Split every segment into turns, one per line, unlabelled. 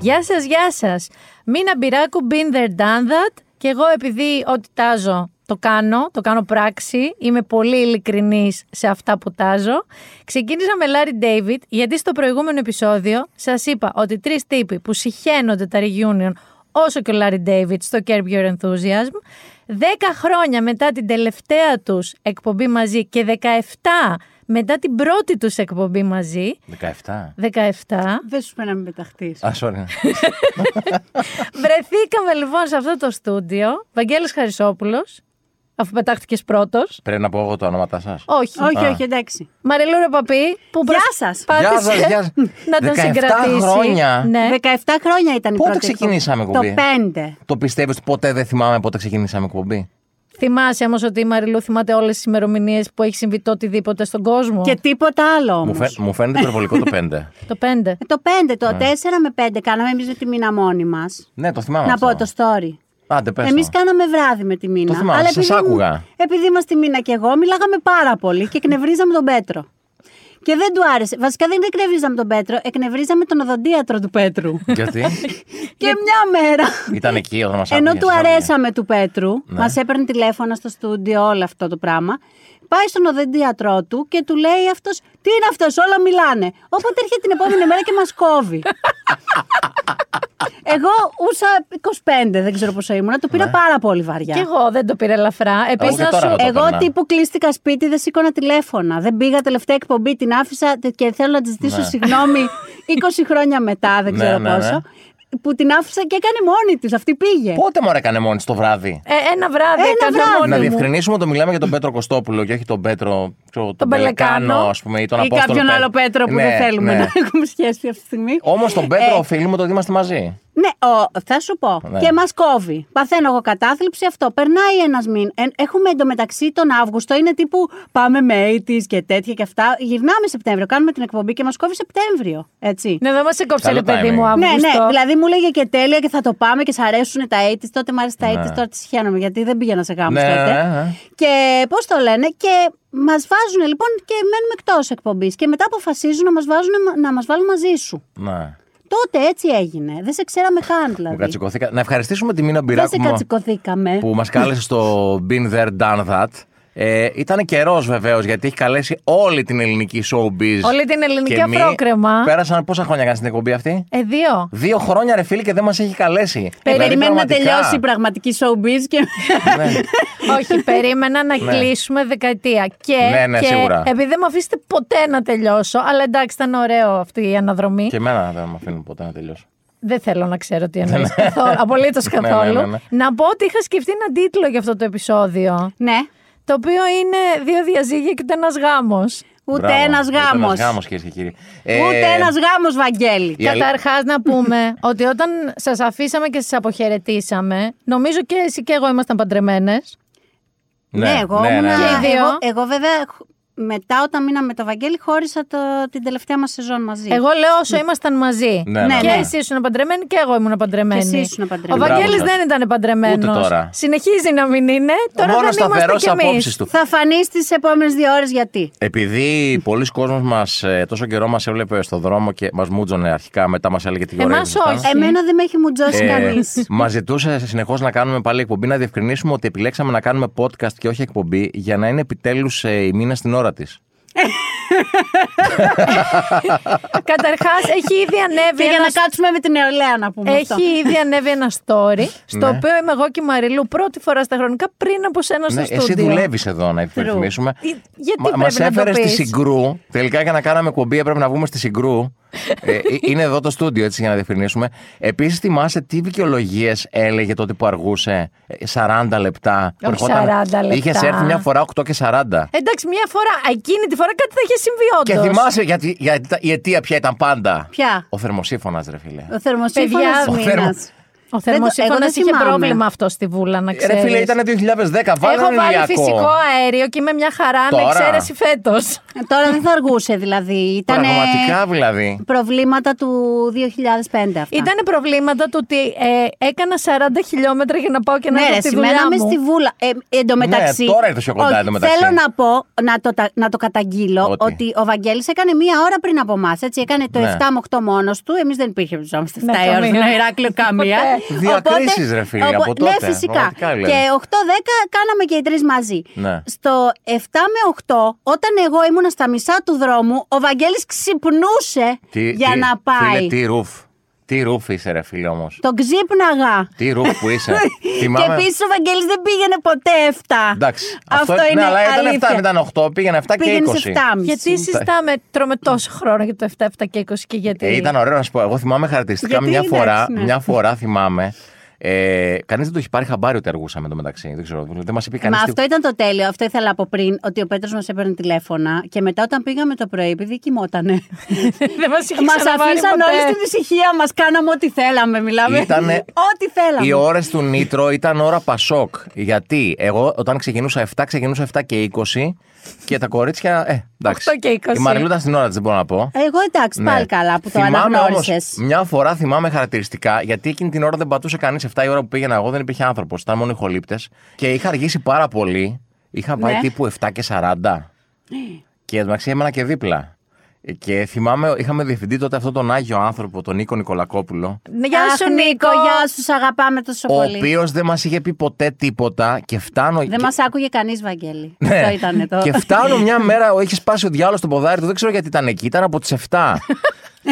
Γεια σας, γεια σας. Μίνα Μπυράκου, been there, done that. Και εγώ επειδή ό,τι τάζω το κάνω, το κάνω πράξη, είμαι πολύ ειλικρινής σε αυτά που τάζω. Ξεκίνησα με Λάρι Ντέιβιτ, γιατί στο προηγούμενο επεισόδιο σας είπα ότι τρεις τύποι που συχαίνονται τα reunion όσο και ο Λάρι Ντέιβιτ στο Curb Your Enthusiasm. 10 χρόνια μετά την τελευταία τους εκπομπή μαζί και 17 μετά την πρώτη τους εκπομπή μαζί,
17.
17,
Δεν σου πει να μην πεταχτεί.
Α, sorry.
Βρεθήκαμε λοιπόν σε αυτό το στούντιο. Βαγγέλης Χαρισόπουλος, αφού πετάχτηκες πρώτος.
Πρέπει να πω εγώ τα ονόματά σας.
Όχι.
όχι, όχι, εντάξει.
Μαριλούρα Παπή, που
Γεια
προσπάθησε
σας.
Γεια σας, γεια σας.
να τον
17
συγκρατήσει.
χρόνια.
Ναι.
17 χρόνια ήταν η
Πότε
πρώτη.
ξεκινήσαμε
εκπομπή?
εκπομπή?
Το 5.
Το πιστεύεις ότι ποτέ δεν θυμάμαι πότε ξεκινήσαμε εκπομπή.
Θυμάσαι όμως ότι η Μαριλού θυμάται όλες τις ημερομηνίες που έχει συμβεί το οτιδήποτε στον κόσμο.
Και τίποτα άλλο
Μου,
όμως.
φαι- μου φαίνεται υπερβολικό το 5.
Το 5.
Ε, Το 5, το 4 με 5 κάναμε εμείς με τη μήνα μόνοι μας.
ναι, το θυμάμαι.
Να
αυτό.
πω το story.
Άντε, πες
Εμείς
το.
κάναμε βράδυ με τη μήνα.
Το θυμάμαι, σας άκουγα.
Επειδή είμαστε μήνα και εγώ, μιλάγαμε πάρα πολύ και εκνευρίζαμε τον Πέτρο. Και δεν του άρεσε. Βασικά δεν εκνευρίζαμε τον Πέτρο, εκνευρίζαμε τον οδοντίατρο του Πέτρου.
Γιατί
και μια μέρα.
ήταν εκεί όταν μα άκουγε.
Ενώ του
σας άκουγε. Ναι.
αρέσαμε του Πέτρου, μας έπαιρνε τηλέφωνα στο στούντιο, όλο αυτό το πράγμα. Πάει στον οδοντίατρό του και του λέει αυτός: Τι είναι αυτός, όλα μιλάνε. Όποτε έρχεται την επόμενη μέρα και μας κόβει. Εγώ ούσα 25, δεν ξέρω πόσο ήμουνα. Το
Ναι.
πήρα πάρα πολύ βαριά.
Και εγώ δεν το πήρα ελαφρά. Επίσης
Όχι
να
τώρα.
σου...
το
Εγώ
έκανα.
τύπου κλείστηκα σπίτι, δεν σήκωνα τηλέφωνα. Δεν πήγα τελευταία εκπομπή, την άφησα τε- και θέλω να της ζητήσω
Ναι.
συγγνώμη 20 χρόνια μετά, δεν
Ναι,
ξέρω
ναι, ναι.
πόσο. Που την άφησα και έκανε μόνη της. Αυτή πήγε.
Πότε μου έκανε μόνη το βράδυ.
Ε, ένα βράδυ
Ένα
έκανα
βράδυ.
μόνη
Να
μου.
διευκρινίσουμε ότι μιλάμε για τον Πέτρο Κωστόπουλο και όχι τον Πέτρο. ξέρω, τον, Πελεκάνο, ας πούμε, ή τον
ή
Απόστολο.
κάποιον
Πέ-
άλλο Πέτρο που
Ναι,
δεν θέλουμε
ναι.
να Ε, έχουμε σχέση αυτή τη στιγμή.
Όμως τον Πέτρο οφείλουμε το ότι είμαστε μαζί.
Ναι, ο, θα σου πω.
Ναι.
Και μας κόβει. Παθαίνω εγώ κατάθλιψη, αυτό. Περνάει ένας μήνα. Ε, έχουμε εντωμεταξύ τον Αύγουστο, είναι τύπου πάμε με τη και τέτοια και αυτά. Γυρνάμε Σεπτέμβριο, κάνουμε την εκπομπή και μας κόβει Σεπτέμβριο. Έτσι.
Ναι, δεν μας έκοψε
Καλό
ρε παιδί μου
timing.
Ναι,
Αύγουστο.
ναι, δηλαδή μου λέγε και τέλεια και θα το πάμε και σ' αρέσουν τα έτη. Τότε μου αρέσει τα έτη, τώρα τις χαίρομαι γιατί δεν πήγαινα σε γάμο
Ναι,
τότε.
ναι, ναι.
Και πώς το λένε, και μας βάζουν λοιπόν και μένουμε εκτός εκπομπής. Και μετά αποφασίζουν να μας βάζουν να μας βάλουν μαζί σου.
Να.
Τότε έτσι έγινε. Δεν σε ξέραμε καν
Μου
δηλαδή.
κατσικωθήκα. Να ευχαριστήσουμε τη Μίνα
Δεν
Μπυράκου
σε
μου,
κατσικωθήκαμε.
που μας κάλεσε στο Been There Done That. Ε, ήταν καιρός βεβαίως γιατί έχει καλέσει όλη την ελληνική showbiz.
Όλη την ελληνική
και μη.
αφρόκρεμα.
Πέρασαν πόσα χρόνια κάνεις την εκπομπή αυτή.
Ε, δύο.
Δύο χρόνια ρε φίλοι και δεν μας έχει καλέσει.
Ε,
Δηλαδή,
Περιμένουμε να
πραγματικά,
τελειώσει η πραγματική showbiz και.
ναι.
Όχι, περίμενα να κλείσουμε δεκαετία. Και,
Ναι, ναι,
και
σίγουρα.
επειδή δεν με αφήσετε ποτέ να τελειώσω, αλλά εντάξει, ήταν ωραίο αυτή η αναδρομή.
και εμένα δεν με αφήνουν ποτέ να τελειώσω.
Δεν θέλω να ξέρω τι εννοείς καθόλου. Απολύτως
Ναι, ναι, ναι,
καθόλου.
ναι.
Να πω ότι είχα σκεφτεί έναν τίτλο για αυτό το επεισόδιο.
ναι.
Το οποίο είναι Δύο διαζύγια και ούτε ένας γάμος.
Ούτε
Μπράβο,
ένας γάμο.
Ούτε ένας γάμος, κυρίες και κύριοι.
Ούτε
Ε,
ένας γάμος, Βαγγέλη.
Η αλή-
Καταρχάς, να πούμε ότι όταν σας αφήσαμε και σας αποχαιρετήσαμε, νομίζω και εσύ και εγώ ήμασταν παντρεμένες.
Ε,
Ναι, εγώ ήμουν.
ναι. Και οι δύο.
Εγώ, εγώ βέβαια χ- μετά όταν μείναμε με το Βαγγέλη χώρισα το, την τελευταία μας σεζόν μαζί.
Εγώ λέω όσο ήμασταν μαζί.
Ναι, ναι,
και
ναι.
εσύ ήσουν παντρεμένη και εγώ ήμουν παντρεμένη.
Και εσύ ήσουν
Ο
παντρεμένη.
Βαγγέλης
Μπράβο σας.
δεν ήταν παντρεμένος.
Ούτε τώρα.
Συνεχίζει να μην είναι. Τώρα
Μόνος
δεν είμαστε
σταθερός
κι εμείς.
απόψεις του.
Θα φανεί στις επόμενες δύο ώρες γιατί.
Επειδή πολλοί κόσμος μας ε, τόσο καιρό μας έβλεπε στον δρόμο και μας μούτζωνε αρχικά, μετά μας έλεγε τι ωραία
Εμάς
ήσασταν.
όχι.
Εμένα δεν με έχει μουτζώσει κανείς.
Μας Ε, ζητούσε συνεχώς να κάνουμε πάλι εκπομπή, να διευκρινίσουμε ότι επιλέξαμε να κάνουμε podcast και όχι εκπομπή για να είναι επιτέλους η μήνα στην ώρα της.
Καταρχάς, έχει ήδη
Και
ανέβει
για
ένα
να κάτσουμε με την νεολαία να πούμε αυτό.
Έχει ήδη ανέβει ένα story, στο
Ναι.
οποίο είμαι εγώ και η Μαριλού πρώτη φορά στα χρονικά πριν από σένα στο
Ναι,
στούντιο.
εσύ δουλεύεις εδώ, να υπενθυμίσουμε.
Ε, γιατί πρέπει
Μας μας
να το
έφερες στη
πεις?
Συγκρού. Τελικά για να κάναμε εκπομπή έπρεπε να βγούμε στη Συγκρού. ε, ε, είναι εδώ το στούντιο, έτσι για να διευκρινίσουμε. Επίσης, θυμάσαι τι δικαιολογίες έλεγε τότε που αργούσε. ε, 40 λεπτά.
Όχι 40 λεπτά.
Είχες έρθει μια φορά 8 και 40.
Εντάξει, μία φορά, εκείνη τη φορά κάτι θα είχε συμβεί
Και
Ε, όντως.
θυμάσαι γιατί, γιατί τα- η αιτία ποια ήταν πάντα.
Ποια?
Ο θερμοσύφωνας, ρε φίλε.
Ο θερμοσύμφωνας
Παιδιά,
Ο
μήνας.
θερμο-
Ο
Δεν το- εγώ
θερμοσύφωνα
δεν
είχε
θυμάμαι.
πρόβλημα αυτό στη βούλα, να
Ρε
ξέρεις.
φίλε, ήταν 2010. Βάλω
Έχω βάλει
ηλιακό.
φυσικό αέριο και είμαι μια χαρά με
Τώρα.
εξαίρεση φέτος.
Ε, Τώρα δεν θα αργούσε δηλαδή. Ήταν
Πραγματικά δηλαδή.
προβλήματα του 2005 αυτά.
Ήταν προβλήματα του ότι ε, έκανα 40 χιλιόμετρα για να πάω και να
ναι,
έρθω
ρε,
στη δουλειά
σημαίναμε
μου.
στη βούλα. Ε, εν τω μεταξύ.
Ναι, τώρα ήρθε πιο κοντά,
όχι,
εν τω μεταξύ.
Θέλω να πω, να το, τα- να το καταγγείλω,
Ότι.
ότι. ο Βαγγέλης έκανε μία ώρα πριν από εμάς. Έτσι, έκανε το
Ναι.
7 με 8 μόνος του. Εμείς δεν υπήρχεψόμαστε 7
Ναι,
η ώρα
καμία.
στο Ηράκλειο καμία.
Ποτέ.
Διακρίσεις, ρε φίλε,
οπο-
από τότε,
Ναι, φυσικά.
πραγματικά, δηλαδή.
Και 8-10 κάναμε και οι τρεις μαζί.
Ναι.
Στο 7 με 8, όταν εγώ ήμουνα στα μισά του δρόμου, ο Βαγγέλης ξυπνούσε
Τι,
για
τι-
να πάει.
Φίλε, τι ρουφ. Τι ρουφ είσαι, ρε φίλε όμως.
Τον ξύπναγα.
Τι ρουφ που είσαι.
Και
Θυμάμαι.
επίσης ο Βαγγέλης δεν πήγαινε ποτέ 7.
Εντάξει.
Αυτό, είναι
ναι, αλλά ήταν 7,
αλήθεια.
δεν ήταν 8, πήγαινε 7 και
Πήγαινες
20.
σε 7,5.
Γιατί συζητάμε, τρώμε τόσο χρόνο για το 7, 7 και 20 και γιατί.
Ε, ήταν ωραίο να σου πω. Εγώ θυμάμαι χαρακτηριστικά
Γιατί,
μια
εντάξει,
φορά,
ναι.
μια φορά θυμάμαι. Ε, Κανεί δεν το έχει πάρει χαμπάρι ότι αργούσαμε το μεταξύ. Δεν ξέρω. Δεν μας είπε κανεί.
Μα αυτό ήταν το τέλειο. Αυτό ήθελα από πριν, ότι ο Πέτρος μας έπαιρνε τηλέφωνα και μετά όταν πήγαμε το πρωί, επειδή κοιμότανε.
Δεν μας είχε
μας
ξαναβάλει
αφήσαν
ποτέ.
όλοι στην ησυχία μας. Κάναμε ό,τι θέλαμε, μιλάμε.
Ήτανε-
ό,τι θέλαμε.
Οι ώρες του Νίτρο ήταν ώρα Πασόκ. Γιατί εγώ όταν ξεκινούσα 7, ξεκινούσα 7 και 20 και τα κορίτσια. Ε, εντάξει.
8 και 20.
Η Μαριλού ήταν στην ώρα της, δεν μπορώ να πω.
Εγώ εντάξει, πάλι
Ναι.
καλά που το
Θυμάμαι
αναγνώρισες.
όμως, μια φορά θυμάμαι χαρακτηριστικά, γιατί εκείνη την ώρα δεν πατούσε κανείς 7 η ώρα που πήγαινα εγώ, δεν υπήρχε άνθρωπος. Ήταν μόνο οι χολύπτες. Και είχα αργήσει πάρα πολύ. Είχα πάει
Ναι.
τύπου 7 και 40. και εν τω μεταξύ έμενα και δίπλα. Και θυμάμαι, είχαμε διευθυντή τότε αυτόν τον Άγιο άνθρωπο, τον Νίκο Νικολακόπουλο.
Ναι, Γεια σου, Νίκο.
γεια σου, σ' αγαπάμε τόσο
Ο
πολύ.
οποίος δεν μας είχε πει ποτέ τίποτα και φτάνω.
Δεν
και-
μας άκουγε κανείς, Βαγγέλη.
Ναι.
Αυτό ήταν το.
Και φτάνω μια μέρα, ο- έχεις σπάσει ο διάλογο στο ποδάρι του, δεν ξέρω γιατί ήταν εκεί, ήταν από τις 7.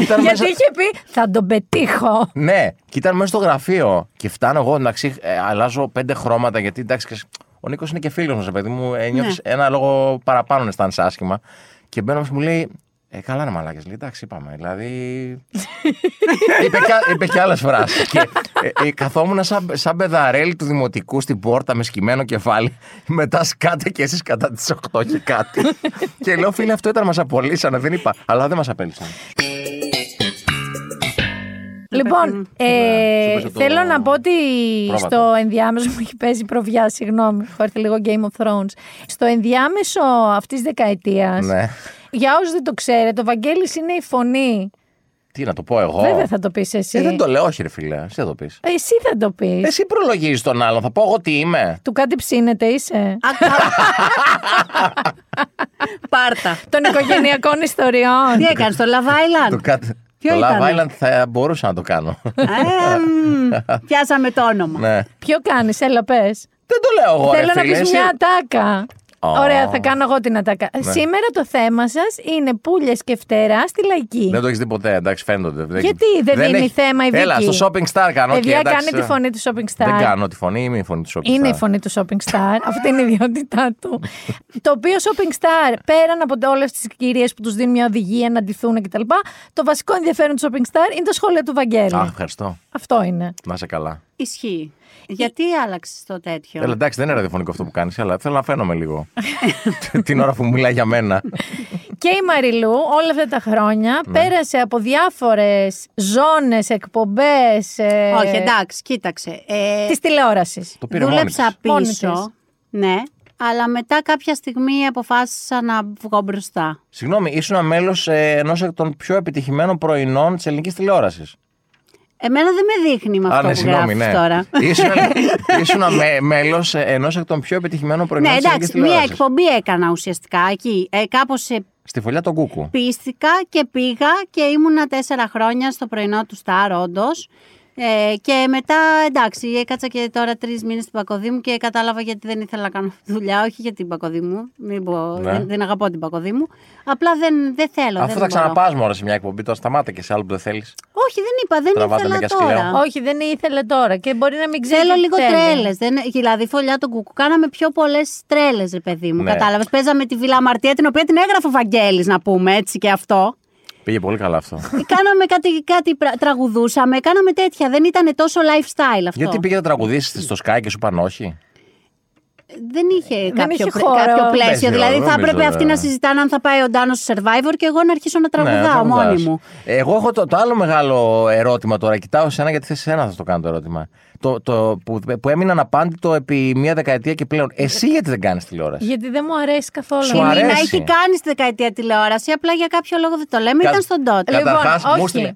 ήταν
Γιατί είχε πει, θα τον πετύχω.
Ναι, και ήταν μέσα στο γραφείο. Και φτάνω εγώ, εντάξει, ε, αλλάζω πέντε χρώματα γιατί εντάξει, ξέρεις, ο Νίκος είναι και φίλος μας, παιδί μου. Ε, νιώθεις ένα λόγο παραπάνω να αισθάνεσαι άσχημα. Και μπαίνω μέσα και μου λέει, Ε, καλά είναι μαλάκες, Λέει, εντάξει, είπαμε. Δηλαδή. είπε, και, είπε και άλλες φράσεις. και ε, ε, καθόμουν σαν, σαν παιδαρέλι του δημοτικού στην πόρτα με σκυμμένο κεφάλι. Μετά σκάτε και εσείς κατά τις 8 και κάτι. και λέω, φίλε, αυτό ήταν, μας απολύσανε. Δεν είπα. Αλλά δεν μας απέλυσαν.
Λοιπόν,
Ναι,
ε,
σου πέσε το
θέλω να πω ότι
πρόβατο.
στο ενδιάμεσο μου έχει παίζει προβιά, συγγνώμη, έχω έρθει λίγο Game of Thrones. Στο ενδιάμεσο αυτής της δεκαετίας,
ναι.
για όσους δεν το ξέρετε, ο Βαγγέλης είναι η φωνή.
Τι να το πω εγώ.
Βέβαια θα το πεις εσύ.
Ε, δεν το λέω, όχι, ρε φίλε. Εσύ θα το πεις.
Εσύ θα το πεις.
Εσύ προλογίζεις τον άλλον. Θα πω εγώ τι είμαι.
Του κάτι ψήνεται, είσαι.
Πάρτα.
Των οικογενειακών ιστοριών.
Τι έκανες, το Love
Το,
Island.
κάτι...
Ποιο
το Love
ήτανε?
Island θα μπορούσα να το κάνω.
Ε, μ, Πιάσαμε το όνομα.
ναι.
Ποιο κάνεις, έλα πες.
Δεν το λέω εγώ,
Θέλω να
ρε φίλε.
πεις
Εσύ-
μια ατάκα.
Ω. Ναι.
Ωραία, θα κάνω εγώ την ατάκα. Σήμερα το θέμα σας είναι πουλε και φτερά στη λαϊκή.
Δεν το έχεις δει ποτέ, εντάξει, φαίνεται. Δεν...
Γιατί δεν δίνει θέμα η Βίκη.
Έλα, στο Shopping Star κάνω.
Παιδιά,
και, εντάξει, ε,
κάνει τη φωνή του Shopping Star.
Δεν κάνω τη φωνή, είμαι η φωνή του Shopping
Είναι
Star.
η φωνή του Shopping Star. Αυτή είναι η ιδιότητά του. το οποίο Shopping Star, πέραν από όλες τις κυρίες που τους δίνουν μια οδηγία να ντυθούν κτλ., το βασικό ενδιαφέρον του Shopping Star είναι τα σχόλια του Βαγγέλη.
Α, ευχαριστώ.
Αυτό είναι.
Να είσαι καλά.
Ισχύει. Γιατί άλλαξες το τέτοιο.
Έλα, εντάξει, δεν είναι ραδιοφωνικό αυτό που κάνεις, αλλά θέλω να φαίνομαι λίγο. Την ώρα που μιλάει για μένα.
Και η Μαριλού όλα αυτά τα χρόνια
Ναι.
πέρασε από διάφορες ζώνες, εκπομπές. Ε,
Όχι, εντάξει, κοίταξε. Ε,
Της τηλεόρασης.
Το πήρε μόνη
δούλεψα
της.
Μόνη
πίσω. Ναι, αλλά μετά κάποια στιγμή αποφάσισα να βγω μπροστά.
Συγγνώμη, ήσουν μέλος ενό των πιο επιτυχημένων πρωινών της ελληνικής τηλεόρασης.
Εμένα δεν με δείχνει με
Α,
αυτό
ναι,
που γράφεις τώρα.
Ήσουν, ήσουν με, μέλος ενός εκ των πιο επιτυχημένων πρωινών
ναι,
της ελληνικής
εντάξει, μία
τηλεόρασης.
εκπομπή έκανα ουσιαστικά εκεί. Ε, Κάπως
Στη φωλιά τον
Ναι,
Κούκου.
πίστηκα και πήγα και ήμουνα τέσσερα χρόνια στο πρωινό του Σταρ, όντως. Ε, και μετά, εντάξει, έκατσα και τώρα τρεις μήνες στην Πακοδί μου και κατάλαβα γιατί δεν ήθελα να κάνω δουλειά. Όχι για την Πακοδί μου. Μην πω,
Ναι.
δεν, δεν αγαπώ την Πακοδί μου. Απλά δεν, δεν
Αφού
θέλω. δεν
θα
μπορώ.
ξαναπάς μόνο σε μια εκπομπή, τώρα σταμάτα και σε άλλο που δεν θέλεις.
Όχι, δεν είπα, δεν
Τραβάτε
ήθελα
μερικά
τώρα.
σκυλιά.
Όχι, δεν ήθελε τώρα και μπορεί να μην ξέρει.
Θέλω
τι
λίγο
θέλει.
τρέλες. Δηλαδή, φωλιά τον κουκού. Κάναμε πιο πολλές τρέλες, ρε παιδί μου.
Ναι.
Κατάλαβες. Παίζαμε τη Βίλα Μαρτία, την οποία την έγραφε ο Βαγγέλης, να πούμε έτσι και αυτό.
Πήγε πολύ καλά αυτό.
κάναμε κάτι, κάτι πρα- τραγουδούσαμε, κάναμε τέτοια. Δεν ήταν τόσο lifestyle αυτό.
Γιατί πήγε να τραγουδήσει στο Sky και σου είπαν όχι.
δεν είχε κάποιο,
Ε, είχε
πρι-
χώρο.
κάποιο
Δεν
πλαίσιο.
ξέρω,
δηλαδή
δεν
θα
νομίζω,
έπρεπε αυτοί
ναι.
να συζητάνε αν θα πάει ο Ντάνος στο survivor και εγώ να αρχίσω να τραγουδάω
τραγουδάς.
μόνη μου.
Εγώ έχω το, το άλλο μεγάλο ερώτημα τώρα. Κοιτάω σε ένα γιατί θες εσένα θα το κάνω το ερώτημα. Το, το, που, που έμεινε αναπάντητο επί μία δεκαετία και πλέον. Εσύ γιατί δεν κάνεις τηλεόραση.
Γιατί δεν μου αρέσει καθόλου.
Σου
Η
αρέσει.
Νίνα έχει κάνει στη δεκαετία τηλεόραση, απλά για κάποιο λόγο δεν το λέμε,
Κα- Ε,
ήταν στον τότε.
Λοιπόν,
Καταρχάς, μου
όχι.
στείλε-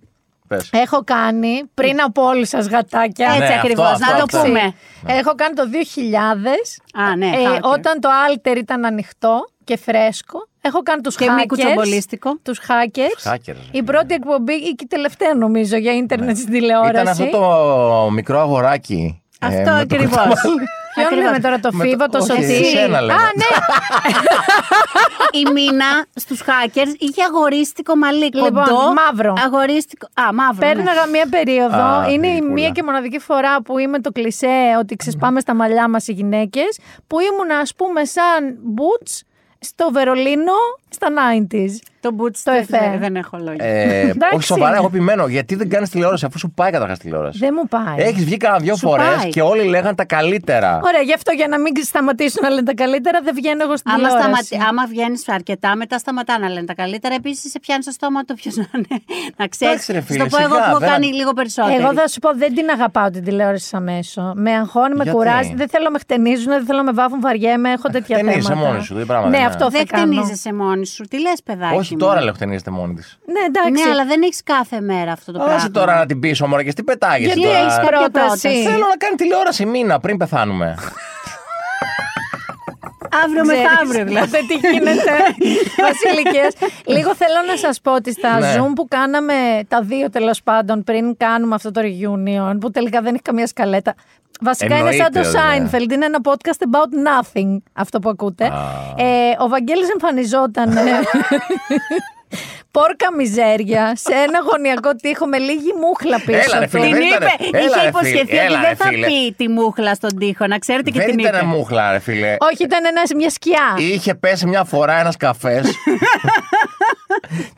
Πες.
Έχω κάνει πριν από όλου σας γατάκια.
Έτσι
Ναι, αυτό,
ακριβώς,
αυτό,
να το
αυτό.
Ναι, πούμε.
Έχω κάνει το 2000.
Α, ναι,
ε,
χάκερ.
όταν το Alter ήταν ανοιχτό και φρέσκο. Έχω κάνει τους
Και μη κουτσομπολίστικο.
hackers. Τους hackers.
Hackers, ρε ναι.
Η
φίλε.
πρώτη εκπομπή ή και η τελευταία νομίζω για ίντερνετ στην τηλεόραση.
Ήταν αυτό το μικρό αγοράκι. ε, με
Αυτό
το
ακριβώς.
κουταμάλι.
Ποιον λέμε τώρα το
Με το-
Φίβο, το
όχι,
Σωτήρι.
εσένα
Α,
λέμε.
ναι.
Η Μίνα στους hackers είχε αγορίστικο μαλλί.
Λοιπόν,
κοντό,
μαύρο.
Αγορίστικο. Α, μαύρο. ναι.
Πέρναγα μία περίοδο.
Α,
είναι η
γλυκούλα.
μία και μοναδική φορά που είμαι το κλισέ ότι ξεσπάμε στα μαλλιά μας οι γυναίκες. Που ήμουν, ας πούμε, σαν μπούτ στο Βερολίνο στα 90s.
Το boots
Το
δεν-
εφέ.
Δεν έχω λόγια.
Ε,
Εντάξει.
όχι σοβαρά, εγώ επιμένω. Γιατί δεν κάνεις τηλεόραση, αφού σου πάει καταρχάς τηλεόραση.
Δεν μου πάει.
Έχεις βγει κανένα δύο
Σου
φορές
πάει.
και όλοι λέγαν τα καλύτερα.
Ωραία, γι' αυτό για να μην σταματήσουν να λένε τα καλύτερα, δεν βγαίνω εγώ στην
Άμα,
τηλεόραση.
σταματη... Άμα βγαίνεις αρκετά, μετά σταματά να λένε τα καλύτερα. Επίσης, σε πιάνει στο στόμα το ποιος να είναι. Να ξέρεις.
Εντάξει, ρε
Στο
φίλε,
πω εγώ
σιγά,
που έχω
δεν-
κάνει λίγο περισσότερο.
Εγώ θα σου πω, δεν την αγαπάω την τηλεόραση αμέσω. Με αγχώνει, με
Γιατί?
κουράζει. Δεν θέλω να με χτενίζουν, δεν θέλω να με βάφουν, βαριέμαι. Έχω τέτοια
χτενίζεσαι
θέματα.
μόνη σου, δεν πράγμα
Ναι,
δεν
αυτό
είναι.
θα
Δεν
κάνω.
κτενίζεσαι μόνη σου. Τι λες, παιδάκι.
Όχι
μου.
τώρα λέω χτενίζεται μόνη της.
Ναι, εντάξει.
Ναι, αλλά δεν έχεις κάθε μέρα αυτό το πράγμα.
Όχι τώρα να την πεις όμω και τι πετάγεσαι
Γιατί
τώρα.
έχεις
κάποια
πρόταση.
πρόταση.
Θέλω να κάνει τηλεόραση μήνα πριν πεθάνουμε.
Αύριο
Ξέρεις,
μεθαύριο δηλαδή.
ποτέ τι γίνεται, Βασιλικέ. Λίγο θέλω να σας πω ότι στα
Ναι.
Zoom που κάναμε τα δύο τέλος πάντων πριν κάνουμε αυτό το reunion, που τελικά δεν έχει καμία σκαλέτα. Βασικά είναι σαν
Εννοείται, ναι.
το
βέβαια.
Seinfeld, είναι ένα podcast about nothing αυτό που ακούτε. Ε, ο Βαγγέλης εμφανιζόταν ε, πόρκα μιζέρια σε ένα γωνιακό τοίχο με λίγη μούχλα πίσω
Έλα, ρε,
του.
φίλε,
Την
δεν ήταν-
είπε,
Έλα, ρε,
είχε
φίλε,
υποσχεθεί
έλα,
ότι
ρε,
δεν θα
φίλε.
πει τη μούχλα στον τοίχο, να ξέρετε και
Δεν
την είπε.
ήταν μούχλα, ρε φίλε.
Όχι, ήταν ένας, μια σκιά.
Είχε πέσει μια φορά ένας καφές.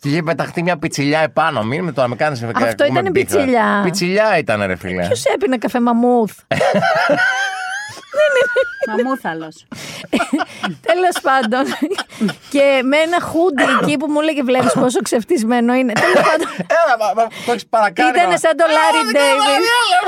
και είχε πεταχτεί μια πιτσιλιά επάνω. Μην με το να με κάνεις
Αυτό ήταν πιτσιλιά.
Πιτσιλιά ήταν, ρε φίλε.
Ποιος έπινε καφέ μαμούθ.
Μαμούθαλος.
Τέλος πάντων. και με ένα χούντι εκεί που μου έλεγε: Βλέπεις πόσο ξεφτισμένο είναι. Τέλος πάντων.
Έλα, μα, μα, το έχεις παρακάνει.
Ήτανε
μα.
σαν το
Έλα,
Larry
δεν κάνω
David.
κανένα άλλο.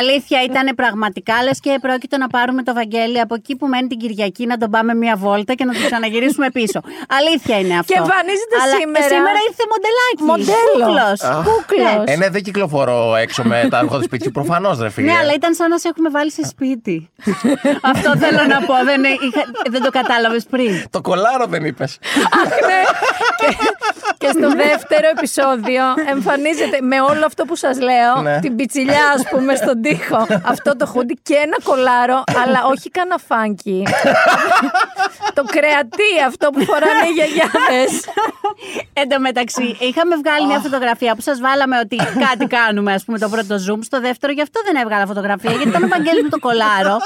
Αλήθεια, ήταν πραγματικά λες και πρόκειται να πάρουμε το Βαγγέλη από εκεί που μένει την Κυριακή να τον πάμε μία βόλτα και να τον ξαναγυρίσουμε πίσω. Αλήθεια είναι αυτό.
Και εμφανίζεται
Αλλά
σήμερα.
Σήμερα ήρθε μοντελάκι.
Μοντέλο.
Κούκλος.
Αχ.
Κούκλος.
Ε, ναι, δεν κυκλοφορώ έξω με τα αρχό του σπιτιού. Προφανώς, ρε
Ε,
φίλε.
Ναι, αλλά ήταν σαν να σε έχουμε βάλει σε σπίτι. αυτό θέλω να πω. Δεν, είχα- δεν το κατάλαβες πριν.
Το κολάρο δεν είπες.
Ναι. και, και στο δεύτερο επεισόδιο εμφανίζεται με όλο αυτό που σας λέω,
Ναι.
την πιτσιλιά ας πούμε στον τοίχο, αυτό το χούντι και ένα κολάρο, αλλά όχι κανένα φάνκι. το κρεατή αυτό που φοράνε οι γιαγιάδες.
Εν τω μεταξύ, είχαμε βγάλει μια φωτογραφία που σας βάλαμε ότι κάτι κάνουμε, ας πούμε, το πρώτο Zoom. Στο δεύτερο, γι' αυτό δεν έβγαλα φωτογραφία, γιατί ήταν ο Βαγγέλης με το κολάρο.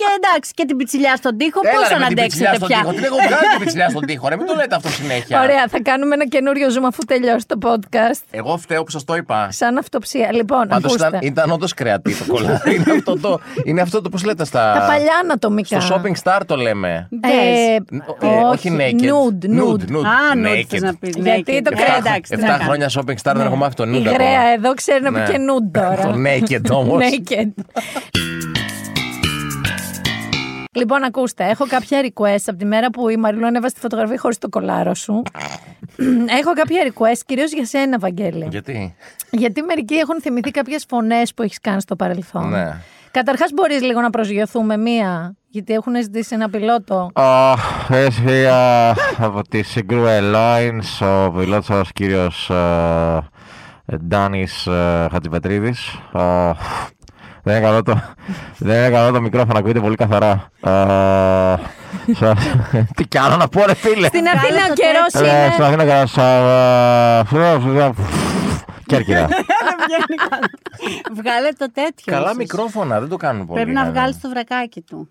Και εντάξει, και την πιτσιλιά στον τοίχο, πόσο να αντέξετε
στον
πια.
τοίχο. Την έχω βγάλει την πιτσιλιά στον τοίχο. Ρε, μην το λέτε αυτό συνέχεια.
Ωραία, θα κάνουμε ένα καινούριο zoom αφού τελειώσει το podcast.
Εγώ φταίω που σας το είπα.
Σαν αυτοψία. Λοιπόν,
Πάντως
ακούστε.
ήταν, ήταν όντως κρεατή το κολάρο. είναι αυτό το. Είναι αυτό το πώς λέτε στα.
Τα παλιά ανατομικά.
Στο shopping star το λέμε.
Ε,
Ε, όχι naked.
Nude, nude.
Α, ναι,
Naked.
θες να πεις.
Γιατί το
Εφτά-
Ε,
εντάξει. τι να
Εφτά
κάνω.
χρόνια shopping star δεν έχω μάθει το
Η
nude
Γραία
ακόμα.
εδώ ξέρει να πει
Ναι.
και nude τώρα.
Το naked όμως.
Naked. Λοιπόν, ακούστε, έχω κάποια request από τη μέρα που η Μαριλού ανέβασε τη φωτογραφία χωρίς το κολάρο σου. έχω κάποια request κυρίως για σένα, Βαγγέλη.
Γιατί.
Γιατί μερικοί έχουν θυμηθεί κάποιες φωνές που έχεις κάνει στο παρελθόν.
Ναι.
Καταρχάς, μπορείς λίγο να προσγειωθούμε μία, γιατί έχουν ζητήσει ένα πιλότο.
Αχ, εσύ α, από τη Συγκρού Airlines, ο πιλότος ο κύριος ε, Ντάνης ε, Χατζηπετρίδης. Α, δεν είναι καλό το, δεν είναι καλό το μικρόφωνο, ακούγεται πολύ καθαρά. Α, σας- τι κι άλλο να πω ρε φίλε.
Στην Αθήνα
το
ο καιρό
Ε,
είναι.
Στην Αθήνα καλά, σα... Κέρκυρα.
Βγάλε το τέτοιο.
Καλά
ίσως.
μικρόφωνα, δεν το κάνουν πολύ.
Πρέπει να
ναι.
βγάλεις το βρακάκι του.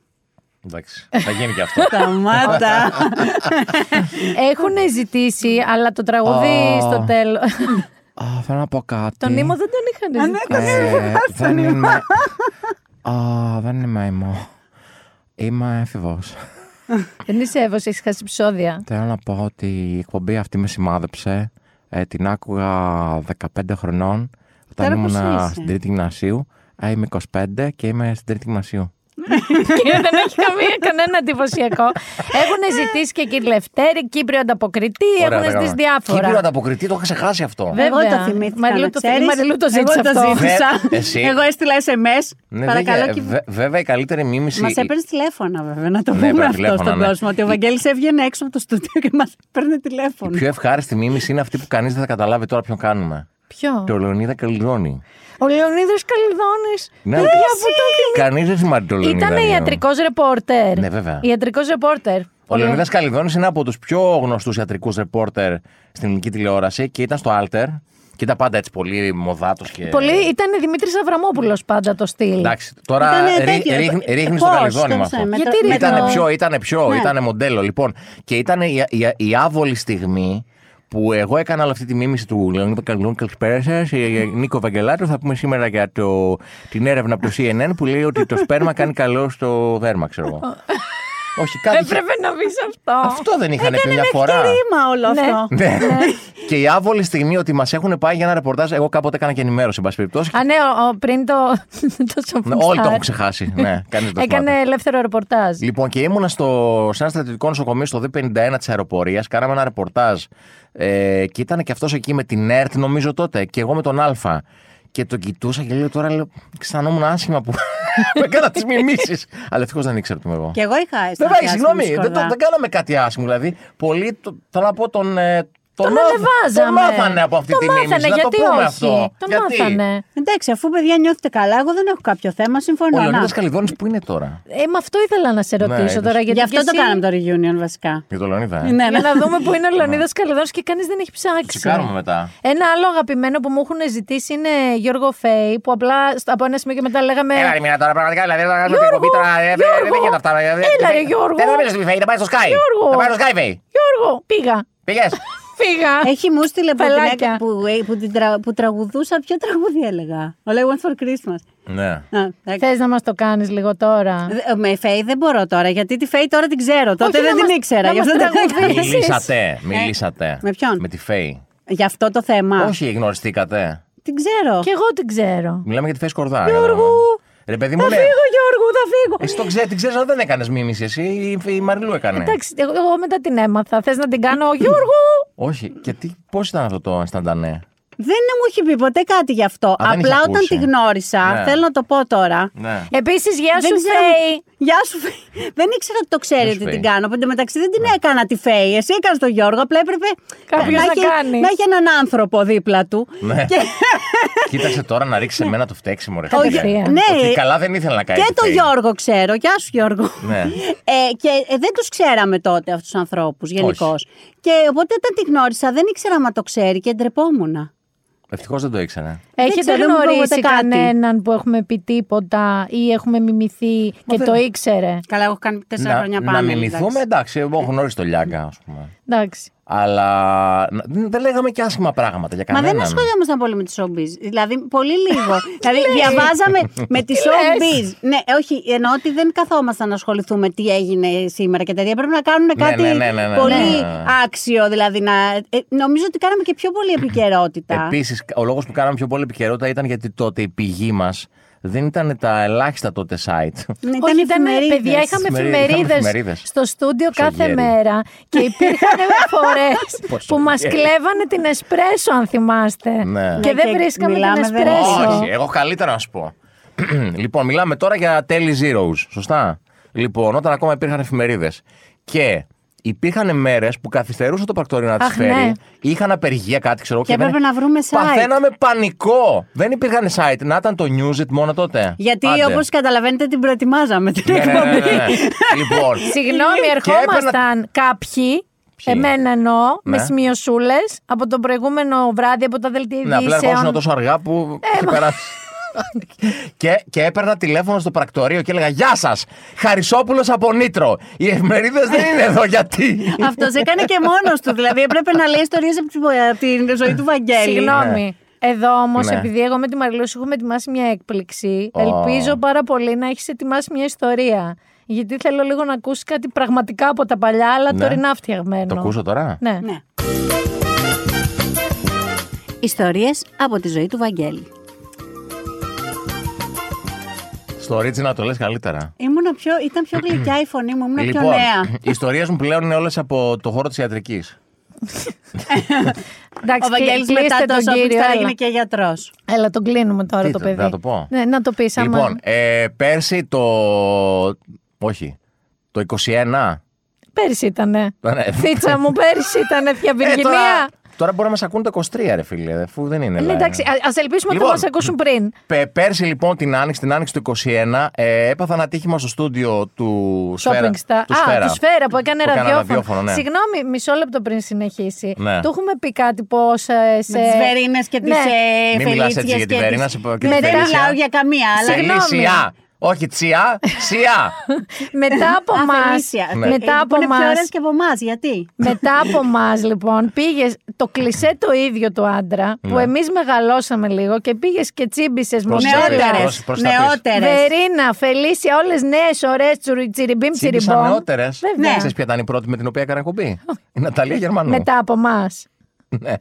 Εντάξει, θα γίνει και αυτό.
Τα μάτα.
Έχουν ζητήσει, αλλά το τραγουδί στο τέλος.
Α, θέλω να πω κάτι.
Τον Νίμο δεν τον
ναι,
είχαν ζητήσει.
Ε, δεν είμαι... Α, δεν είμαι emo.
Είμαι έφηβος.
Δεν είσαι εύωση, έχεις χάσει επεισόδια.
Θέλω να πω ότι η εκπομπή αυτή με σημάδεψε. Ε, την άκουγα 15 χρονών. Όταν
Τώρα πώς
ήμουν
είσαι?
στην τρίτη γυμνασίου. Ε, είμαι 25 και είμαι στην τρίτη γυμνασίου.
και δεν έχει καμία, κανένα εντυπωσιακό. Έχουν ζητήσει και Κυρλευτέρη, Κύπριο ανταποκριτή, έχουν
τα
ζητήσει
κάναμε.
διάφορα.
Κύπριο ανταποκριτή, το είχα ξεχάσει αυτό.
Βέβαια.
Εγώ το θυμήθηκα.
Μαριλού
να
το-
ξέρεις.
η Μαριλού το ζήτησε
Εγώ
αυτό.
το ζήτησα.
Βε- Ε, εσύ.
Εγώ έστειλα SMS.
Ναι,
Παρακαλώ.
δεν-
Και...
βε- βέβαια η καλύτερη μίμηση.
Μας έπαιρνες τηλέφωνα, βέβαια, να το
Ναι,
πούμε
έπαιρνε
αυτό
τηλέφωνα,
στον
ναι.
κόσμο. Ότι ο Βαγγέλης έβγαινε έξω από το στούντιο και μας παίρνει τηλέφωνο.
Η πιο ευχάριστη μίμηση είναι αυτή που κανείς δεν θα καταλάβει τώρα ποιον κάνουμε.
Ποιο?
Το Λεωνίδα Καλλιδόνη.
Ο Λεωνίδα Καλιδόνη.
Ναι, Κανείς δεν θυμάται ναι. το Λεωνίδα.
Ήταν
Λεωνίδα.
ιατρικός ρεπόρτερ.
Ναι, βέβαια.
Ιατρικός ρεπόρτερ.
Ο Λεωνίδας Καλλιδόνη είναι από τους πιο γνωστούς ιατρικούς ρεπόρτερ στην ελληνική τηλεόραση και ήταν στο Alter. Και ήταν πάντα έτσι πολύ μοδάτος και.
Πολύ ήταν Δημήτρης Αβραμόπουλος πάντα το στυλ.
Εντάξει, τώρα
Ήτανε
ρί,
τέτοιο,
ρίχνει-
ε,
ρίχνει στο
πώς,
Καλλιδόνη
τον
με
ξέρω,
αυτό.
με
Γιατί
το- με
ήτανε
Ήταν
το-
πιο, ήταν πιο,
Ναι.
ήταν μοντέλο. Λοιπόν, και ήταν η, η, η άβολη στιγμή που εγώ έκανα όλη αυτή τη μίμηση του Λεωνίδα Καλλιδόνη. Καλησπέρα σας. ε, Νίκο Βαγγελάτο. Θα πούμε σήμερα για το, την έρευνα από το CNN που λέει ότι το σπέρμα κάνει καλό στο δέρμα, ξέρω εγώ. Όχι, κάτι. είχε-
Έπρεπε να πεις αυτό.
Αυτό δεν είχαν πει μια φορά.
Τι ρήμα όλο
Ναι.
αυτό.
Ναι. και η άβολη στιγμή ότι μας έχουν πάει για ένα ρεπορτάζ. Εγώ κάποτε έκανα και ενημέρωση, εν πάση περιπτώσει.
Α, ναι, ο- ο- πριν το. το
Ναι,
Shopping
Όλοι το
Star.
έχουν ξεχάσει. Ναι, κανείς δεν το
Έκανε
θυμάται.
ελεύθερο ρεπορτάζ.
Λοιπόν, και ήμουνα στο, σε ένα στρατιωτικό νοσοκομείο στο D51 της αεροπορίας. Κάναμε ένα ρεπορτάζ. Ε, και ήταν και αυτός εκεί με την ΕΡΤ, νομίζω τότε, και εγώ με τον Α. Και τον κοιτούσα και λέω τώρα, λέω, αισθανόμουν άσχημα που που έκανα τις μιμήσεις. Αλλά ευτυχώς δεν ήξερα τι είμαι εγώ.
Και εγώ είχα
Ε,
αίσθηση.
Βέβαια, συγγνώμη,
άσχημη
δεν, το-
σκορδά.
δεν κάναμε κάτι άσχημο. Δηλαδή, πολλοί, το- θέλω να πω, τον. ε, Τον,
Τον
μάθ-
ανεβάζαμε.
Τον μάθανε από αυτή
Τον
τη
μάθανε,
μίμηση. να
γιατί
το πούμε
όχι.
αυτό.
Τον
γιατί?
μάθανε.
Εντάξει, αφού παιδιά νιώθετε καλά, εγώ δεν έχω κάποιο θέμα,
Ο
συμφωνώ.
Λεωνίδας
Να.
Καλλιδόνη που είναι τώρα.
Ε, με αυτό ήθελα να σε ρωτήσω
Ναι, είδες.
τώρα. Γιατί
Γι' αυτό
και
το
εσύ-
κάναμε το reunion βασικά.
Για τον Λεωνίδα. Ε.
Ναι, ναι.
Για να δούμε που είναι ο Λεωνίδα Καλιδόνη και κανείς δεν έχει ψάξει.
Τσεκάρουμε μετά.
Ένα άλλο αγαπημένο που μου έχουν ζητήσει είναι Γιώργο Φέη, που απλά στο- από ένα σημείο και μετά λέγαμε.
Έλα ρε μήνα τώρα πραγματικά, δηλαδή δεν θα κάνουμε την
Ε. Γιώργο,
εκπομπή τώρα, ε, δεν- δεν
Γιώργο,
γίνεται αυτά. ε, δεν-
έλα ρε,
δεν-
Γιώργο.
Δεν θα μείνεις στη Φέη, θα πάει στο Sky.
Γιώργο.
Θα πάει στο Sky Φέη.
Γιώργο, πήγα.
Πήγες.
Πήγα.
Έχει μου στείλε από την
Φελάκια.
έκ- που, ε, που, την τρα- που τραγουδούσα. Ποιο τραγούδι έλεγα. All I want for Christmas.
Ναι.
Α, εντάξει.
Θες να μας το κάνεις λίγο τώρα.
Δε- ε, Με Φέη δεν μπορώ τώρα, γιατί τη Φέη τώρα την ξέρω. Τότε
να
δεν την
μας- να
ήξερα. Γι'
μας
αυτό, δεν
τραγουδήσεις.
έκανα.
Ε.
Μιλήσατε, μιλήσατε.
Με ποιον?
Με τη Φέη.
Γι' αυτό το θέμα.
Όχι, γνωριστήκατε.
Την ξέρω.
Και εγώ την ξέρω.
Μιλάμε για τη Φέη Σκορδά. Γιώργο. Ρε παιδί μου, ναι.
Γιώργο, θα φύγω.
Εσύ το ξέρει, την ξέρεις, αλλά δεν έκανες μίμηση εσύ, η- η Μαριλού έκανε.
Εντάξει, εγώ, εγώ μετά την έμαθα. Θες να την κάνω, Γιώργο!
Όχι, και τι, πώς ήταν αυτό το Ασταντανέ.
Δεν μου έχει πει ποτέ κάτι γι' αυτό.
δεν είχε
Απλά όταν
ακούσει.
τη γνώρισα,
Ναι.
θέλω να το πω τώρα.
Ναι.
Επίσης, γεια
Δεν
σου,
ξέρω-
Φέη.
Γεια σου, Φέη. Δεν ήξερα ότι το ξέρεις
Γεια σου,
ότι την
Φέη. Ναι.
κάνω. Εν τω μεταξύ δεν την έκανα τη Φέη. Εσύ έκανες τον Γιώργο. Απλά έπρεπε
Κάποιος να
έχει-
κάνει.
να έχει έναν άνθρωπο δίπλα του.
Ναι.
Και,
Κοίταξε τώρα να ρίξεις εμένα το φταίξιμο, ρε
Όχι,
φίλε.
ναι.
Ότι καλά δεν ήθελα να κάνει.
και
τη
τον
Φέη.
Γιώργο ξέρω. Γεια σου, Γιώργο.
Ναι.
Ε, και ε, δεν τους ξέραμε τότε αυτούς τους ανθρώπους γενικώς. Και οπότε όταν τη γνώρισα δεν ήξερα αν το ξέρει και ντρεπόμουν.
Ευτυχώς δεν το ήξερα.
Έχετε
ξέρω, δεν μου είπε
γνωρίσει
ούτε κάτι.
κανέναν που έχουμε πει τίποτα ή έχουμε μιμηθεί και το ήξερε.
Καλά, έχω κάνει τέσσερα
να,
χρόνια
να
πάνω.
μιμηθούμε, εντάξει, εγώ έχω γνώρισει το Λιάγκα, ας πούμε.
Εντάξει.
Αλλά να- δεν λέγαμε και άσχημα πράγματα για
Μα
κανέναν.
δεν ασχολιόμασταν πολύ με τη showbiz. Δηλαδή, πολύ λίγο. δηλαδή, διαβάζαμε με τη showbiz. ναι, όχι, εννοώ ότι δεν καθόμασταν να ασχοληθούμε τι έγινε σήμερα και τέτοια. Πρέπει να κάνουν κάτι
ναι, ναι, ναι, ναι,
πολύ
ναι.
άξιο. Δηλαδή, να... ε, νομίζω ότι κάναμε και πιο πολύ επικαιρότητα.
Επίσης, ο λόγος που κάναμε πιο πολύ επικαιρότητα ήταν γιατί τότε η πηγή μας δεν ήταν τα ελάχιστα τότε site.
Ναι,
Όχι, ήταν ε,
εφημερίδες.
παιδιά, είχαμε
Εφημερίδες, είχαμε
εφημερίδες
εφημερίδες.
στο στούντιο κάθε
γέρι.
μέρα και υπήρχαν φορέ
Πόσο
που μας
γέρι.
κλέβανε την εσπρέσο, αν θυμάστε.
Ναι.
Και
Ναι,
δεν
και
βρίσκαμε την
μιλάμε, δεν
εσπρέσο.
Όχι, εγώ καλύτερα να σου πω. λοιπόν, μιλάμε τώρα για Telly Zeros, σωστά. Λοιπόν, όταν ακόμα υπήρχαν εφημερίδες. Και υπήρχαν μέρες που καθυστερούσε το πρακτορείο να τις
Αχ,
φέρει.
ναι.
Είχαν απεργία, κάτι ξέρω εγώ.
Και έπρεπε
δεν-
να βρούμε site.
Παθαίναμε πανικό. Δεν υπήρχαν site. Να ήταν το News It μόνο τότε.
Γιατί
Άντε.
όπως καταλαβαίνετε την προετοιμάζαμε την
Ναι, ναι, ναι,
εκπομπή.
ναι, ναι. λοιπόν,
Συγγνώμη,
Και
ερχόμασταν κάποιοι.
Ποιοι?
Εμένα εννοώ, με
Ναι.
σημειωσούλες από τον προηγούμενο βράδυ από τα δελτία
Ναι, απλά
ειδήσεων.
ερχόσουν τόσο αργά που
Ε,
είχε περάσει. και, και έπαιρνα τηλέφωνο στο πρακτορείο και έλεγα Γεια σας! Χαρισόπουλος από Νίτρο. Οι εφημερίδες δεν είναι εδώ γιατί.
Ε,
Αυτός έκανε και μόνος του. Δηλαδή, έπρεπε να λέει ιστορίες από την ζωή του Βαγγέλη.
Συγγνώμη. Εδώ όμως,
Ναι.
επειδή εγώ με τη Μαριλού σου έχουμε ετοιμάσει μια έκπληξη,
Ω.
ελπίζω πάρα πολύ να έχεις ετοιμάσει μια ιστορία. Γιατί θέλω λίγο να ακούσεις κάτι πραγματικά από τα παλιά, αλλά
Ναι.
τώρα είναι φτιαγμένο.
Το ακούσω τώρα.
Ναι.
Ναι. Ιστορίες από τη ζωή του Βαγγέλη.
Στο ρίτσι να το λες καλύτερα.
Ήμουνα πιο, ήταν πιο γλυκιά η φωνή μου, ήμουν
Λοιπόν.
πιο νέα.
οι ιστορίες μου πλέον είναι όλες από το χώρο της ιατρικής.
Εντάξει,
Ο Βαγγέλης
κλείστε
μετά το
τον
shopping
κύριο,
θα
έλα.
έγινε και γιατρός.
Έλα, τον κλείνουμε τώρα
Τι,
το
θα-
παιδί.
να το πω?
Ναι, να το πεις.
Λοιπόν, ε, πέρσι το. Όχι. Το 21.
Πέρσι ήτανε.
Ε, ναι.
Θίτσα μου, πέρσι ήτανε θεία
Ε,
Βυργινία.
τώρα, τώρα μπορεί να μας ακούν το 23, ρε φίλε. Αφού δεν είναι.
Ναι,
live.
εντάξει, α ας ελπίσουμε ότι
Λοιπόν.
θα μας ακούσουν πριν.
Πε- πέρσι λοιπόν την άνοιξη, την άνοιξη του 21, ε, έπαθα ένα τύχημα στο στούντιο του Σφαίρα.
Shopping Star.
Του
Α,
Σφαίρα.
του Σφαίρα που έκανε
Που έκανε
ραδιόφωνο.
ραδιόφωνο, ναι.
Συγγνώμη, μισό λεπτό πριν συνεχίσει.
Ναι.
Του έχουμε πει κάτι πώ. Σε...
Με τις βερίνες και τις
Ναι.
ε,
Μην μιλάς
φελίτσιες
έτσι για τη
και
Βερίνα,
τις-
σε- και τη
Ναι, Δεν
Φελίσια.
μιλάω για καμία, αλλά
Συγγνώμη.
Σιλίσια. Όχι τσιά, σιά.
μετά από
Α,
εμά.
Φελίσια.
Ναι.
Ε,
Μετά
που
από
Είναι πιο
μας.
ωραίες και από εμάς, γιατί.
Μετά από εμά, λοιπόν, πήγες το κλισέ το ίδιο του άντρα που
Ναι.
εμείς μεγαλώσαμε λίγο και πήγες και τσίμπησες μου.
Προς τα πίσω, προς-
Νεότερες,
προς τα πίσω.
νεότερες.
Βερίνα, Φελίσια, όλες νέες, ωραίες, τσιριμπίμ,
Τσίμπησαν
τσιριμπόμ.
νεότερες.
Βέβαια.
Ξέρεις ποια ήταν η πρώτη με την οποία έκανα εκπομπή. Η Ναταλία Γερμανού.
Μετά από εμά.
Ναι.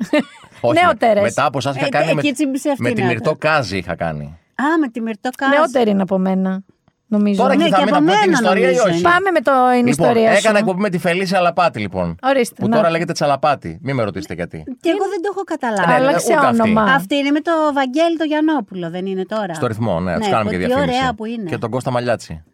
Όχι,
Νεότερες.
Μετά από εσά είχα
Ε,
κάνει.
εκεί τσίμπησε
με,
αυτή
με
η
τη
Νάτα.
Μυρτό Κάζη είχα κάνει.
Α, με τη
Ναι,
Μυρτοκάση.
Νεότερη είναι από μένα, νομίζω.
Τώρα
Ναι,
κοιτάμε
και
να
από
πω την
μένα
ιστορία ή
νομίζω
όχι.
είναι.
ε. Πάμε με το είναι
Λοιπόν,
ιστορία σου.
έκανα εκπομπή με τη Φελίσια Αλαπάτη λοιπόν.
Ορίστε,
Που
να.
τώρα λέγεται Τσαλαπάτι. Μην με ρωτήσετε γιατί.
Και εγώ δεν το έχω καταλάβει.
Ναι,
Άλλαξε
ούτε αυτή.
όνομα.
Αυτή είναι με το Βαγγέλη το Γιαννόπουλο, δεν είναι τώρα.
Στο ρυθμό, ναι. Του κάναμε και
πω,
διαφήμιση.
Τι ωραία που είναι.
Και τον Κώστα Μαλιάτση.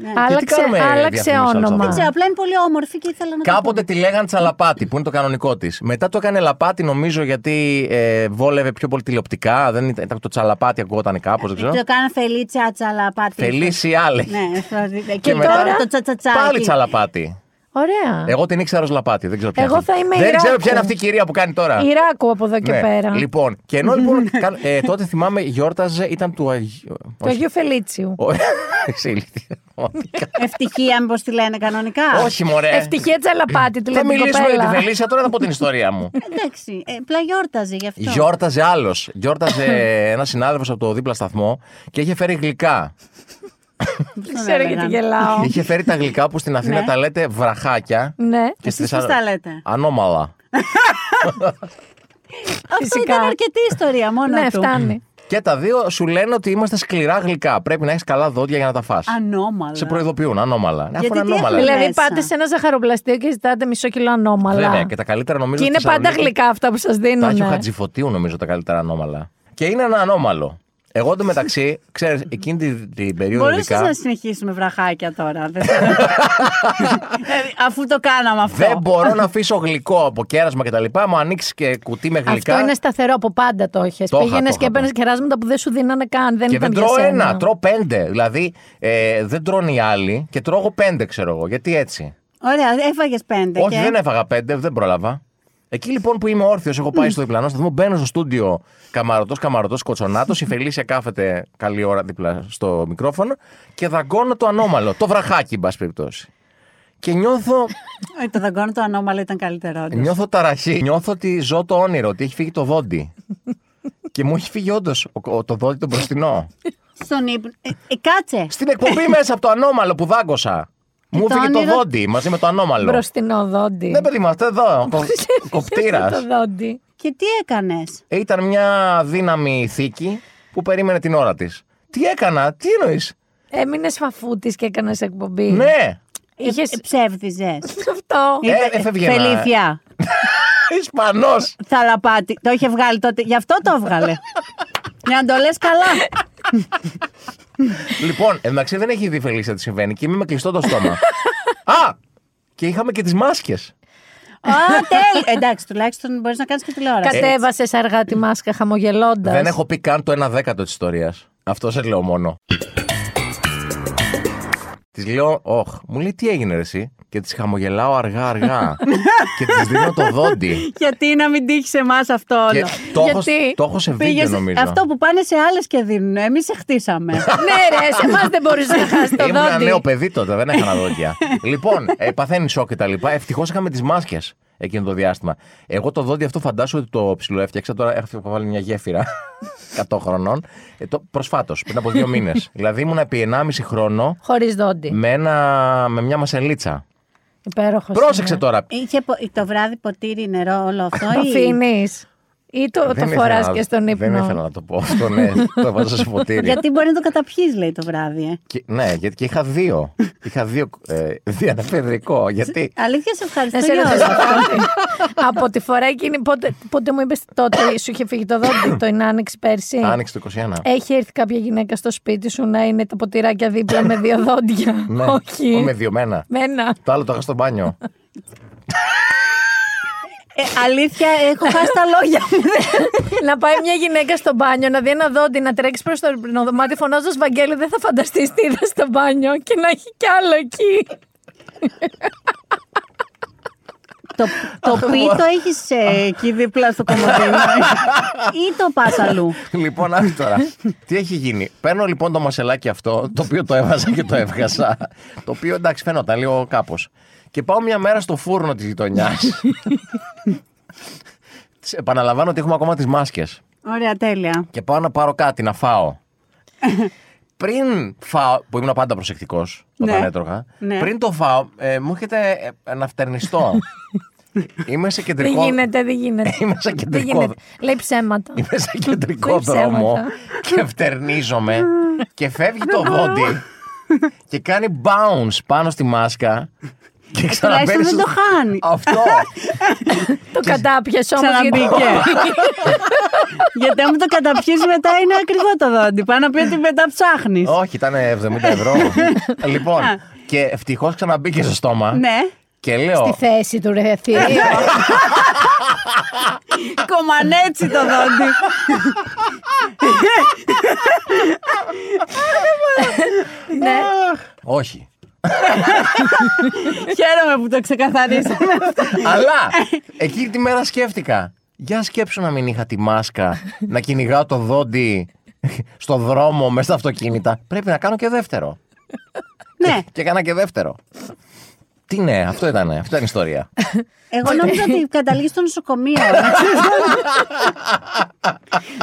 Ναι.
Γιατί
Άλλαξε,
κάνουμε διαφήμιση
άλλαξε
όλες αυτές.
όνομα.
Δεν
Ξέρω, απλά είναι πολύ όμορφη και ήθελα να το
Κάποτε τη λέγανε Τσαλαπάτη, που είναι το κανονικό της. Μετά το έκανε Λαπάτη, νομίζω, γιατί ε, βόλευε πιο πολύ τηλεοπτικά. Δεν ήταν, ήταν το Τσαλαπάτι, ακουγόταν κάπως, δεν
Ε, Το
ξέρω.
έκανα Φελίτσια Τσαλαπάτη.
Φελίσι Άλε.
Ναι, sorry. και,
μετά
τώρα το τσατσατσάκι.
Πάλι Τσαλαπάτη.
Ωραία.
Εγώ την ήξερα ως Λαπάτη, δεν ξέρω ποια
Εγώ
είναι.
θα είμαι
Δεν
Ιράκου.
ξέρω ποια είναι αυτή η κυρία που κάνει τώρα.
Ιράκου από εδώ και
Ναι.
πέρα.
Λοιπόν, και ενώ λοιπόν. καν- ε, τότε θυμάμαι γιόρταζε, ήταν του Αγίου.
Του Αγίου Φελίτσιου.
Όχι, Εσύ, ηλίθεια, πραγματικά.
Ευτυχία, μήπω τη λένε κανονικά.
Όχι, μωρέ.
Ευτυχία Τζαλαπάτη, τη λέει
Θα
δηλαδή,
την
μιλήσουμε για τη
κοπέλα.
Φελίσια, τώρα θα πω την ιστορία μου.
Εντάξει, ε, απλά γιόρταζε γι' αυτό.
Γιόρταζε άλλος. Γιόρταζε ένα συνάδελφος από το δίπλα σταθμό και είχε φέρει γλυκά.
Δεν
Ξέρω γιατί γελάω.
είχε φέρει τα γλυκά που στην Αθήνα τα λέτε βραχάκια.
Ναι,
Και στη
Ναι. Εσείς πώς
Θεσσαλο-
τα λέτε?
Ανώμαλα.
Αυτό
φυσικά.
ήταν αρκετή ιστορία μόνο
ναι,
του.
φτάνει.
Και τα δύο σου λένε ότι είμαστε σκληρά γλυκά. Πρέπει να έχεις καλά δόντια για να τα φας.
Ανώμαλα.
Σε προειδοποιούν, ανώμαλα. Ναι, Αφού είναι
τι
ανώμαλα.
έχουμε
Δηλαδή
Μέσα.
πάτε σε ένα ζαχαροπλαστείο και ζητάτε μισό κιλό ανώμαλα.
Βέβαια, και τα καλύτερα νομίζω.
Και είναι
στη
πάντα
Θεσσαλονίκη
γλυκά αυτά που σας
Τα
ναι.
έχει ο
δίνουν.
Χατζηφωτίου νομίζω τα καλύτερα ανώμαλα. Και είναι ένα ανώμαλο. Εγώ το μεταξύ, ξέρεις, εκείνη την, την περίοδο
Μπορούσες
ειδικά.
να συνεχίσουμε βραχάκια τώρα. δεν ξέρω. Ε, Αφού το κάναμε αυτό.
Δεν μπορώ να αφήσω γλυκό από κέρασμα κτλ. Μου ανοίξεις και κουτί με γλυκά.
Αυτό είναι σταθερό, από πάντα το είχε.
Το είχα,
Πήγαινες και
το είχα,
έπαιρνε
το.
κεράσματα που δεν σου δίνανε καν. Δεν
Και
ήταν
δεν
για
τρώω
σένα.
ένα, τρώω πέντε. Δηλαδή ε, δεν τρώνε οι άλλοι και τρώω εγώ πέντε, ξέρω εγώ. Γιατί έτσι.
Ωραία, έφαγες πέντε.
Όχι,
και-
δεν έφαγα πέντε, δεν πρόλαβα. Εκεί λοιπόν που είμαι όρθιος, έχω πάει στο διπλανό σταθμό, μπαίνω στο στούντιο καμαρωτός, καμαρωτός, κοτσονάτος. Η Φελίσια κάθεται καλή ώρα δίπλα στο μικρόφωνο και δαγκώνω το ανώμαλο, το βραχάκι, εν πάση περιπτώσει. Και νιώθω,
Ε, Το δαγκώνο το ανώμαλο ήταν καλύτερο. όντως.
νιώθω ταραχή. Νιώθω ότι ζω το όνειρο, ότι έχει φύγει το δόντι. και μου έχει φύγει όντως το δόντι το μπροστινό.
Στον ύπνο. Ε, ε, κάτσε.
Στην εκπομπή μέσα από το ανώμαλο που δάγκωσα. Μου
το
έφυγε το
όνειρο-
δόντι μαζί με το ανώμαλο.
Μπροστινό δόντι.
Ναι, παιδί μου, αυτό εδώ. Κοπτήρα.
Το δόντι.
Και τι έκανες.
Ε, Ήταν μια δύναμη θήκη που περίμενε την ώρα της. Τι έκανα, τι εννοείς.
Έμεινες φαφούτης και έκανες
Ε.
εκπομπή.
Ναι,
Είχες
Ψεύδιζε.
αυτό.
Ε, έφευγε ένα-
Φελήθεια.
Ισπανός.
Θαλαπάτη. Το είχε βγάλει τότε. Γι' αυτό το έβγαλε. Για να το λες καλά.
λοιπόν, εν τω μεταξύ δεν έχει δει Φελίσια τι συμβαίνει και είμαι με κλειστό το στόμα. Α! Και είχαμε και τις μάσκες.
Α, τέλει. Εντάξει, τουλάχιστον μπορείς να κάνεις και τηλεόραση.
Κατέβασες αργά τη μάσκα χαμογελώντας.
Δεν έχω πει καν το 1 δέκατο της ιστορίας. Αυτό σε λέω μόνο. Της λέω, Ωχ, μου λέει τι έγινε ρε, εσύ. Και της χαμογελάω αργά-αργά. και της δίνω το δόντι.
Γιατί να μην τύχει σε εμάς αυτό
και
όλο.
το έχω-
Γιατί
το έχω σε βίντεο
Πήγες-
νομίζω.
Αυτό που πάνε σε άλλες και δίνουν. Εμείς σε χτίσαμε.
Ναι, ρε, σε εμάς δεν μπορούσε να χάσεις το
Ήμουν ένα
δόντι.
νέο παιδί τότε, δεν έκανα δόντια. λοιπόν, ε, παθαίνεις σοκ και τα λοιπά. Ευτυχώς είχαμε τις μάσκες. εκείνο το διάστημα. Εγώ το δόντι αυτό φαντάζομαι ότι το ψιλοέφτιαξα. Τώρα έχω βάλει μια γέφυρα 100 χρονών. Ε, το προσφάτως, πριν από δύο μήνες. δηλαδή ήμουν επί 1,5 χρόνο
Χωρίς δόντι.
με, ένα, με μια μασελίτσα.
Υπέροχος.
Πρόσεξε τώρα.
Είχε πο- το βράδυ ποτήρι, νερό, όλο αυτό.
Το
ή-
αφήνει. Ή το, το
Δεν ήθελα
φορά
να-
και στον ύπνο.
Δεν ήθελα να το πω αυτό, ναι. το βάζω σε ποτήρι.
Γιατί μπορεί να το καταπιείς, λέει το βράδυ. Ε.
Και- ναι, γιατί και είχα δύο. είχα δύο ε, διανεφεδρικό. γιατί.
Αλήθεια, σε
Να
ευχαριστώ
σε
για
ρωτήσω
όλα.
κάτι. Από τη φορά εκείνη, πότε, πότε μου είπες τότε σου είχε φύγει το δόντι, το είναι άνοιξη πέρσι.
Άνοιξε το 21.
Έχει έρθει κάποια γυναίκα στο σπίτι σου να είναι τα ποτηράκια δίπλα με δύο δόντια.
ναι.
ε, Όχι.
Με διωμένα.
Μένα.
Το άλλο το είχα στο μπάνιο.
Ε, αλήθεια, έχω χάσει τα λόγια μου.
να πάει μια γυναίκα στο μπάνιο, να δει ένα δόντι, να τρέξει προς το ύπνο δωμάτιο φωνάζοντας Βαγγέλη, δεν θα φανταστείς τι είδα στο μπάνιο και να έχει κι άλλο εκεί.
το το πι το έχεις εκεί δίπλα στο κομμωτίνο. ή το πας αλλού.
λοιπόν, άκου τώρα. Τι έχει γίνει. Παίρνω λοιπόν το μασελάκι αυτό, το οποίο το έβαζα και το έβγασα. το οποίο εντάξει φαίνονταν λίγο κάπως. Και πάω μια μέρα στο φούρνο της γειτονιάς. Επαναλαμβάνω ότι έχουμε ακόμα τις μάσκες.
Ωραία, τέλεια.
και πάω να πάρω κάτι, να φάω. πριν φάω, που ήμουν πάντα προσεκτικός όταν
Ναι.
έτρωγα,
Ναι.
πριν το φάω, ε, μου έρχεται ε, να φτερνιστώ. Είμαι σε
δεν
κεντρικό.
γίνεται, δεν γίνεται.
Είμαι σε
δεν
κεντρικό.
γίνεται. Λέει ψέματα.
Είμαι σε κεντρικό
Δεν ψέματα.
δρόμο και φτερνίζομαι και φεύγει το δόντι και κάνει bounce πάνω στη μάσκα και ξαναμπαίνει.
Ε, δεν
στο-
το χάνει.
Αυτό.
το κατάπιασε όμω.
Ξαναμπήκε. Γιατί άμα το καταπιείς μετά είναι ακριβό το δόντι. Πάει να πει ότι μετά ψάχνεις.
Όχι, ήταν 70 ευρώ. λοιπόν, και ευτυχώς ξαναμπήκε στο στόμα.
Ναι.
Και λέω.
Στη θέση του ρε
Ε,
θηρίο.
Κομμανέτσι το δόντι.
ναι.
Όχι.
Χαίρομαι που το ξεκαθαρίσαμε αυτό.
Αλλά εκείνη τη μέρα σκέφτηκα. Για σκέψου να μην είχα τη μάσκα, να κυνηγάω το δόντι στο δρόμο, μέσα στα αυτοκίνητα. Πρέπει να κάνω και δεύτερο.
Ναι.
Και έκανα και δεύτερο. Τι ναι, αυτό ήταν, αυτό ήταν η ιστορία.
Εγώ νόμιζα ότι καταλήγεις στο νοσοκομείο.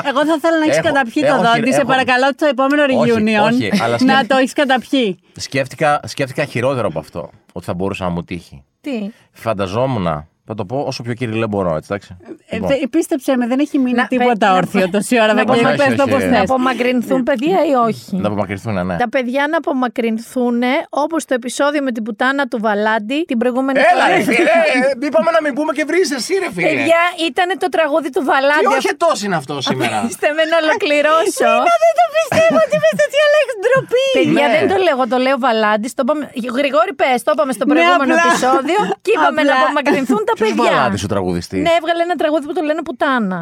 Εγώ θα θέλω να έχεις
Έχω-
καταπιεί
έχω
το δόντι.
χειρι-
Σε
έχω-
παρακαλώ το επόμενο
Όχι,
reunion
όχι, αλλά
να
σκέφτε-
το έχεις καταπιεί.
σκέφτηκα, σκέφτηκα χειρότερο από αυτό, ότι θα μπορούσε να μου τύχει.
Τι.
Φανταζόμουν, θα το πω όσο πιο κυριλέ μπορώ, έτσι, εντάξει.
Ε,
Λοιπόν,
δε- Πίστεψε με, δεν έχει μείνει
Να-
τίποτα
να-
όρθιο τόση ώρα.
να
Βαγγέλη,
απομακρυνθούν,
πες το όπως
όχι,
Να
θες.
απομακρυνθούν παιδιά ή όχι.
Ε, να απομακρυνθούν, ναι.
Τα παιδιά να απομακρυνθούν όπως το επεισόδιο με την πουτάνα του Βαλάντη την προηγούμενη
Έλα, ρε
φορά.
φίλε, ε, είπαμε να μην πούμε και βρίζεις εσύ, ρε φίλε.
Παιδιά, ήταν το τραγούδι του Βαλάντη.
Τι όχι τόσο είναι αυτό σήμερα.
Αφήστε με να ολοκληρώσω.
Δεν το πιστεύω ότι είπε τέτοια λέξη ντροπή.
Παιδιά,
Ναι.
δεν το λέω, το λέω Βαλάντη. Το είπαμε... Γρηγόρη, πες, το είπαμε στο
Ναι,
προηγούμενο
απλά.
επεισόδιο και είπαμε
Απλά.
να απομακρυνθούν τα
Ποιος
παιδιά.
Βαλάντης ο τραγουδιστής?
Ναι, έβγαλε ένα τραγούδι που το λένε Πουτάνα.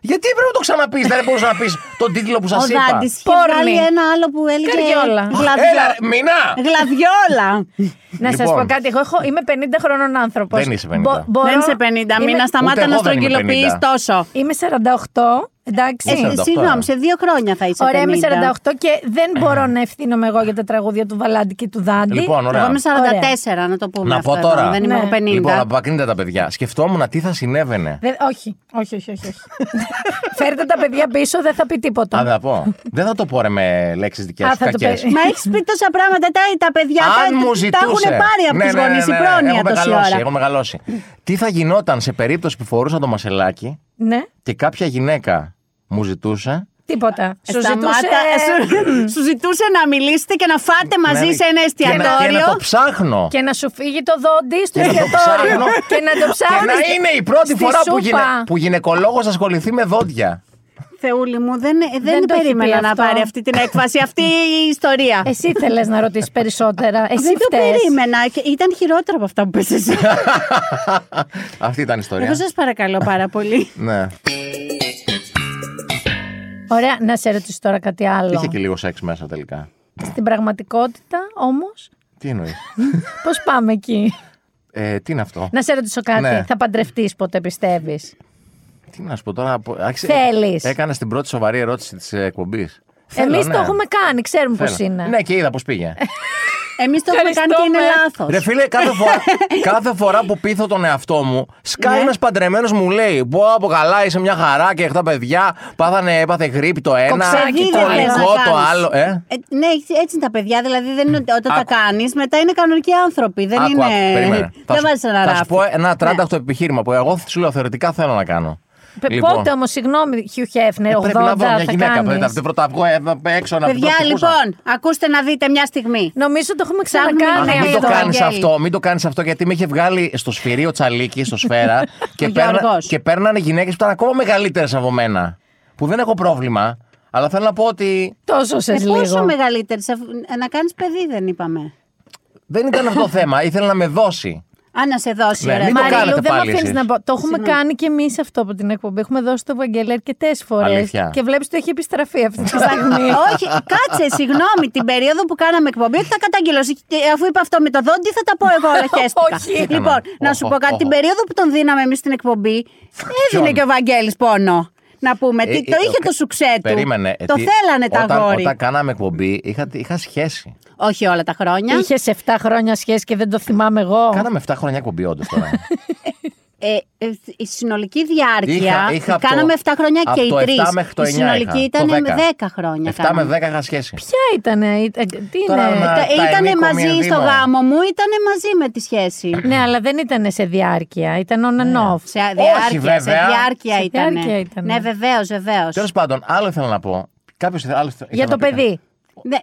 Γιατί πρέπει να το ξαναπείς, δεν μπορούσα να πεις τον τίτλο που σας
Ο
είπα.
Δάντης είχε
Πόρνη.
βγάλει ένα άλλο που έλεγε.
Καριόλα.
Γλαβιό-
Έλα, ρε, μηνά!
Γλαβιόλα.
Να σας
Λοιπόν.
πω κάτι. Εγώ έχω, είμαι 50 χρονών άνθρωπος.
Δεν είσαι 50.
μπορώ...
Δεν σε 50
είμαι-
μήνα, σταμάτα
Ούτε εγώ
να
δεν είμαι
στρογγυλοποιείς
50.
τόσο.
Είμαι 48. Εντάξει.
Ε,
Ε,
48,
Συγγνώμη,
ε.
σε δύο χρόνια θα είσαι.
Ωραία, είμαι
50.
48 και δεν μπορώ να ευθύνομαι εγώ για τα τραγούδια του Βαλάντη και του Δάντη.
Λοιπόν, ωραία.
Εγώ είμαι 44, να το πούμε.
Να
αυτό
πω
εδώ.
τώρα.
Δεν είμαι
Ναι.
εγώ 50.
Λοιπόν, απακρίνετε τα παιδιά. Σκεφτόμουν τι θα συνέβαινε.
Δεν- όχι, όχι, όχι. όχι, όχι. Φέρτε τα παιδιά πίσω, δεν θα πει τίποτα.
Α, δεν θα πω. δεν θα το πω ρε με λέξεις δικές
Α,
σου
θα το
κακές.
πες.
Μα έχεις πει τόσα πράγματα. Τα, τα παιδιά
Αν
τα,
μου
τα
ζητούσε.
έχουν πάρει από
Ναι,
τους
ναι, ναι,
γονεί η
ναι, ναι,
πρόνοια
έχω
τόση
μεγαλώσει,
ώρα.
Έχω μεγαλώσει. Τι θα γινόταν σε περίπτωση που φορούσα το μασελάκι
Ναι,
και κάποια γυναίκα μου ζητούσε.
τίποτα. ε, Σου
Ε, Σταμάτα,
ζητούσε.
σου- σου ζητούσε να μιλήσετε και να φάτε μαζί
ναι,
σε ένα
και να- Και να το
εστιατόριο.
ψάχνω.
Και να σου φύγει το δόντι στο
Και να το
εστιατόριο.
ψάχνω.
και να το
Και
ψάχνει.
να είναι η πρώτη
στη
φορά που,
σούπα.
γυναι... που γυναικολόγος ασχοληθεί με δόντια.
Θεούλη μου, δεν, Ε, δεν,
Δεν το έχει
περίμενα
πει
να
αυτό.
πάρει αυτή την έκφραση, αυτή η ιστορία.
Εσύ ήθελε να ρωτήσεις περισσότερα. Εσύ
δεν το
φταίς.
περίμενα. και Ήταν χειρότερο από αυτά που πες εσύ.
Αυτή ήταν η ιστορία.
Εγώ σας παρακαλώ πάρα πολύ.
Ναι.
Ωραία, να σε ρωτήσω τώρα κάτι άλλο.
Είχε και λίγο σεξ μέσα τελικά.
Στην πραγματικότητα όμως,
Τι εννοείς.
πώς πάμε εκεί.
ε, τι είναι αυτό.
να σε ρωτήσω κάτι.
Ναι.
Θα παντρευτείς ποτέ, πιστεύεις.
Τι να σου πω τώρα. απο- άρχισε-
Θέλεις.
Έκανες την πρώτη σοβαρή ερώτηση ε, της εκπομπής.
Εμείς το έχουμε κάνει, ξέρουμε πώς είναι.
Ε,
Ναι, και είδα πώς πήγε.
Εμείς το έχουμε κάνει και είναι
Ευχαριστούμε.
λάθος.
Ρε φίλε, κάθε φορά, κάθε φορά που πείθω τον εαυτό μου, σκάει
Ναι.
ένας παντρεμένος μου λέει: Πω από καλά, είσαι μια χαρά και 7 παιδιά. Πάθανε, έπαθε γρήπη το ένα,
Κοξάκι το
κολικό
άλλο.
το άλλο. Ε.
Ε, ναι, έτσι- έτσι είναι τα παιδιά. Δηλαδή δεν είναι ότι όταν τα
Άκου.
κάνεις, μετά είναι κανονικοί άνθρωποι. Δεν
Άκου,
είναι.
άκου, περίμενε. Θα
δεν
σου-
βάζεις ένα
Θα
ράφι. Ναι.
σου πω ένα τράνταχτο επιχείρημα που εγώ σου λέω θεωρητικά θέλω να κάνω. Λοιπόν.
Πε- Πότε όμως, συγγνώμη, Χιου
Ε,
Χέφνερ, 80
Ε, πρέπει να βρω μια
θα
γυναίκα.
κάνεις.
Πρέπει να την πρωταβγώ εδώ έξω να την
Παιδιά,
πρωτοβγούσα.
λοιπόν, ακούστε να δείτε μια στιγμή.
Νομίζω το έχουμε
Ψάχνουμε
ξανακάνει
να
Αχ, μην
αυτό.
το κάνει
Βαγγέλη.
αυτό, μην το κάνεις αυτό, γιατί με είχε βγάλει στο σφυρί ο Τσαλίκη, στο σφαίρα και,
Ο
παίρνα-
Γιώργος.
και παίρνανε γυναίκες που ήταν ακόμα μεγαλύτερες από μένα. Που δεν έχω πρόβλημα, αλλά θέλω να πω ότι
Το σώσες
Ε, πόσο
λίγο.
μεγαλύτερη, σε- ε, να κάνεις παιδί δεν είπαμε.
δεν ήταν αυτό το θέμα. Ήθελε να με δώσει.
Α, να σε δώσει,
Ναι,
ωραία.
μην το
Μαρίλα,
κάνετε
Μαριλού, Ε, δεν
πάλι
με αφήνεις
εσείς.
να πω. Το έχουμε κάνει κι εμείς αυτό από την εκπομπή. Έχουμε δώσει το Βαγγέλη αρκετές φορέ.
Αλήθεια.
Και βλέπεις ότι έχει επιστραφεί αυτή τη στιγμή.
Όχι, κάτσε, συγγνώμη, την περίοδο που κάναμε εκπομπή ότι θα καταγγείλω. Ε, Αφού είπα αυτό με το δόντι, θα τα πω εγώ όλα χέστηκα.
Όχι.
λοιπόν,
Έκανα.
να σου πω
Οχ,
κάτι.
οχ.
Την περίοδο που τον δίναμε εμείς στην εκπομπή, έδινε
Ποιον?
και ο Βαγγέλης πόνο. Να πούμε,
Ε,
τι-
ε,
το είχε
ε,
το σουξέ του.
Περίμενε. ε,
Το
τι-
θέλανε τα
όταν,
αγόρι.
Όταν κάναμε εκπομπή, είχα, είχα σχέση.
Όχι όλα τα χρόνια.
Είχες 7 χρόνια σχέση και δεν το θυμάμαι εγώ.
Κάναμε 7 χρόνια εκπομπή, όντως τώρα.
Ε, ε, η συνολική διάρκεια.
Είχα- είχα από το-
κάναμε 7 χρόνια
από
και οι
το 7
τρεις.
μέχρι το
Η
9
συνολική
είχα,
ήταν
το 10.
10 χρόνια.
7 με
κάναμε.
10 είχα σχέση.
Ποια ήτανε, ε, τι
Τώρα
είναι.
να-
Τα-
τα
Ήτανε
ενίκο, μία
μαζί στο
δήμο.
γάμο μου, ήτανε μαζί με τη σχέση.
Ναι, αλλά δεν ήταν σε διάρκεια. Ήταν on and off.
Σε διάρκεια,
βέβαια.
σε διάρκεια
Σε
ήταν.
διάρκεια ήτανε.
Ναι, βεβαίως, βεβαίως.
Τέλος πάντων, άλλο ήθελα να πω. Κάποιος άλλο. ήθελα
Για
να
το
πει ναι. κάτι.
παιδί.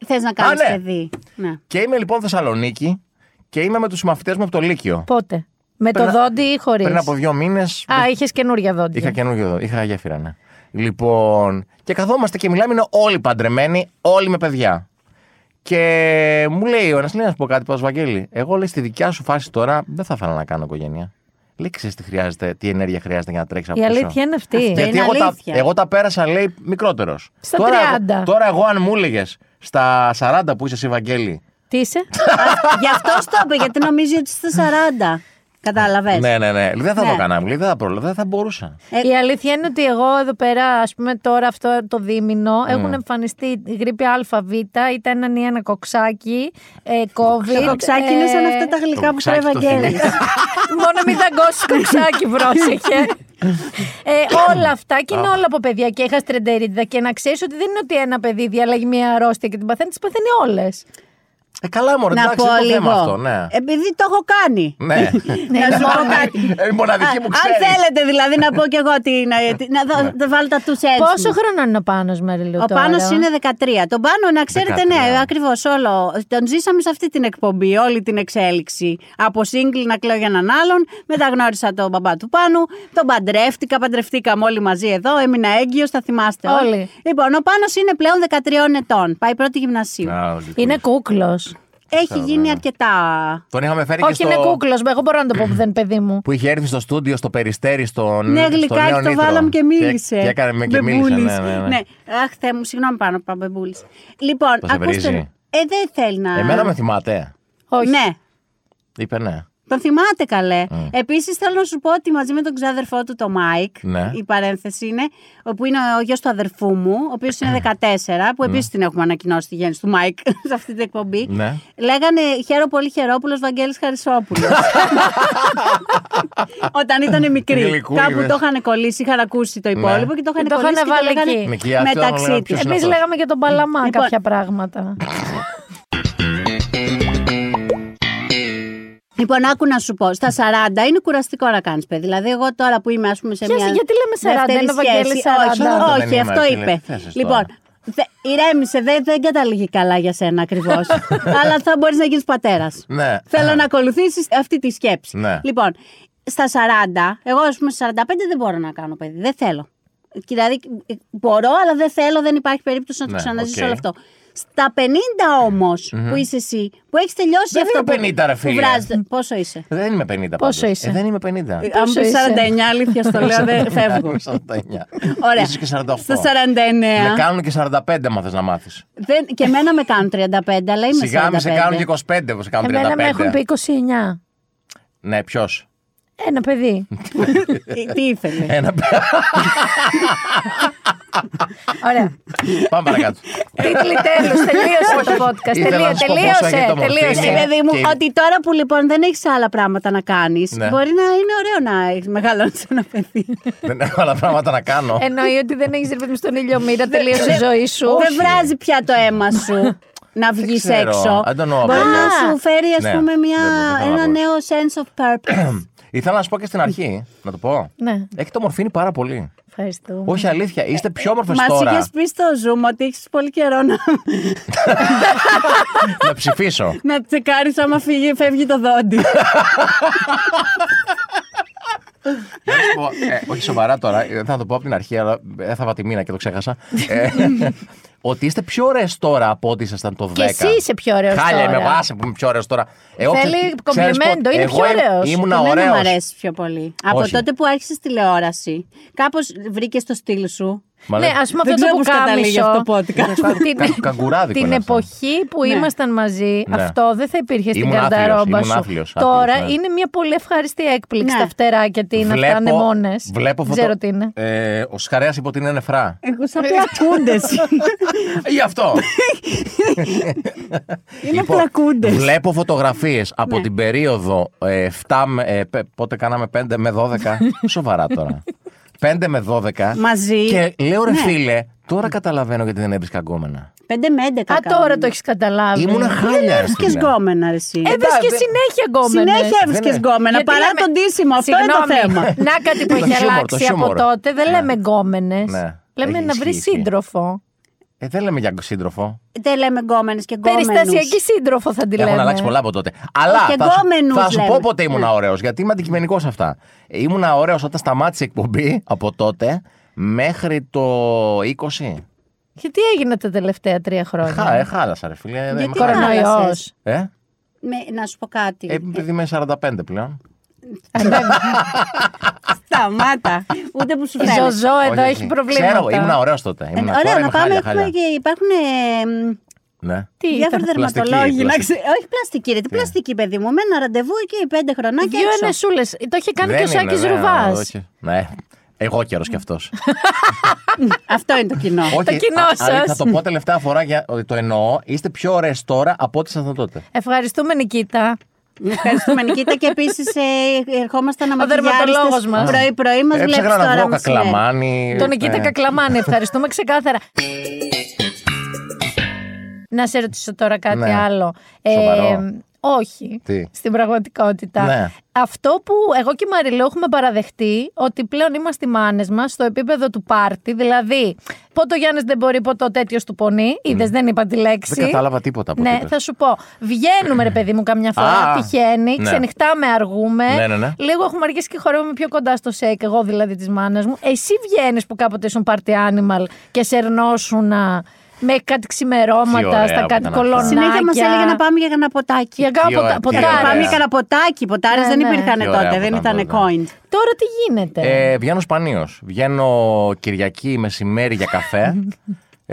Θε να κάνει
ναι.
παιδί. Ναι.
Και είμαι λοιπόν Θεσσαλονίκη και είμαι με τους συμμαθητέ μου από το Λύκειο.
Πότε. Με το
Πριν-
δόντι ή χωρίς.
Πριν από δύο μήνες.
Α, είχες καινούρια δόντια.
Είχα καινούργιο εδώ, είχα γέφυρα, ναι. Λοιπόν, και καθόμαστε και μιλάμε, είναι όλοι παντρεμένοι, όλοι με παιδιά. Και μου λέει ο ένας, λέει να σου πω κάτι, Πάω Βαγγέλη. Εγώ λέει στη δικιά σου φάση τώρα δεν θα ήθελα να κάνω οικογένεια. Λέει, ξέρεις τι χρειάζεται, τι ενέργεια χρειάζεται για να τρέξεις από
Η
πίσω.
αλήθεια είναι αυτή.
Αυτό.
Γιατί
Είναι
εγώ τα,
αλήθεια.
εγώ τα πέρασα, λέει, μικρότερος.
Στα
τώρα,
30.
τώρα, εγώ, αν μου έλεγες στα 40 που είσαι, εσύ, Βαγγέλη.
Τι είσαι.
Α, Γι' αυτό το είπε, γιατί νομίζει ότι είστε 40. Κατάλαβες.
Ναι, ναι, ναι. Δεν θα
Ναι.
το έκανα. μου λέει, Δεν θα, πρόλα- δεν θα μπορούσα.
Ε,
Η αλήθεια είναι ότι εγώ εδώ πέρα, ας πούμε, τώρα αυτό το δίμηνο
Ναι.
έχουν εμφανιστεί η γρήπη ΑΒ, είτε έναν ή ένα κοξάκι, ε, COVID.
Το κοξάκι είναι σαν
ε,
αυτά τα
το
γλυκά που τρώει
κοξάκι
ο
το
Ευαγγέλης.
θυμήθηκα.
Μόνο μην δαγκώσει κοξάκι, πρόσεχε. ε, όλα αυτά και είναι όλα από παιδιά. Και είχα στρεντερίδα. Και να ξέρεις ότι δεν είναι ότι ένα παιδί διαλέγει μία αρρώστια και την παθαίνει, τις παθαίνει όλες.
Ε, καλά, μωρέ,
Να
εντάξει,
πω
είναι το θέμα αυτό,
λίγο. Ε,
ναι.
Επειδή το έχω κάνει.
Ναι.
Να σου πω κάτι.
Ε, η μοναδική
Α,
που Ναι.
Αν
ξέρεις.
θέλετε δηλαδή να πω κι εγώ την. Να δω- να βάλω τα του έτσι.
Πόσο χρόνο είναι ο πάνω Μαριλού
Ο
τώρα?
Πάνος είναι 13. Τον Πάνο, να ξέρετε,
13.
ναι, ακριβώς όλο. Τον ζήσαμε σε αυτή την εκπομπή, όλη την εξέλιξη. Από σύγκλι να κλαίω για έναν άλλον, μετά γνώρισα τον μπαμπά του Πάνου, τον παντρεύτηκα, παντρευτήκαμε όλοι μαζί εδώ, έμεινα έγκυος, θα θυμάστε.
Όλοι.
Λοιπόν, ο Πάνος είναι πλέον 13 ετών, πάει πρώτη γυμνασίου.
Α, λοιπόν.
Είναι κούκλος.
Έχει
ναι.
γίνει αρκετά.
Τον είχαμε φέρει και
Όχι,
στο...
είναι κούκλο. Εγώ μπορώ να το πω που δεν είναι παιδί μου.
Που είχε έρθει στο στούντιο στο Περιστέρι στον
Ναι,
στο
γλυκάκι,
Νέο
το
Νήτρο.
βάλαμε και μίλησε.
Και, και έκανε και μίλησε.
Μπεμπούλης.
Ναι, ναι, ναι.
Αχ, Θεέ μου, συγγνώμη πάνω που είπα μπεμπούλης. Λοιπόν,
Τον σε
ακούστε.
βρίζει?
Ε, δεν θέλει να.
Εμένα με θυμάται.
Όχι.
Ναι,
Είπε ναι.
Τον θυμάται καλέ.
Mm.
Επίσης, θέλω να σου πω ότι μαζί με τον ξάδερφό του, το Μάικ,
Ναι.
η παρένθεση είναι, όπου είναι ο γιος του αδερφού μου, ο οποίος είναι 14, που επίσης την έχουμε ανακοινώσει τη γέννηση του Μάικ σε αυτή την εκπομπή.
Mm. Ναι.
Λέγανε Χαίρο πολύ Χερόπουλος Βαγγέλης Χαρισόπουλος. Όταν ήταν μικρή.
Γλυκούλιδες.
Κάπου το είχαν κολλήσει, είχαν ακούσει
Ναι.
το υπόλοιπο και το είχαν
Και το είχαν
κολλήσει. και
βάλει
λέγανε
εκεί.
Μικιάτσο, λέγανε,
Μεταξύ του.
ποιος είναι
Εμεί
αυτός?
λέγαμε για τον Παλαμά
Λοιπόν.
κάποια πράγματα.
Λοιπόν, άκου να σου πω. Στα 40 είναι κουραστικό να κάνεις παιδί. Δηλαδή, εγώ τώρα που είμαι, ας πούμε, σε
Ποιος-
μια.
γιατί λέμε 40,
δεύτερη
είναι ο Βαγγέλης
σχέση-
40.
Όχι,
Δεν
όχι
είμαι,
αυτό
φίλε,
είπε.
τι θέσεις
Λοιπόν,
τώρα.
δε, ηρέμησε, δεν, δεν καταλήγει καλά για σένα ακριβώς. αλλά θα μπορείς να γίνεις πατέρας.
Ναι.
Θέλω
Ε.
να ακολουθήσεις αυτή τη σκέψη.
Ναι.
Λοιπόν, στα 40, εγώ ας πούμε στα 45 δεν μπορώ να κάνω παιδί. Δεν θέλω. Δηλαδή, μπορώ, αλλά δεν θέλω, δεν υπάρχει περίπτωση να το
Ναι,
ξαναζήσω
οκ.
όλο αυτό. Στα 50 όμω που είσαι εσύ, που έχεις τελειώσει
Δεν
αυτό.
είμαι
που-
50 ρε
που
φίλε.
βράζεται. Πόσο είσαι.
Δεν είμαι 50 Πόσο
είσαι?
Ε, δεν είμαι 50.
Αν μου
Πόσο
πεις
είσαι?
49, αλήθεια στο λέω, δεν Ε, φεύγω.
Είμαι 49.
Ωραία.
Ίσως και 48.
Στα 49.
Με κάνουν και 45, άμα θες να μάθεις.
Δεν, και εμένα με κάνουν 35, αλλά είμαι
Σιγά με σε
45.
κάνουν και 25, που σε κάνουν 35.
Εμένα με έχουν πει 29.
Ναι, ποιος.
Ένα παιδί.
Ε, Τι ήθελε.
Ένα
Ωραία.
Πάμε παρακάτω.
Τίτλοι τέλος. Τελείωσε το
Όχι.
podcast.
Ήθελα
Τελείω-
να σου πω πόσο
Τελείωσε.
έγινε το μορφή.
Ναι,
Ναι,
Τελείωσε.
παιδί μου,
και-
ότι τώρα που λοιπόν δεν έχεις άλλα πράγματα να κάνεις,
Ναι.
μπορεί να είναι ωραίο να έχεις μεγαλώσει ένα παιδί.
Δεν έχω άλλα πράγματα να κάνω.
Εννοεί ότι δεν έχεις ρυθμίσει στον ήλιο μοίρα, τελείωσε η ζωή σου.
Δεν βράζει πια το αίμα σου να βγεις
ξέρω.
έξω.
I don't know.
Μπορεί
Α,
να σου φέρει, ας
ναι.
πούμε, μια,
Δεν μπορώ, δεν
ένα
μπορώ.
νέο sense of purpose.
Ήθελα να σου πω και στην αρχή, να το πω.
Ναι,
Έχετε ομορφύνει πάρα πολύ.
ευχαριστώ.
Όχι αλήθεια, είστε πιο όμορφες
Μας είχε
τώρα.
πει στο Zoom ότι έχεις πολύ καιρό να,
Να ψηφίσω.
να τσεκάρεις άμα φύγει, φεύγει το δόντι.
Να σου πω, ε, όχι σοβαρά τώρα, ε, θα το πω από την αρχή, αλλά ε, έθαβα τη μήνα και το ξέχασα. Ε, ότι είστε πιο ωραίες τώρα από ό,τι ήσασταν το 10.
Και εσύ είσαι πιο ωραίος.
Χάλια, είμαι εγώ, άσε που είμαι πιο ωραίος τώρα. Εγώ,
Θέλει
ξέρεις-
κομπλιμέντο,
ξέρεις πότε-
είναι
εγώ
πιο
ε-
ωραίος.
Ήμουνα
Εμένα μου
ωραίος.
αρέσει πιο πολύ. Από
Όχι.
τότε που άρχισες τηλεόραση, κάπως βρήκες το στυλ σου.
Ναι, ας πούμε αυτό
Δεν ξέρω
το
πώς καταλήγει
πουκάμισο.
αυτό το podcast.
Την-
Κα- καγκουράδικο
Την
είναι αυτό.
εποχή που ήμασταν μαζί,
Ναι.
αυτό δεν θα υπήρχε στην
Ήμουν άθλιος,
καρταρόμπα
ήμουν
σου.
άθλιος, άθλιος,
Τώρα
ναι.
είναι μια πολύ ευχαριστή έκπληξη
Ναι.
τα φτεράκια τι είναι αυτά, ανεμόνες.
βλέπω φωτο...
Ξέρω τι είναι.
Ε, ο Σκαρέας είπε ότι είναι νεφρά.
Εγώ σαν πλακούντες.
Ε, Γι' αυτό.
Είναι πλακούντες.
Λοιπόν, βλέπω φωτογραφίες από
Ναι.
την περίοδο ε, 7, με- ε, πε- πότε κάναμε 5 με 12. Σοβαρά τώρα. 5 με 12.
Μαζί.
Και λέω ρε
Ναι.
φίλε, τώρα καταλαβαίνω γιατί δεν έβρισκα γκόμενα.
5 με 11.
Α, τώρα το έχεις καταλάβει.
Ήμουνα χάλια. ρε
Έβρισκε
φίλε.
γκόμενα, ρε εσύ.
Έβρισκε
δεν-
συνέχεια γκόμενες.
Συνέχεια έβρισκε
Δεν-
γκόμενα
Γιατί
παρά
λέμε-
τον τίσιμο. Αυτό είναι το
Συγγνώμη, Ναι.
θέμα. Ναι,
Να κάτι που
Το
έχει
χιούμορ,
αλλάξει από
το χιούμορ.
τότε. Δεν λέμε γκόμενες.
Ναι.
Λέμε
Έχει
να βρεις
ισχύει, ισχύει.
σύντροφο.
Ε, δεν λέμε για σύντροφο.
Δεν λέμε γκόμενε και γκόμενους.
Περιστασιακή σύντροφο θα τη
Έχουν
λέμε.
αλλάξει πολλά από τότε. Αλλά
και
θα, σου,
γκόμενους
θα σου πω
λέμε.
πότε
Ε.
ήμουνα ωραίος, γιατί είμαι αντικειμενικός σε αυτά. Ε, Ήμουνα ωραίος όταν σταμάτησε η εκπομπή από τότε μέχρι το 20.
Και τι έγινε τα τελευταία τρία
Χα, ε,
χρόνια.
χάλασα, ρε φίλε. δεν
Γιατί
είμαι χαρά.
χάλασες?
Κορονοϊό.
Ε,
Με- να σου πω κάτι.
ε, επειδή είμαι 45 πλέον.
Σταμάτα. Ούτε που σου φαίνεται.
Ζωζό
Όχι,
εδώ
όχι.
έχει προβλήματα.
Ξέρω, ήμουν ωραίος τότε. Ήμουν,
Ε,
Ναι, τώρα
Ωραία,
είμαι
να
χάλια,
πάμε. Έχουμε
χάλια.
και υπάρχουν ε, μ,
Ναι.
Τι
διάφοροι
ήταν.
Πλαστική,
δερματολόγοι. να
πλαστική.
ξε- Όχι πλαστική, ρε. Τι πλαστική, παιδί μου. Με ένα ραντεβού εκεί πέντε χρονά και
Δύο
έξω.
ενεσούλες. Το είχε κάνει και ο
Δεν είναι,
Σάκη
δεν-
Ρουβάς.
όχι. Ναι, εγώ καιρός κι αυτός.
Αυτό είναι το κοινό.
Το κοινό
α- αλλά
σας.
Θα το πω τελευταία φορά για ότι το εννοώ. Είστε πιο ωραίες τώρα από ό,τι ήσασταν τότε.
Ευχαριστούμε, Νικήτα.
Ευχαριστούμε, Νικήτα. Και επίσης ερχόμασταν να
Ο δερματολόγος μας.
Πρωί-πρωί μα βλέπει
Έψαχνα
τώρα.
να βρω
μας λέει.
κακλαμάνι.
Τον Νικήτα
ε,
Κακλαμάνη. Ευχαριστούμε ξεκάθαρα. Να σε ρωτήσω τώρα κάτι
Ναι.
άλλο. Ε,
Σοβαρό.
όχι.
Τι?
Στην πραγματικότητα.
Ναι.
Αυτό που εγώ και η Μαριλό έχουμε παραδεχτεί ότι πλέον είμαστε οι μάνες μας στο επίπεδο του πάρτι. Δηλαδή, πότε ο Γιάννης δεν μπορεί, πότε ο τέτοιος του πονεί. Είδες, δεν είπα τη λέξη.
Δεν κατάλαβα τίποτα από
Ναι,
τίποτα.
θα σου πω. Βγαίνουμε, ρε παιδί μου, καμιά φορά.
Α,
τυχαίνει,
ναι.
ξενυχτάμε, αργούμε.
Ναι, ναι, ναι.
Λίγο έχουμε αργήσει και χορεύουμε πιο κοντά στο σεκ. Εγώ δηλαδή τη μάνα μου. Εσύ βγαίνεις που κάποτε ήσουν party animal και σερνόσουν με κάτι
Τι
ξημερώματα
ωραία
στα
που
κάτι
ήταν αυτά.
κολονάκια.
Συνέχεια μας έλεγε να πάμε για κανένα ποτάκι.
Για κάπου
Τι ωραία,
ποτα-
τι
ποτάρες.
ωραία.
Πάμε για
Ωραία.
κανένα ποτάκι. Ποτάρες
Ναι,
δεν
ναι.
υπήρχαν
Τι ωραία
τότε,
που
δεν
ήταν
ήταν
τότε.
coined.
Τώρα τι γίνεται.
Ε, βγαίνω σπανίως. Βγαίνω Κυριακή μεσημέρι για καφέ.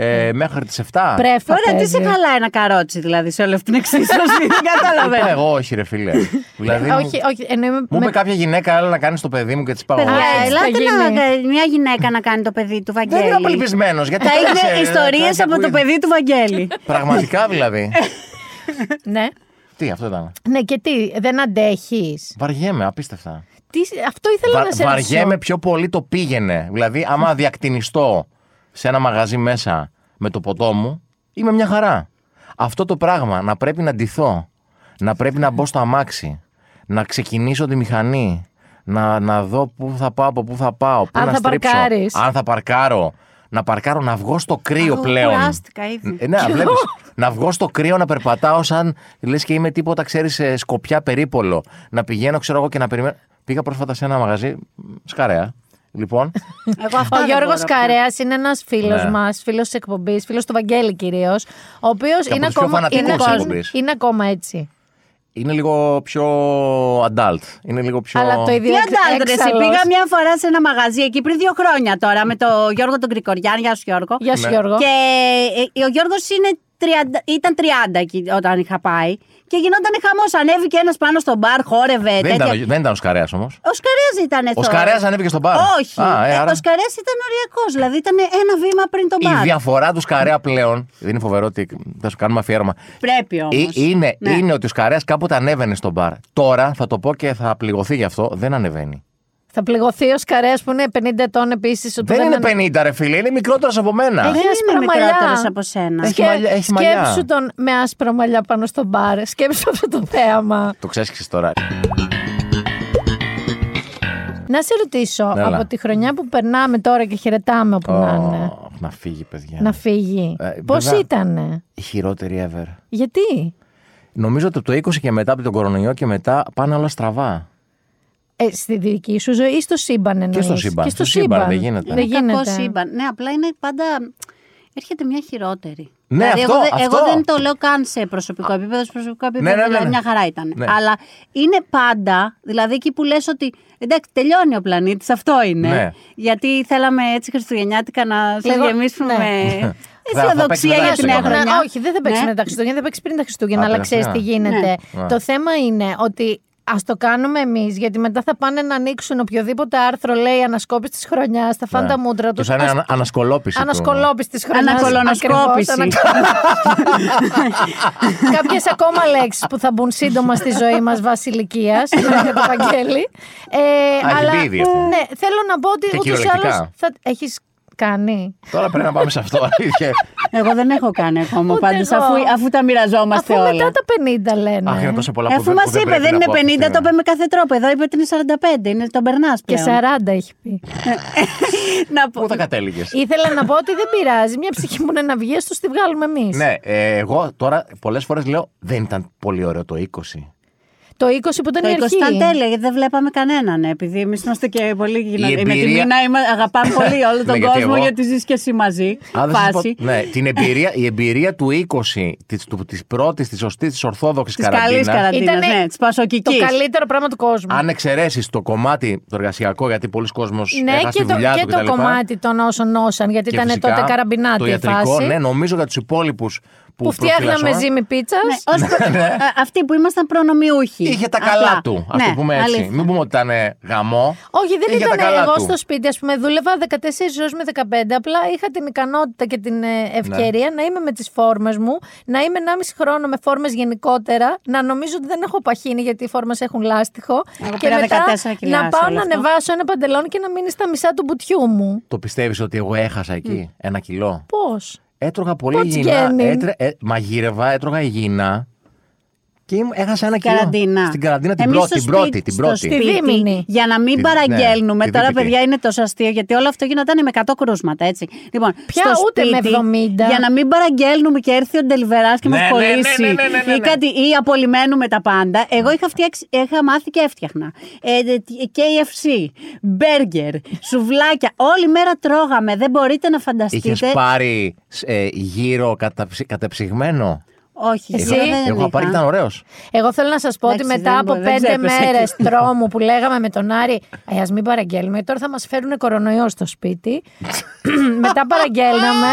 ε, μέχρι τις 7.
Πρέφα.
Τώρα τι
παίζει.
σε χαλάει ένα καρότσι δηλαδή σε όλη αυτή την εξίσωση. Δεν
Είπα
καταλαβαίνω.
Ε, εγώ, όχι, ρε φίλε. δηλαδή, μου-
Ε, Όχι, όχι, εννοούμε
μου
με-
είπε κάποια γυναίκα, άλλα να κάνει το παιδί μου και τη παγωγέ.
Παιδιά, ε,
Α, έτσι θα
ελάτε να-
γίνει.
μια γυναίκα να κάνει το παιδί του
Δεν
Βαγγέλη.
ήμουν απελπισμένο. Γιατί
Θα
κάτσε,
είναι
ε,
ιστορίε
κάτι
από το
ακούγεται.
παιδί του Βαγγέλη.
Πραγματικά δηλαδή.
Ναι.
τι, αυτό ήταν.
ναι, και τι, δεν αντέχεις.
Βαριέμαι, απίστευτα.
Αυτό ήθελα
Βα,
να σε ρωτήσω.
βαριέμαι πιο πολύ το πήγαινε. Δηλαδή, άμα διακτηνιστώ σε ένα μαγαζί μέσα με το ποτό μου, είμαι μια χαρά. Αυτό το πράγμα να πρέπει να ντυθώ, να πρέπει να μπω στο αμάξι, να ξεκινήσω τη μηχανή, να, να δω πού θα πάω, από πού θα πάω, πού
Αν
να
θα
στρίψω,
παρκάρεις.
αν θα παρκάρω, να παρκάρω, να βγω στο κρύο
Εγώ
πλέον.
κουράστηκα ήδη.
Ε, ναι, βλέπεις. να βγω στο κρύο να περπατάω σαν λες και είμαι τίποτα, ξέρεις, σκοπιά περίπολο. Να πηγαίνω, ξέρω εγώ, και να περιμένω. Πήγα πρόσφατα σε ένα μαγαζί, μ, σκαρέα. Λοιπόν,
Εγώ αυτά
Ο
δεν
Γιώργος
μπορώ.
Καρέας είναι ένας φίλος
Ναι.
μας, φίλος της εκπομπής, φίλος του Βαγγέλη κυρίως, ο οποίος
από
είναι,
τους πιο
ακόμα-
φανατικούς
είναι,
της
ακόμη-
εκπομπής.
είναι ακόμα έτσι.
είναι λίγο πιο adult. Είναι λίγο πιο.
Αλλά το
Τι
ίδιο
αντάντρε,
έξαλλος.
πήγα μια φορά σε ένα μαγαζί εκεί πριν δύο χρόνια τώρα με τον Γιώργο τον Κρικοριάν. Γεια σου Γιώργο.
Γεια σου
Ναι.
Γιώργο.
Και ε, ο Γιώργος είναι 30 ήταν 30 εκεί όταν είχα πάει. Και γινόταν χαμός. Ανέβηκε ένας πάνω στο μπαρ, χόρευε.
Δεν
τέτοια.
ήταν, δεν ήταν ο Σκαρέας όμως.
Ο Σκαρέας ήταν
Ο Σκαρέας ανέβηκε στο μπαρ.
Όχι.
Α, ε,
Ε,
άρα-
Ο Σκαρέας ήταν οριακός. Δηλαδή ήταν ένα βήμα πριν το
Η
μπαρ.
διαφορά του Σκαρέα πλέον. Δεν είναι φοβερό ότι θα σου κάνουμε αφιέρωμα.
Πρέπει όμω.
Ε, Είναι,
ναι.
είναι ότι ο Σκαρέας κάποτε ανέβαινε στο μπαρ. Τώρα θα το πω και θα πληγωθεί γι' αυτό. Δεν ανεβαίνει.
Θα πληγωθεί ο Σκαρέας που είναι 50 ετών επίσης.
Δεν, είναι 50, ρε φίλε, είναι μικρότερος από μένα.
Έχει
Δεν
άσπρα
είναι
μαλλιά.
μικρότερος από σένα.
Έχει μαλλιά- έχει μαλλιά.
Σκέψου τον με άσπρα μαλλιά πάνω στο μπαρ. Σκέψου αυτό το θέαμα.
Το ξέσχισε τώρα.
Να σε ρωτήσω
Έλα.
από τη χρονιά που περνάμε τώρα και χαιρετάμε όπου να
ναι.
είναι.
Ναι, Ω, να φύγει, παιδιά.
Να φύγει.
Ε,
Πώ
βέβαια.
ήτανε,
Η χειρότερη ever.
γιατί.
Νομίζω ότι από το 20 και μετά, από τον κορονοϊό και μετά, πάνε όλα στραβά.
Ε, στη δική σου ζωή ή στο σύμπαν εννοείς.
στο σύμπαν.
Και στο,
Στο σύμπαν, δεν γίνεται.
Δεν
Είναι κακό
γίνεται.
σύμπαν. Ναι, απλά είναι πάντα. Έρχεται μια χειρότερη.
Ναι,
δηλαδή,
αυτό,
εγώ, δεν-
αυτό.
εγώ δεν το λέω καν σε προσωπικό επίπεδο. Σε προσωπικό επίπεδο
Ναι, ναι, ναι,
δηλαδή,
ναι.
μια χαρά ήταν.
Ναι.
Αλλά είναι πάντα, δηλαδή εκεί που λες ότι εντάξει, τελειώνει ο πλανήτης, αυτό είναι.
Ναι.
Γιατί θέλαμε έτσι χριστουγεννιάτικα να σε
Λίγο-
γεμίσουμε
ναι.
με
Θα- θα παίξουμε
αισιοδοξία
τα
για την
Χριστούγεννα.
Να-
νέα χρονιά.
όχι, δεν θα παίξουμε τα Χριστούγεννα, θα παίξει πριν τα Χριστούγεννα,
Α, Ναι.
αλλά
τελευταία.
ξέρεις τι γίνεται. Το θέμα είναι ότι ας το κάνουμε εμείς, γιατί μετά θα πάνε να ανοίξουν οποιοδήποτε άρθρο λέει ανασκόπηση της χρονιάς, θα
Ναι.
φάνε τα μούτρα του.
Και θα είναι ανα- ανασκολόπιση. του.
Ανασκολόπηση της χρονιάς.
Ανακολονοσκόπηση.
Κάποιες ακόμα λέξεις που θα μπουν σύντομα στη ζωή μας βασιλικία. για το Βαγγέλη. Ε,
έχει
αλλά
μπει ήδη αυτό.
ναι, θέλω να πω ότι
Και
ούτως ή άλλω.
κυριολεκτικά.
Έχεις κάνει.
Τώρα πρέπει να πάμε σε αυτό. αλήθεια.
Εγώ δεν έχω κάνει ακόμα
Ούτε
πάντως,
εγώ.
αφού, αφού τα μοιραζόμαστε
Αφού
όλα.
μετά τα 50 λένε.
Αχ, είναι τόσο πολλά που
Ναι. Αφού μας
που
είπε
πρέπει
δεν
να
είναι
πω
50,
αυτή τη
το
στιγμή.
είπε με κάθε τρόπο. Εδώ είπε ότι είναι 45, είναι, τον περνάς
Και
πλέον.
40 έχει πει.
Να πω.
Πού θα κατέληγες.
Ήθελα να πω ότι δεν πειράζει. Μια ψυχή μου είναι να βγει, τους τη βγάλουμε εμείς.
Ναι, ε, εγώ τώρα πολλές φορές λέω δεν ήταν πολύ ωραίο το 20.
Το 20 που ήταν
Το
η
20
αρχή.
ήταν τέλεια, γιατί δεν βλέπαμε κανέναν. ναι, Επειδή εμείς είμαστε και πολύ γυναίκα. Με τη
εμπειρία-
μήνα είμαι- αγαπάμε πολύ όλο
Ναι,
τον
γιατί
κόσμο,
εγώ-
γιατί ζεις και εσύ μαζί.
Α, δεν σας
Φάση.
πω- ναι, την εμπειρία, η εμπειρία του 20, της, του, της πρώτης, της σωστής, της ορθόδοξης
Της καλής
καραντίνας,
καραντίνας.
Ήτανε
Ναι, της
Το
πασοκική.
καλύτερο πράγμα του κόσμου.
αν εξαιρέσεις το κομμάτι το εργασιακό, γιατί πολλοί κόσμος
ναι,
έχασε
και
τη
το,
δουλειά
και
του
το
κτλ.
κομμάτι των όσων νόσαν, γιατί
Και
ήταν
φυσικά
τότε καραμπινάτη
Το
η
ιατρικό,
φάση.
ναι, νομίζω για τους υπόλοιπους που,
που φτιάχναμε
προφυλασσόταν,
ζύμη πίτσα.
Ναι, ως προ- Α, Αυτοί που ήμασταν προνομιούχοι.
Είχε τα
Απλά.
καλά του, ας το
Ναι,
πούμε έτσι.
αλήθεια.
Μην πούμε ότι ήταν ε, γαμό.
Όχι,
Ε,
δεν
Είχε τα
ήταν
καλά
εγώ
του.
στο σπίτι, ας πούμε. Δούλευα 14 ώρες με 15. Απλά είχα την ικανότητα και την ε, ευκαιρία να είμαι με τις φόρμες μου, να είμαι 1,5 χρόνο με φόρμες γενικότερα, να νομίζω ότι δεν έχω παχύνει γιατί οι φόρμες έχουν λάστιχο.
Εγώ πήρα 14 κιλά
να
σε
πάω
όλο
να
αυτό.
ανεβάσω ένα παντελόν και να μείνει στα μισά του μπουτιού μου.
Το πιστεύεις ότι εγώ έχασα εκεί ένα κιλό.
Πώς.
Έτρωγα πολύ
Πώς
υγιεινά.
βγαίνει?
Έτρε, ε, μαγείρευα, έτρωγα υγιεινά. Και ήμ- έχασα ένα κιλό.
Καραντίνα.
Στην καραντίνα την
Εμείς
πρώτη.
στο
Την
σπίτι-
πρώτη, την
στο
πρώτη.
σπίτι,
Δίμηνη.
για να
Τη-
μην
ναι,
παραγγέλνουμε.
τη
Τώρα,
δίπικη.
παιδιά, είναι τόσο αστείο γιατί όλο αυτό γινόταν με 100 κρούσματα, έτσι. Λοιπόν,
Πια
στο
ούτε με
σπίτι,
70.
Για να μην παραγγέλνουμε και έρθει ο ντελιβερά και
Ναι,
μας
ναι, ναι, ναι,
κολλήσει.
ναι, ναι, ναι,
Ή
ναι.
κάτι, ή απολυμμένουμε τα πάντα. Εγώ είχα, φτιάξει, είχα μάθει και έφτιαχνα. Ε, ε, τι- KFC, μπέργκερ, σουβλάκια. Όλη μέρα τρώγαμε. Δεν μπορείτε να φανταστείτε.
Είχες πάρει σ- ε, γύρο καταψυ- κατεψυγμένο.
Όχι,
Εσύ?
γύρω δεν Ε,
Εγώ
είχα.
πάρει και ήταν ωραίος.
Εγώ θέλω να σας πω ότι
Εντάξει,
μετά
δεν
από
μπο- δεν
πέντε
ξέπεσε
μέρε
εκεί.
τρόμου που λέγαμε με τον Άρη, ας μην παραγγέλνουμε, τώρα θα μας φέρουν κορονοϊός στο σπίτι. μετά παραγγέλναμε.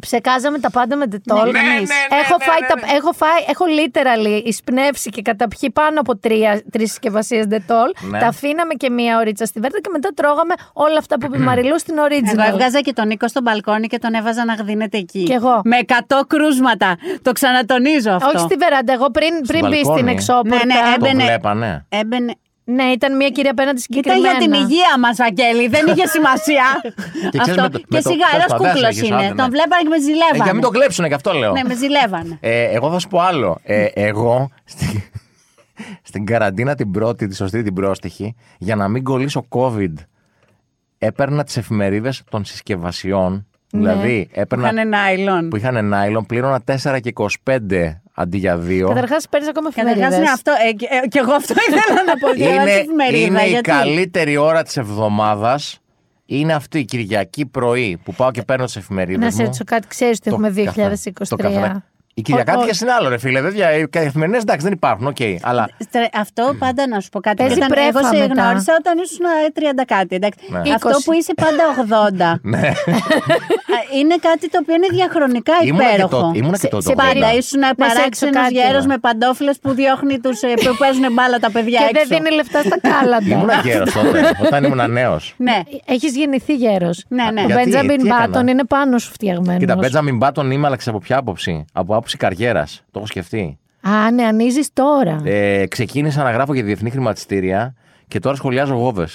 Ψεκάζαμε τα πάντα με τετόλ.
Ναι, ναι, ναι, ναι,
έχω, φάει τα- έχω φάει, έχω literally εισπνεύσει και καταπιεί πάνω από τρεις συσκευασίες ντετόλ.
Ναι.
Τα αφήναμε και μία ωρίτσα στη βέρτα και μετά τρώγαμε όλα αυτά που είπε η Μαριλού στην original.
Εγώ έβγαζα και τον Νίκο στο μπαλκόνι και τον έβαζα να γδίνεται εκεί.
Κι εγώ.
Με 100 κρούσματα. Το ξανατονίζω αυτό.
Όχι στη βεράντα, εγώ πριν, πριν μπει στην
μπαλκόνι.
εξώπορτα.
Ναι, ναι,
Το
Έμπαινε-
βλέπανε. Ε,
Έμπαινε.
Ναι, ήταν μία κυρία απέναντι
Ήταν
συγκεκριμένα.
για την υγεία μας, Αγγέλη. Δεν είχε σημασία.
Και ξέρεις, με το-
και
με το-
σιγά,
τέλος
ένα
πάντων,
κούκλος
έχεις, άντε,
είναι.
ναι.
Τον βλέπανε και με
Ε, για να μην το
ζηλεύανε.
κλέψουνε γι' αυτό λέω.
Ναι, με ζηλεύανε.
Ε, εγώ θα σου πω άλλο. Ε, εγώ στην, στην καραντίνα την πρώτη, τη σωστή, την πρόστιχη, για να μην κολλήσω COVID, έπαιρνα τις εφημερίδες των συσκευασιών. Δηλαδή, έπαιρνα
Ναι. Είχανε νάιλον.
που είχαν νάιλον, πλήρωνα 4 και 25 αντί για 2.
Καταρχάς, παίρνεις ακόμα εφημερίδες.
Καταρχά είναι αυτό. Ε, και- ε, και εγώ αυτό ήθελα να πω. διαβάζεις
Είναι,
εφημερίδα,
είναι η
γιατί-
καλύτερη ώρα της εβδομάδας. Είναι αυτή η Κυριακή πρωί που πάω και παίρνω τις εφημερίδες
Να σε
μου.
ρωτήσω κάτι, ξέρεις ότι έχουμε
Το καθα-
2023.
το καθα- Οι Κυριακάτικε είναι άλλο, ρε φίλε. Δεν, δια- οι καθημερινές εντάξει δεν υπάρχουν, οκ. αλλά
Στρε- Αυτό πάντα να σου πω κάτι.
Παίζει
Όταν εγώ
πρέφα
σε
μετά.
γνώρισα όταν ήσουν 30 κάτι. εντάξει.
Ναι.
Αυτό
20.
που είσαι πάντα 80.
ναι.
Α, είναι κάτι το οποίο είναι διαχρονικά
Ήμουνα και
υπέροχο.
τότε. Ήμουνα και
Σε-
τότε.
σε
εγώ,
παρή-
ναι.
Πάντα ήσουν
έξω
παράξενος
κάτι.
γέρος με παντόφιλε που διώχνει τους που παίζουν μπάλα τα παιδιά
Και
έξω.
δεν δίνει λεφτά στα κάλαντα.
Ήμουνα γέρος τότε, όταν ήμουν νέος.
Ναι,
Έχεις γεννηθεί γέρος.
ναι, ναι.
Ο
Γιατί,
Μπέντζαμιν
τι έκανα?
Μπάτον είναι πάνω σου φτιαγμένος.
Κοίτα, Μπέντζαμιν Μπάτον είμαι, αλλά ξέρεις από ποια άποψη. Από άποψη καριέρας. Το έχω σκεφτεί.
Α, ναι, ανοίζει τώρα.
Ε, ξεκίνησα να γράφω για διεθνή χρηματιστήρια και τώρα σχολιάζω γόβε.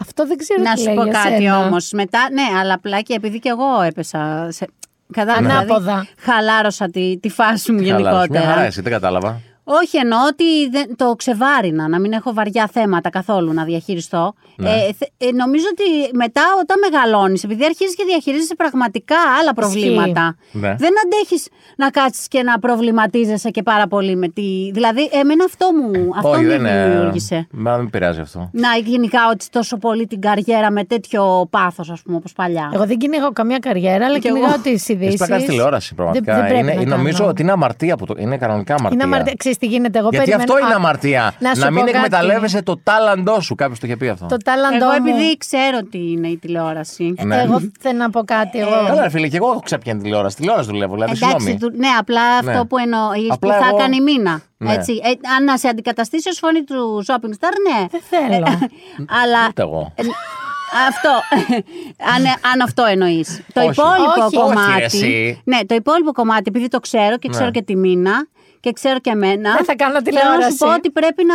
Αυτό δεν ξέρω
Να
τι
σου
λέει
πω
για
κάτι
σένα.
όμως. Μετά, ναι, αλλά απλά και επειδή και εγώ έπεσα. Σε... Κατάλαβα, δηλαδή,
Ανάποδα.
χαλάρωσα τη, τη φάση μου
Μια χαρά,
γενικότερα.
εσύ δεν κατάλαβα.
Όχι, εννοώ ότι δεν- το ξεβάρινα, να μην έχω βαριά θέματα καθόλου να διαχειριστώ.
Ναι.
Ε, θε- ε, νομίζω ότι μετά όταν μεγαλώνεις, επειδή αρχίζεις και διαχειρίζεσαι πραγματικά άλλα προβλήματα,
Ναι.
δεν αντέχεις να κάτσεις και να προβληματίζεσαι και πάρα πολύ με τη. Δηλαδή, εμένα αυτό μου, αυτό μου
ε,
δημιούργησε.
Μα δεν με πειράζει αυτό.
Να γενικά ότι τόσο πολύ την καριέρα με τέτοιο πάθος, ας πούμε, όπως παλιά.
Εγώ δεν κυνηγάω καμία καριέρα, αλλά
Κι
κυνηγάω
εγώ.
τις
Εσύ
ειδήσει.
πρέπει να κάνει τηλεόραση πραγματικά.
Δεν, δεν πρέπει
είναι, ε,
να
νομίζω
κάνω.
ότι είναι αμαρτία που το. Είναι κανονικά αμαρτία.
Είναι αμαρτία. Ξέρεις τι γίνεται, εγώ
Γιατί
περιμένω...
αυτό είναι
Α,
αμαρτία.
να
Να,
σου πω
μην
κάτι.
εκμεταλλεύεσαι το τάλαντό σου. Κάποιος το είχε πει αυτό.
Το τάλαντό
Εγώ
μου...
επειδή ξέρω τι είναι η τηλεόραση.
Ναι.
Εγώ θέλω να πω κάτι.
Ε,
Εγώ...
Καλά, ρε φίλε, και εγώ έχω ξαπιάνει τηλεόραση. Τηλεόραση δουλεύω. Δηλαδή,
Εντάξει,
συγγνώμη.
δου- ναι, απλά αυτό που εννοεί που
Απλά
θα
εγώ-
κάνει μήνα.
Ναι.
Έτσι. Ε, αν να σε αντικαταστήσει ως φωνή του shopping star, ναι.
Ε,
Δεν θέλω.
Αλλά
Ούτε εγώ.
ε, αυτό. αν, αν αυτό εννοείς. Το
Όχι.
υπόλοιπο
Όχι.
Όχι,
κομμάτι.
ρε, εσύ. Ναι.
ναι, το υπόλοιπο κομμάτι, επειδή το ξέρω και ξέρω και τη μήνα και ξέρω και εμένα.
Δεν θα κάνω
Θέλω να
τηλεόραση.
σου πω ότι πρέπει να.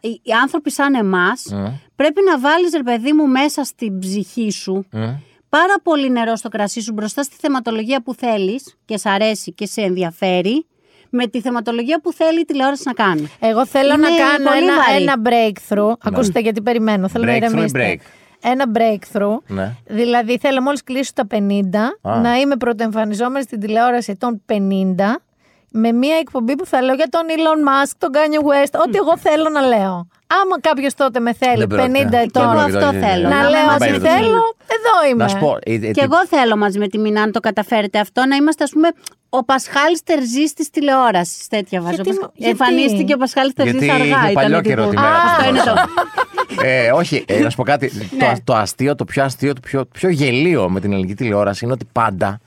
Οι οι άνθρωποι σαν εμάς
Ναι.
πρέπει να βάλεις ρε παιδί μου μέσα στην ψυχή σου
Ναι.
πάρα πολύ νερό στο κρασί σου μπροστά στη θεματολογία που θέλεις και σ' αρέσει και σε ενδιαφέρει με τη θεματολογία που θέλει η τηλεόραση να κάνει.
Εγώ θέλω
Είναι
να κάνω
Ναι, πολύ
ένα,
βαρύ.
ένα breakthrough. Ακούστε γιατί περιμένω. Θέλω να
Ναι. Breakthrough ή
ηρεμήσετε.
break?
Ένα breakthrough.
Ναι.
Δηλαδή θέλω μόλις κλείσω τα 50 να είμαι πρωτοεμφανιζόμενη στην τηλεόραση των 50 με μια εκπομπή που θα λέω για τον Elon Musk, τον Kanye West, ό,τι εγώ θέλω να λέω. Άμα κάποιος τότε με θέλει,
Δεν
50
πρόκειται.
Και εγώ
ετών,
αυτό θέλω.
να
Να
λέω
με
ότι
μαζί
θέλω, εδώ είμαι.
Να σου πω. ε, ε, τι-
Και εγώ θέλω μαζί με τη Μινά, αν το καταφέρετε αυτό, να είμαστε, ας πούμε, ο Πασχάλης Τερζής της τηλεόρασης. Τέτοια βάζω.
Γιατί-
Πασχα-
γιατί?
Εμφανίστηκε ο Πασχάλης Τερζής
Γιατί
αργά.
είναι
ήταν
παλιό
τύπου.
καιρό τη μέρα.
Α,
που
αυτό είναι το.
θυμόμαστε. ε, όχι, ε, να σου πω κάτι.
Ναι.
το, το αστείο, το πιο αστείο, το πιο, πιο γελίο με την ελληνική τηλεόραση είναι ότι πάντα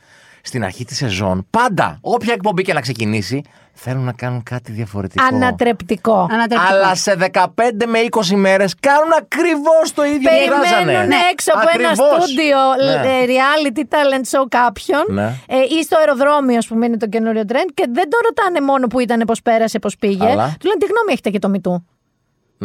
στην αρχή της σεζόν, πάντα, όποια εκπομπή και να ξεκινήσει, θέλουν να κάνουν κάτι διαφορετικό.
Ανατρεπτικό.
Ανατρεπτικό.
Αλλά σε 15 με 20 μέρες κάνουν ακριβώς το ίδιο που βγάζανε.
Περιμένουν έξω από ένα
Ακριβώς.
στούντιο
Ναι.
ε, reality talent show κάποιον
Ναι.
ε, ή στο αεροδρόμιο, ας πούμε, είναι το καινούριο τρέντ και δεν το ρωτάνε μόνο που ήταν, πώς πέρασε, πώς πήγε.
Αλλά?
Του λένε τι γνώμη έχετε και το μητού.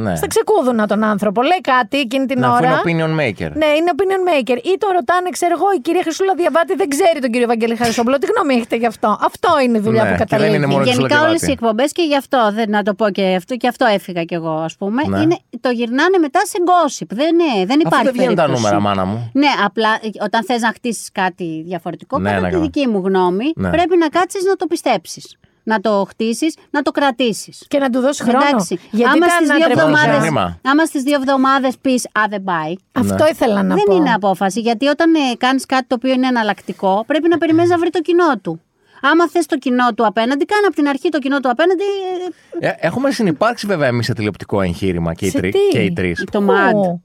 Ναι.
Στα ξεκούδουνα τον άνθρωπο. Λέει κάτι εκείνη την
Να, αφού
ώρα.
είναι opinion maker.
Ναι, είναι opinion maker. Ή τον ρωτάνε, ξέρω εγώ, η κυρία Χρυσούλα Διαβάτη δεν ξέρει τον κύριο Βαγγέλη Χαρισόπουλο. Τι γνώμη έχετε γι' αυτό. Αυτό είναι η δουλειά
Ναι,
που
και δεν
καταλήγει.
είναι μόνο Χρυσούλα
Γενικά
Διαβάτη.
όλες οι εκπομπές και γι' αυτό, δεν, να το πω και αυτό, και αυτό έφυγα κι εγώ, ας πούμε.
Ναι.
Είναι, το γυρνάνε μετά σε gossip. Δεν, ναι, δεν
Αφού
υπάρχει.
δεν βγαίνουν τα
περίπτωση.
νούμερα, μάνα μου.
Ναι, απλά ε, όταν θες να χτίσεις κάτι διαφορετικό,
Ναι,
κατά
ναι,
τη
καλά.
δική μου γνώμη,
Ναι.
πρέπει να κάτσεις να το πιστέψεις. Να το χτίσεις, να το κρατήσεις.
Και να του δώσεις χρόνο.
Εντάξει.
Γιατί
άμα
τα
στις δύο
ανατρεπτικά-
εβδομάδες-
εβδομάδε
Μήνυμα.
πεις Α, δεν πάει.
Αυτό ήθελα να
δεν
πω.
είναι απόφαση. Γιατί όταν ε, κάνεις κάτι το οποίο είναι εναλλακτικό, πρέπει να περιμένεις να βρει το κοινό του. Άμα θες το κοινό του απέναντι, κάνε από την αρχή το κοινό του απέναντι. ε,
Ε, Έχουμε συνυπάρξει βέβαια εμείς σε τηλεοπτικό εγχείρημα και οι,
Σε
τρι,
τι?
και οι τρεις.
Το MAD.
Πού?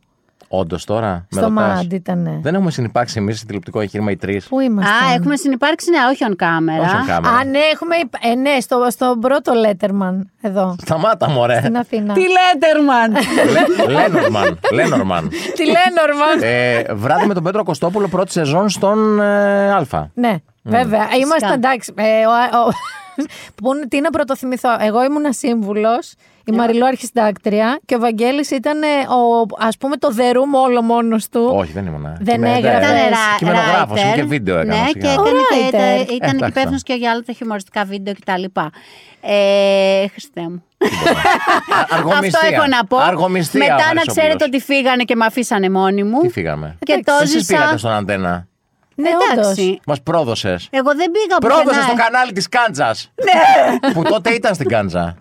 Όντως τώρα. με
Στο
ρωτάς.
MAD ήταν.
Δεν έχουμε συνεπάρξει εμείς σε τηλεοπτικό εγχείρημα οι τρεις.
Πού ήμασταν.
Α, έχουμε συνεπάρξει, ναι, όχι on camera.
Όχι on camera.
Α, ναι, έχουμε. υπ- Ε, ναι, στο, στον πρώτο Letterman εδώ.
Σταμάτα, μωρέ.
Στην Αθήνα.
Λέντερμαν.
Λέ- Λένορμαν. Λένορμαν.
Τη Lennorman.
Ε, βράδυ με τον Πέτρο Κωστόπουλο πρώτη σεζόν στον ε, Α.
ναι, βέβαια. Είμαστε εντάξει. Ε, ο, ο, που είναι- τι να πρωτοθυμηθώ. Εγώ ήμουν σύμβουλος, η
Ε.
Μαριλό αρχιστάκτρια και ο Βαγγέλης ήταν ε, ο, ας πούμε το The Room όλο μόνος του.
Όχι, δεν ναι, ήμουν.
Δεν
Ε,
έγραφες.
Ήταν
Κείμενο-
ρα-
κειμενογράφος,
writer.
και βίντεο έκανα,
Ναι,
σιγά.
και έκανε
Ο
και, τα-
writer.
Ε,
ήταν και
εντάξει.
υπεύθυνος και για όλα τα χιουμοριστικά βίντεο κτλ. Ε, Χριστέ μου.
Αργομιστία.
Αυτό έχω να πω.
Αργομιστία, ο
Μετά να
Χρυσόπουλος.
ξέρετε ότι φύγανε και με αφήσανε μόνη μου.
Τι φύγαμε.
Και το
Εσείς
ζήσα.
πήγατε στον αντένα.
Ναι,
Ε,
όντως.
Εντάξει.
Μας πρόδωσες.
Εγώ δεν πήγα
Πρόδωσε
πουθενά. ε.
στο κανάλι της Κάντζα. Που τότε ήταν στην Κάντζα.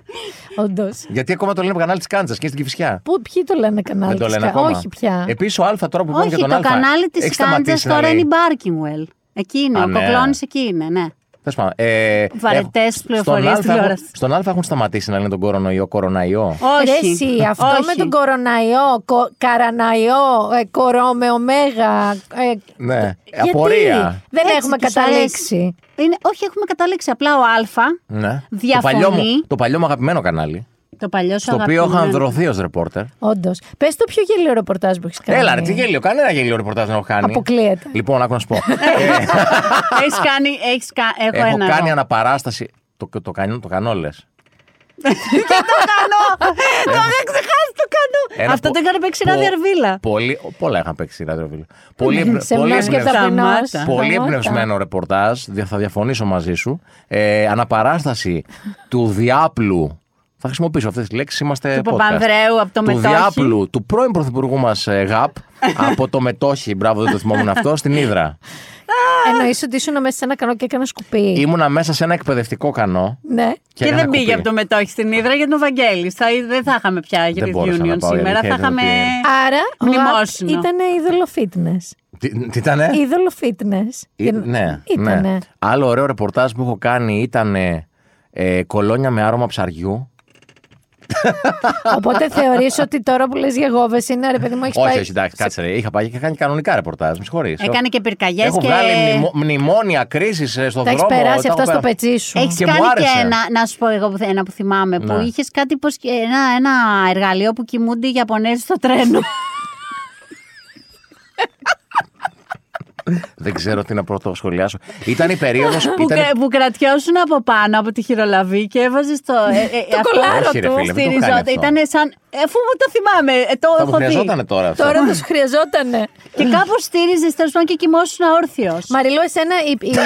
Όντως.
Γιατί ακόμα το λένε κανάλι της Κάντζα και στην Κυφυσιά.
Πού, ποιοι το λένε κανάλι.
Δεν το
της
λένε
Κα-
ακόμα. Ε,
Όχι πια.
Επίσης ο Α τώρα που είπαμε
Όχι,
για τον
το
Α.
κανάλι
έχει
τη
σταματήσει
Κάντζα
να
τώρα
λέει.
είναι η Barkingwell. Εκεί είναι,
Α,
ο
ναι.
Κοκλώνης εκεί είναι, ναι.
Τέλος πάντων, ε,
Βαρετές
έχουν-
πληροφορίες
στον Α έχουν-
τηλεόραση.
Στον Α έχουν σταματήσει να λένε τον κορονοϊό κοροναϊό.
Όχι.
Ρε εσύ, αυτό
Όχι.
με τον κοροναϊό, κο, καραναϊό, ε, κορό με ωμέγα. ε,
Ναι.
γιατί
Απορία.
Δεν
Έτσι
έχουμε
τους
καταλήξει.
αρέσει. Είναι, όχι, έχουμε καταλήξει. Απλά ο Α,
Ναι. Το
Διαφωνεί.
παλιό, μου, το παλιό μου αγαπημένο κανάλι.
το παλιό σου
Στο οποίο είχα
αγαπημένο.
ανδρωθεί ως ρεπόρτερ.
Όντως. Πες το πιο γελίο ρεπορτάζ που έχεις κάνει.
Έλα, ρε, τι γέλιο. Κανένα γέλιο ρεπορτάζ δεν έχω κάνει.
Αποκλείεται.
Λοιπόν, άκου να σου πω. Ε,
Έχεις κάνει, έχεις κα-
έχω
έχω, ένα.
κάνει
εγώ.
αναπαράσταση. Το, το, κανό, το κανό, λες.
Το είχα ξεχάσεις, το κάνω.
Ένα
Αυτό
πο-
το έκανε παίξει
πο-
ράδια αρβίλα.
Πολύ, πολλά είχαν παίξει ραδιοβίλα. Πολύ, εμπνε-
Σε
πολύ,
εμάς και
εμπνευσ-
ταπεινός.
Σταμάτα.
πολύ
Σταμάτα.
εμπνευσμένο ρεπορτάζ. δια- Θα διαφωνήσω μαζί σου. Ε, αναπαράσταση του διάπλου. Θα χρησιμοποιήσω αυτές τις λέξεις. Είμαστε.
Του
podcast.
Παπανδρέου από το
του
Μετόχι.
διάπλου του πρώην πρωθυπουργού μας ΓΑΠ από το μετόχι. Μπράβο, δεν το θυμόμουν αυτό. Στην Ήδρα.
Εννοείς ότι ήσουν μέσα σε ένα κανό και έκανα σκουπί.
Ήμουνα μέσα σε ένα εκπαιδευτικό κανό.
Ναι.
Και,
έκανα
δεν πήγε
κουπί.
από το μετόχι στην Ήδρα για τον Βαγγέλης. Θα, δεν θα είχαμε πια Youth
μπόρεσα να
Union
πάω,
σήμερα.
αλήθεια,
Θα
ήταν
είχαμε.
ότι-
Άρα, ο
Μνημόσυνο.
ήταν είδωλο fitness.
Τι, τι ήτανε?
Είδωλο fitness.
Ε,
Ή- Ε. ναι,
Ήτανε.
ναι. Άλλο ωραίο ρεπορτάζ που έχω κάνει ήταν ε, ε, κολόνια με άρωμα ψαριού.
Οπότε θεωρείς ότι τώρα που λες για γόβες είναι ρε παιδί μου έχεις
Όχι,
πάει-
όχι, εντάξει, κάτσε ρε. Είχα πάει και είχα κάνει κανονικά ρεπορτάζ. Με συγχωρείς.
Έκανε και πυρκαγιές
Έχω
και.
βγάλει μνημο- μνημόνια κρίσης στον
Τα
δρόμο.
έχεις περάσει
τα έχω
αυτά στο
πέρα-
πετσί σου.
Έχεις
Και μου
κάνει
άρεσε.
και ένα, να σου πω εγώ που θε- ένα που θυμάμαι, που
Ναι.
είχες κάτι πως, και ένα, ένα εργαλείο που κοιμούνται οι Ιαπωνέζοι στο τρένο.
Δεν ξέρω τι να πρώτο σχολιάσω. Ήταν η περίοδος.
που, κα- που κρατιώσουν από πάνω από τη χειρολαβή και έβαζες το. Ε, ε, ε, αυτό
κολάρο
Όχι, ρε, του. φίλε, μην το κάνει
στηριζόταν.
αυτό.
Ήταν σαν. ε, Αφού μου το θυμάμαι, ε, το
Θα μου
έχω δει.
χρειαζόταν τώρα αυτό.
Τώρα θα σου χρειαζότανε.
Και κάπως στήριζες τέλος πάντων και κοιμόσουν αόρθιος.
Μαριλό, εσένα η, η-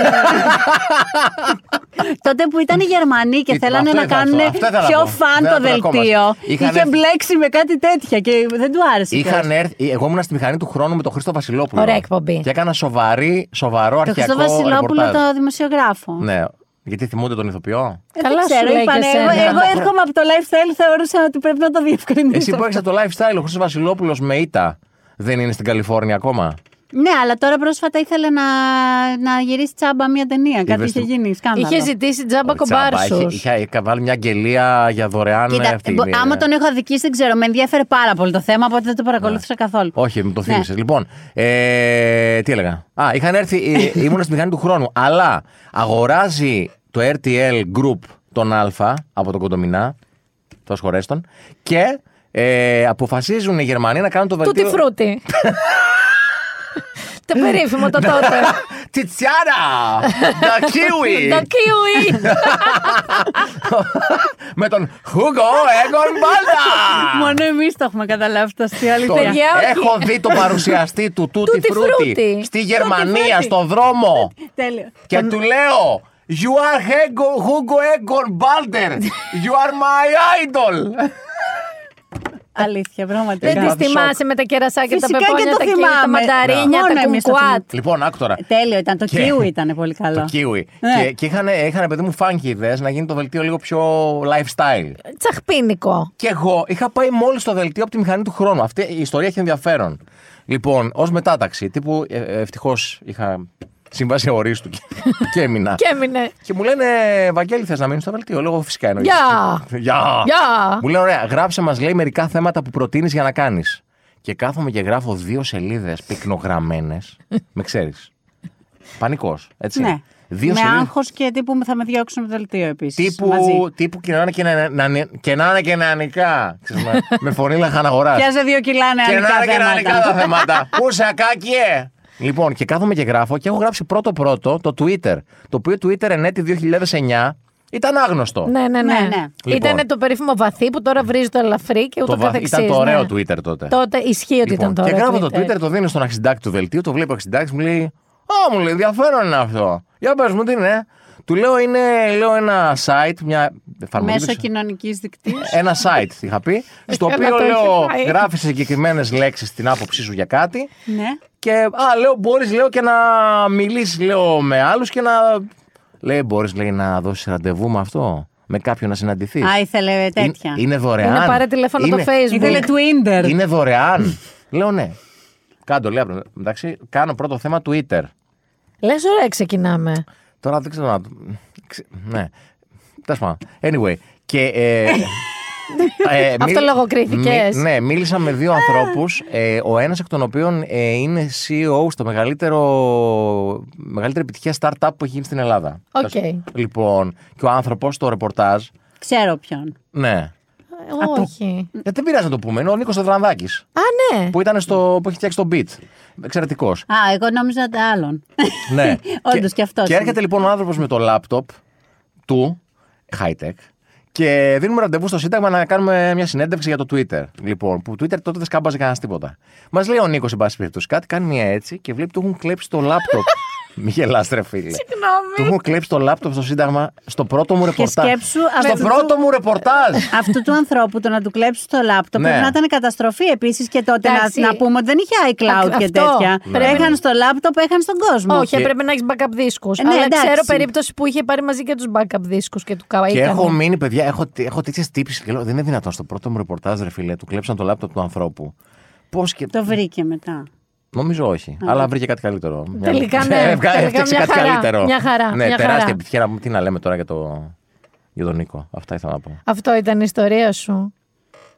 Τότε που ήταν οι Γερμανοί και
Τι-
θέλανε
αυτό
να
ήθελα να
κάνουν
πω. Αυτό ήθελα να
πιο
πω.
φαν
Δεν
το
αντρακόμαστε.
δελτίο.
Είχαν
Είχε
έρθει-
μπλέξει με κάτι τέτοια και δεν του άρεσε.
Είχαν έρθει, ε, εγώ ήμουν στη μηχανή του χρόνου με τον Χρήστο Βασιλόπουλο.
Ωραία εκπομπή.
Και έκανα σοβαρή, σοβαρό
Το Χριστό
αρχιακό
Βασιλόπουλο,
ρεπορτάζ.
το δημοσιογράφο.
Ναι. Γιατί θυμούνται τον ηθοποιό.
Ε,
Καλά
δεν
σου
ξέρω,
λέει
είπανε,
και
εγώ,
εσένα.
εγώ έρχομαι από το lifestyle, θεωρούσα ότι πρέπει να το διευκρινίσω.
Εσύ που έχεις το lifestyle, ο Χρήστος Βασιλόπουλος με ήττα δεν είναι στην Καλιφόρνια ακόμα.
Ναι, αλλά τώρα πρόσφατα ήθελε να, να γυρίσει τσάμπα μια ταινία. Κάτι
Είδες
είχε
το-
γίνει. Σκάνδαλο.
είχε ζητήσει τζάμπα
Ο Τσάμπα
κομπάρσους.
είχε- Είχε, είχε βάλει μια αγγελία για δωρεάν. ε,
Κοίτα,
αυτή
μπο-
είναι.
άμα τον έχω αδικήσει, δεν ξέρω. Με ενδιαφέρε πάρα πολύ το θέμα, οπότε δεν το παρακολούθησα καθόλου.
Όχι, μου το
Ναι.
θύμισες. Λοιπόν, ε, τι έλεγα. Α, είχαν έρθει, ε, ήμουν στη μηχανή του χρόνου. Αλλά αγοράζει το RTL Group τον Α από τον Κοντομινά, το σχορέστον, και ε, αποφασίζουν οι Γερμανοί να κάνουν το
Τούτη
βελτίο.
φρούτη. το περίφημο
Ναι.
το τότε.
Τιτσιάρα! Τα κίουι!
το κιουί.
Με τον Χούγκο Έγκον Μπάλτα!
Μόνο εμείς το έχουμε καταλάβει το αστείο.
Τον
αλήθεια.
Παιδιά, όχι.
Έχω δει το παρουσιαστή του Τούτη
Τούτη
Φρούτη
Φρούτη.
στη
Τούτη
Γερμανία,
Φρούτη.
στο δρόμο.
Τέλειο.
Και του λέω You are Hugo, Hugo Egon Balder You are my idol
Δεν
Αλήθεια, πραγματικά.
τι θυμάσαι με τα κερασάκια, τα
Φυσικά και
πεπόνια,
το
τα κύλια, τα
θυμάμαι.
μανταρίνια,
Μόνο
τα
εμείς το
κουμκουάτ.
Λοιπόν άκου τώρα
Τέλειο ήταν. Το
Και-
κιούι ήταν πολύ καλό.
Το κίουι
Ναι.
Και, και είχαν, είχαν παιδί μου φάνκι ιδέες Να γίνει το δελτίο λίγο πιο lifestyle
Τσαχπίνικο.
Και εγώ είχα πάει μόλις στο δελτίο από τη μηχανή του χρόνου. Αυτή η ιστορία έχει ενδιαφέρον. Λοιπόν, ως μετάταξη, τύπου ευτυχώς είχα σύμβαση ορίστου και, και έμεινα.
Και έμεινε.
Και μου λένε, Βαγγέλη, θες να μείνεις στο δελτίο. Λέω, «Εγώ φυσικά εννοείται.
Γεια.
Γεια.
Γεια.
Μου λένε, ωραία, γράψε μας, λέει, μερικά θέματα που προτείνεις για να κάνεις. Και κάθομαι και γράφω δύο σελίδες πυκνογραμμένες. με ξέρεις. Πανικός, έτσι.
Ναι.
Δύο
με
σελίδες
άγχος και τύπου θα με διώξουν από το δελτίο επίσης.
Τύπου, τύπου κοινωνάνε και να, να, να, και να είναι και να νικά. Ξέρεις, με- με φωνή λαχαναγοράς.
Πιάσε δύο κιλά
Και να
νεανικά
είναι και να είναι
θέματα.
καλά τα θέματα. Πού σε ακάκιε. Λοιπόν, και κάθομαι και γράφω και έχω γράψει πρώτο-πρώτο το Twitter. Το οποίο Twitter εν έτη 2009 ήταν άγνωστο.
Ναι, ναι, ναι.
Ναι, ναι.
Λοιπόν.
Ήτανε το περίφημο βαθύ που τώρα βρίζει το ελαφρύ και ούτω
Το βα-
καθεξής.
Ήταν το ωραίο
ναι.
Twitter τότε.
Τότε ισχύει ότι
Λοιπόν,
ήταν το
και
ωραίο
γράφω το Twitter, το δίνω στον αξιντάκτη του δελτίου, το βλέπω ο αξιντάκτη μου λέει Α, μου λέει, ενδιαφέρον είναι αυτό. Για πες μου, τι είναι. ε? Του λέω είναι λέω, ένα site, μια εφαρμογή.
Μέσω
δεν ξέρω-
κοινωνική δικτύου.
ένα site, είχα πει, στο
Ε, Καλά,
οποίο
το είχε
λέω
πάει.
γράφεις συγκεκριμένες λέξεις την άποψή σου για κάτι.
ναι.
Και α, λέω, μπορείς λέω και να μιλήσεις λέω, με άλλους και να. Λέει, μπορείς λέει, να δώσεις ραντεβού με αυτό, με κάποιον να συναντηθείς.
Α, ήθελε τέτοια.
Είναι, είναι δωρεάν.
Είναι πάρε τηλέφωνο
Είναι-
το Facebook.
Ήθελε Twitter.
Είναι δωρεάν. λέω, ναι. Κάντο, λέω. απ' το- Εντάξει, κάνω πρώτο θέμα Twitter.
Λες ωραία ξεκινάμε.
Τώρα δεν ξέρω να. το- ξε- Ναι. Τέλος πάντων. Anyway. Και. ε, ε,
Αυτό λογοκρίθηκες.
μι- ναι, μίλησα με δύο ανθρώπους. ο ένας εκ των οποίων ε, είναι CEO στο μεγαλύτερο, μεγαλύτερη επιτυχία startup που έχει γίνει στην Ελλάδα.
Οκ.
Λοιπόν, και ο άνθρωπος στο ρεπορτάζ.
Ξέρω ποιον.
Ναι.
Ε, Όχι.
Ε, δεν πειράζει να το πούμε. Είναι ο Νίκος Δρανδάκης.
Α, ναι.
Που, ήταν στο, που έχει φτιάξει τον beat. Εξαιρετικός.
Α, εγώ νόμιζα τα άλλον.
ναι.
Όντως και αυτός
Και
είναι.
έρχεται λοιπόν ο άνθρωπος με το λάπτοπ του, high-tech, και δίνουμε ραντεβού στο Σύνταγμα να κάνουμε μια συνέντευξη για το Twitter. Λοιπόν, που Twitter τότε δεν σκάμπαζε κανένας τίποτα. Μας λέει ο Νίκος, εν πάση περιπτώσει, κάτι κάνει μια έτσι και βλέπει ότι του έχουν κλέψει το λάπτοπ. Μη γελάς ρε φίλε. Του έχουν κλέψει το λάπτοπ στο Σύνταγμα στο πρώτο μου ρεπορτάζ.
σκέψου,
στο
αυτού του-
πρώτο μου ρεπορτάζ.
Αυτού του ανθρώπου το να του κλέψεις το λάπτοπ
Ναι.
πρέπει να ήταν καταστροφή επίσης και τότε
Εντάξει.
να, να πούμε ότι δεν είχε iCloud
Α,
και
αυτό.
τέτοια.
Ναι.
Έχαν στο λάπτοπ, έχαν στον κόσμο.
Όχι, έπρεπε να έχεις backup δίσκους.
Ε, ναι,
Αλλά
εντάξει.
ξέρω περίπτωση που είχε πάρει μαζί και τους backup δίσκους και του
Ε,
καβαΐ.
Και έχω μείνει, παιδιά, έχω, έχω τέτοιες τύψει. Και λέω, δεν είναι δυνατόν στο πρώτο μου ρεπορτάζ, ρε φίλε, του κλέψαν το λάπτοπ του ανθρώπου. Πώς και.
Το βρήκε μετά.
Νομίζω όχι.
Ναι.
Αλλά βρήκε κάτι καλύτερο. Μια-
Τελικά ναι.
Ε,
Τελικά
έφτιαξε
μια
κάτι
χαρά.
καλύτερο.
Μια χαρά.
Ναι,
Μια
τεράστια
χαρά.
επιτυχία. Να πούμε, Τι να λέμε τώρα για, το... για τον Νίκο. Αυτά ήθελα να πω.
Αυτό ήταν η ιστορία σου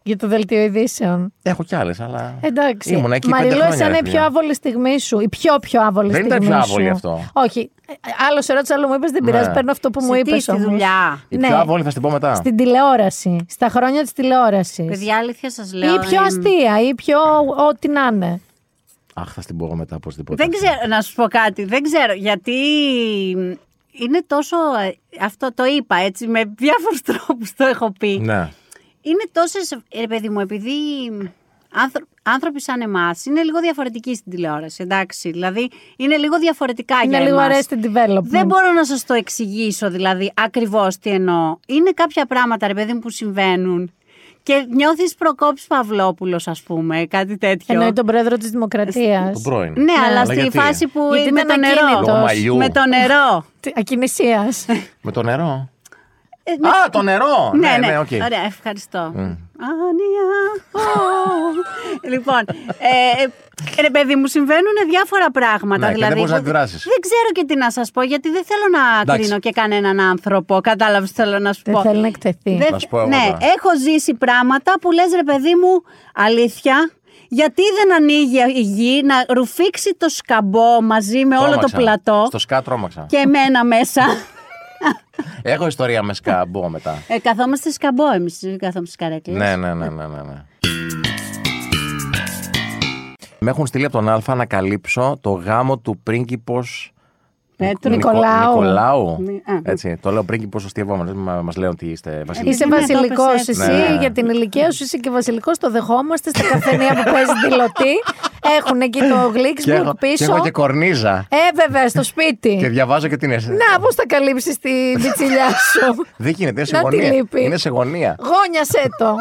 για το δελτίο ειδήσεων.
Έχω κι άλλες, αλλά.
Εντάξει.
Ήμουν εκεί πέντε
Μαριλό,
χρόνια.
ήταν
ρε
η
φίλε.
πιο άβολη στιγμή σου. Η πιο πιο άβολη
Δεν
στιγμή.
ήταν πιο
σου.
άβολη αυτό.
Όχι. Ε, Άλλο σε ρώτησα, άλλο μου είπες δεν πειράζει.
Ναι.
Παίρνω αυτό που μου
Σε τι,
είπες.
στη δουλειά.
Η
ναι.
πιο άβολη θα την πω μετά.
Στην τηλεόραση. Στα χρόνια της τηλεόρασης.
Παιδιά, αλήθεια σας λέω. ε,
Ή πιο
εμ,
αστεία, ή πιο ό,τι να είναι.
Αχ, θα την πω εγώ μετά οπωσδήποτε.
Δεν ξέρω, να σου πω κάτι. Δεν ξέρω, γιατί είναι τόσο. ε, Αυτό το είπα έτσι, με διάφορους τρόπους το έχω πει.
Ναι.
Είναι τόσες. Ρε παιδί μου, επειδή άνθρω- άνθρωποι σαν εμάς είναι λίγο διαφορετικοί στην τηλεόραση, εντάξει. Δηλαδή είναι λίγο διαφορετικά
Είναι
για
λίγο
εμάς.
arrested development.
Δεν μπορώ να σας το εξηγήσω δηλαδή ακριβώς τι εννοώ. Είναι κάποια πράγματα, ρε παιδί μου, που συμβαίνουν και νιώθεις Προκόπης Παυλόπουλος, ας πούμε, κάτι τέτοιο.
Εννοεί τον πρόεδρο
Ε,
της Δημοκρατίας.
Τον πρώην.
Ναι, αλλά στη
γιατί?
φάση που
Γιατί
με το
ήταν
νερό.
ακίνητος. Λόγω
μαλλιού.
Με το νερό.
Ακινησίας.
Με το νερό.
Ε, με-
Α, το νερό!
ναι, ναι,
ναι, οκ. Mm.
Ωραία, ευχαριστώ. Άνια. ω. λοιπόν, ε, ε, ρε παιδί μου, συμβαίνουν διάφορα πράγματα.
Ναι, και δεν
δηλαδή,
μπορείς να
που-
αντιδράσεις.
Δεν ξέρω και τι να σας πω, γιατί δεν θέλω να
Εντάξει.
κρίνω και κανέναν άνθρωπο. Κατάλαβες τι θέλω να σου
Δεν
πω.
θέλει να εκτεθεί.
Λοιπόν, Δεν-
Να σου πω εγώ
ναι,
τώρα.
έχω ζήσει πράγματα που λες ρε παιδί μου, αλήθεια, γιατί δεν ανοίγει η γη να ρουφήξει το σκαμπό μαζί με όλο το
Τρόμαξα.
πλατό
Στο σκά τρόμαξα.
και εμένα μέσα.
Έχω ιστορία με σκά, μπω μετά.
ε, καθόμαστε σκαμπό εμείς, δεν καθόμαστε καρέκλες.
Ναι, ναι, ναι, ναι, ναι, ναι. Με έχουν στείλει από τον Α να καλύψω το γάμο του πρίγκιπος
Πέτρου.
Νικο-
Ε, Νικολάου.
Νικολάου.
Ναι, α.
Έτσι, το λέω πρίγκιπος αστείευόμενος, μα μας λένε ότι είστε βασιλικοί.
Είσαι
Ναι, το
βασιλικός
έπεσε έτσι.
εσύ
Ναι.
για την ηλικία σου, είσαι και βασιλικός. Το δεχόμαστε στα καφενεία που παίζει δηλωτή. Έχουν εκεί το
Και έχω-
Γλίξμπουργκ
Και
πίσω.
έχω και κορνίζα.
Ε, βέβαια, στο
Και
σπίτι.
διαβάζω και την εσύ.
Ε. Να, πώς θα καλύψεις την πιτσιλιά σου.
Δεν γίνεται, είναι σε
Να τη
γωνία.
λείπει.
Είναι σε γωνία.
Γόνιασέ το.